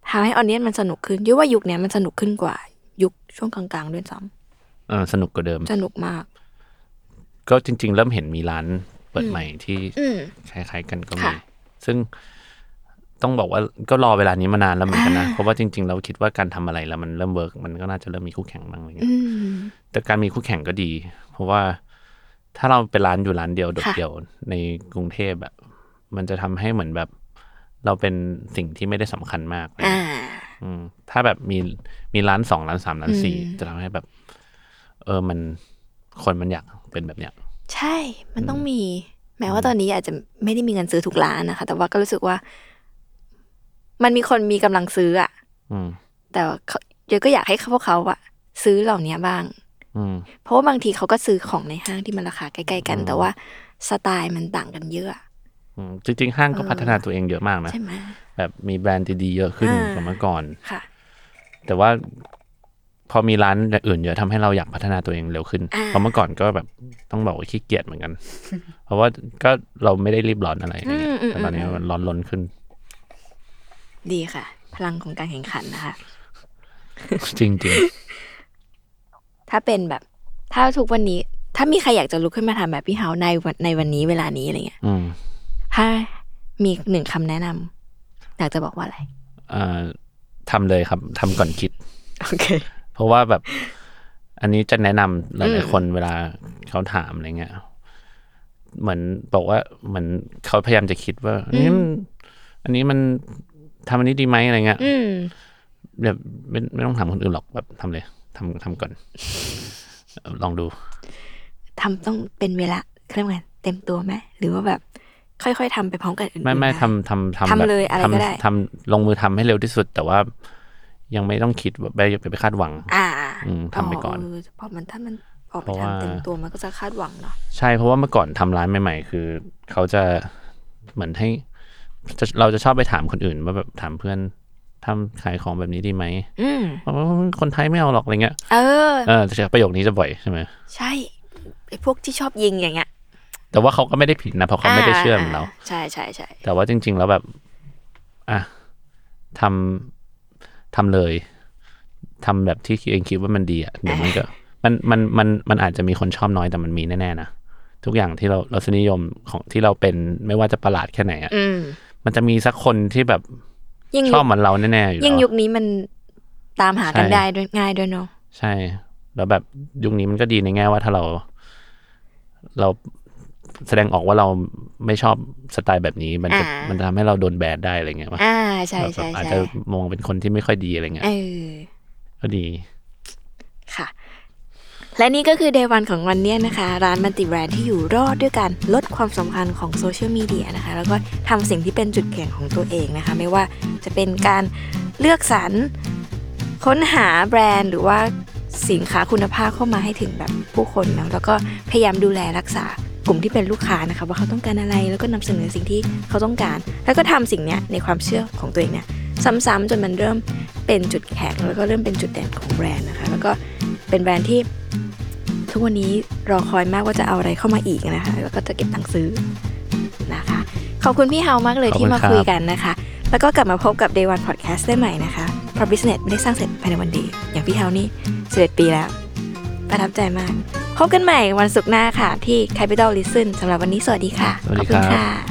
Speaker 1: ทำให้ออนเนี้มันสนุกขึ้นยุว่ายุคเนี้ยมันสนุกขึ้นกว่ายุคช่วงกลางๆด้วยซ้
Speaker 3: เออสนุกกว่าเดิม
Speaker 1: ำสนุกมาก
Speaker 3: ก็จริง ๆ เริ่มเห็นมีร้านเปิดใหม่ที่
Speaker 1: อืม
Speaker 3: คล้ายๆกันก็มี
Speaker 1: ค่ะ
Speaker 3: ซึ่งต้องบอกว่าก็รอเวลานี้มานานแล้วเหมือนกันนะ เพราะว่าจริงๆ เราคิดว่าการทำอะไรแล้วมันเริ่มเวิร์กมันก็น่าจะเริ่มมีคู่แข่งบ้างอะไรเงี้ย
Speaker 1: อืม
Speaker 3: แต่การมีคู่แข่งก็ดี เพราะว่าถ้าเราเป็นร้านอยู่ร้านเดียวโดดเดี่ยวในกรุงเทพแบบ มันจะทำให้เหมือนแบบ เราเป็นสิ่งที่ไม่ได้สำคัญมากเลย
Speaker 1: อ่า
Speaker 3: อืมถ้าแบบมีมีร้านสองร้านสามร้านสี่จะทำให้แบบ เออมันคนมันอยากเป็นแบบเนี้ย
Speaker 1: ใช่ มันต้องมี แม้ว่าตอนนี้อาจจะไม่ได้มีเงินซื้อทุกร้านนะคะ แต่ว่าก็รู้สึกว่า มันมีคนมีกำลังซื้ออะ
Speaker 3: อืม
Speaker 1: แต่ว่าเขาเดี๋ยวก็อยากให้พวกเขาอะซื้อเหล่านี้บ้าง
Speaker 3: อืม
Speaker 1: เพราะว่าบางทีเขาก็ซื้อของในห้างที่มันราคาใกล้ๆกัน แต่ว่าสไตล์มันต่างกันเยอะอะ
Speaker 3: อืมจริงๆ ห้างก็พัฒนาตัวเองเยอะมากนะ
Speaker 1: ใช่ไหม
Speaker 3: แบบมีแบรนด์ดีๆเยอะขึ้น
Speaker 1: อ่า
Speaker 3: กว่าเมื่อก่อน
Speaker 1: ค่ะ
Speaker 3: แต่ว่าพอมีร้านอื่นเยอะทำให้เราอยากพัฒนาตัวเองเร็วขึ้น
Speaker 1: อ่า
Speaker 3: เพราะเมื่อก่อนก็แบบต้องบอกว่าขี้เกียจเหมือนกัน เพราะว่าก็เราไม่ได้รีบร้อนอะไรอย่างเงี้ยแต่ตอนนี้มันร้อนล้นขึ้น *laughs*
Speaker 1: ดีค่ะ พลังของการแข่งขันนะคะ
Speaker 3: จริง
Speaker 1: ถ้าเป็นแบบ ถ้าทุกวันนี้ ถ้ามีใครอยากจะลุกขึ้นมาทำแบบพี่เฮาในวันในวันนี้เวลานี้อะไรเงี้ย
Speaker 3: ๆ อืม
Speaker 1: ถ้ามีหนึ่งคำแนะนำอยากจะบอกว่าอะไร
Speaker 3: อ่าทำเลยครับทำก่อนคิด
Speaker 1: โอเค
Speaker 3: เพราะว่าแบบ อันนี้จะแนะนำหลายๆคนเวลาเขาถามอะไรเงี้ยเหมือนบอกว่าเหมือนเขาพยายามจะคิดว่าอันนี้มันอันนี้มันทำอันนี้ดีไหมอะไรเงี้ย
Speaker 1: อืม
Speaker 3: แบบไม่ไม่ต้องถามคนอื่นหรอกแบบทำเลยทำทำก่อนเอ่อลองดู
Speaker 1: ทำต้องเป็นเวลาเรียกว่าไงเต็มตัวไหมหรือว่าแบบ ค่อยๆทำไปพร้อมกันอื่นๆ
Speaker 3: ไม่ไม่
Speaker 1: ด้
Speaker 3: ทำทำทำ
Speaker 1: ทำ
Speaker 3: แบบ
Speaker 1: เลยอะไรก็ได้
Speaker 3: ทำทำลงมือทำให้เร็วที่สุด แต่ว่ายังไม่ต้องคิดแบบไปไปคาดหวัง
Speaker 1: อ่า
Speaker 3: อืมทำไปก่อน
Speaker 1: เเพราะมันถ้ามันออกไป
Speaker 3: เพราะว่า
Speaker 1: ทำเต็มตัวมันก็จะคาดหวังเนาะ
Speaker 3: ใช่เพราะว่าเมื่อก่อนทำร้านใหม่ๆ คือเขาจะเหมือนให้จะเราจะชอบไปถามคนอื่นว่าแบบถามเพื่อนทำขายของแบบนี้ดีไหม
Speaker 1: อืม
Speaker 3: บอกว่าคนไทยไม่เอาหรอกอะไรเงี้ย
Speaker 1: เออ
Speaker 3: เออแต่ประโยคนี้จะบ่อยใช่ไหม
Speaker 1: ใช่ไอ้พวกที่ชอบยิงอย่างเงี้ย
Speaker 3: แต่ว่าเขาก็ไม่ได้ผิดนะเพราะเขาไม่ได้เชื่อเหมอนเรา
Speaker 1: ใช่ใช่ใช่
Speaker 3: แต่ว่าจริง ๆ แล้วแบบอ่ะทำทำเลยทำแบบที่เองคิดว่ามันดีอ่ะเดี๋ยวมันก็มันมันมันมันอาจจะมีคนชอบน้อยแต่มันมีแน่ๆนะทุกอย่างที่เราเราสนิยมของที่เราเป็นไม่ว่าจะประหลาดแค่ไหนอ่ะ
Speaker 1: อืม
Speaker 3: มันจะมีสักคนที่แบบ
Speaker 1: ยิ่ง
Speaker 3: ช
Speaker 1: ยุ
Speaker 3: อ
Speaker 1: ค
Speaker 3: บเหมือนเราแน่ๆอยู่
Speaker 1: ยิ่ง
Speaker 3: แล้ว
Speaker 1: ยุค
Speaker 3: อะ
Speaker 1: นี้มันตามหากัน
Speaker 3: ใช่
Speaker 1: ได้ด้วยง่ายด้วยเนาะ
Speaker 3: ใช่ แล้วแบบยุคนี้มันก็ดีในแง่ว่าถ้าเรา เราแสดงออกว่าเราไม่ชอบสไตล์แบบนี้ มันจะ
Speaker 1: อ่ามั
Speaker 3: มันจะทำให้เราโดนแบนได้อะไรเงี้ยป่ะ
Speaker 1: อ่าใช่
Speaker 3: แบบ
Speaker 1: ใช่
Speaker 3: อาจ
Speaker 1: ใช่
Speaker 3: จะมองเป็นคนที่ไม่ค่อยดีอะไรเงี้ย
Speaker 1: เออ
Speaker 3: ก็ดี
Speaker 1: ค่ะ และนี่ก็คือ day one ของวันเนี้ยนะคะ ร้านมันติแบรนด์ที่อยู่รอดด้วยการลดความสำคัญของโซเชียลมีเดียนะคะ แล้วก็ทำสิ่งที่เป็นจุดแข็งของตัวเองนะคะ ไม่ว่าจะเป็นการเลือกสรร ค้นหาแบรนด์หรือว่าสินค้าคุณภาพเข้ามาให้ถึงแบบผู้คนเนอะแล้วก็พยายามดูแลรักษากลุ่มที่เป็นลูกค้านะคะ ว่าเขาต้องการอะไรแล้วก็นำเสนอสิ่งที่เขาต้องการ แล้วก็ทำสิ่งเนี้ยในความเชื่อของตัวเองเนี่ยซ้ำๆจนมันเริ่มเป็นจุดแข็งแล้วก็เริ่มเป็นจุดเด่นของแบรนด์นะคะ แล้วก็เป็นแบรนด์ที่ ทุกวันนี้รอคอยมากว่าจะเอาอะไรเข้ามาอีกนะคะ แล้วก็จะเก็บตังค์ซื้อนะคะ ขอบคุณพี่เฮามากเลย
Speaker 3: ขอบคุณ
Speaker 1: ที่มา
Speaker 3: ครับ
Speaker 1: คุยกันนะคะ แล้วก็กลับมาพบกับ Day One Podcast ได้ใหม่นะคะ เพราะ Business ไม่ได้สร้างเสร็จภายในวันเดียวอย่างพี่เฮานี่11ปีแล้ว ประทับใจมาก พบกันใหม่วันศุกร์หน้าค่ะ ที่ Capital Listen สำหรับวันนี้สวัสดีค่ะ
Speaker 3: สวัส
Speaker 1: ขอ
Speaker 3: ดี
Speaker 1: บคุณ
Speaker 3: ครับ
Speaker 1: ค่ะ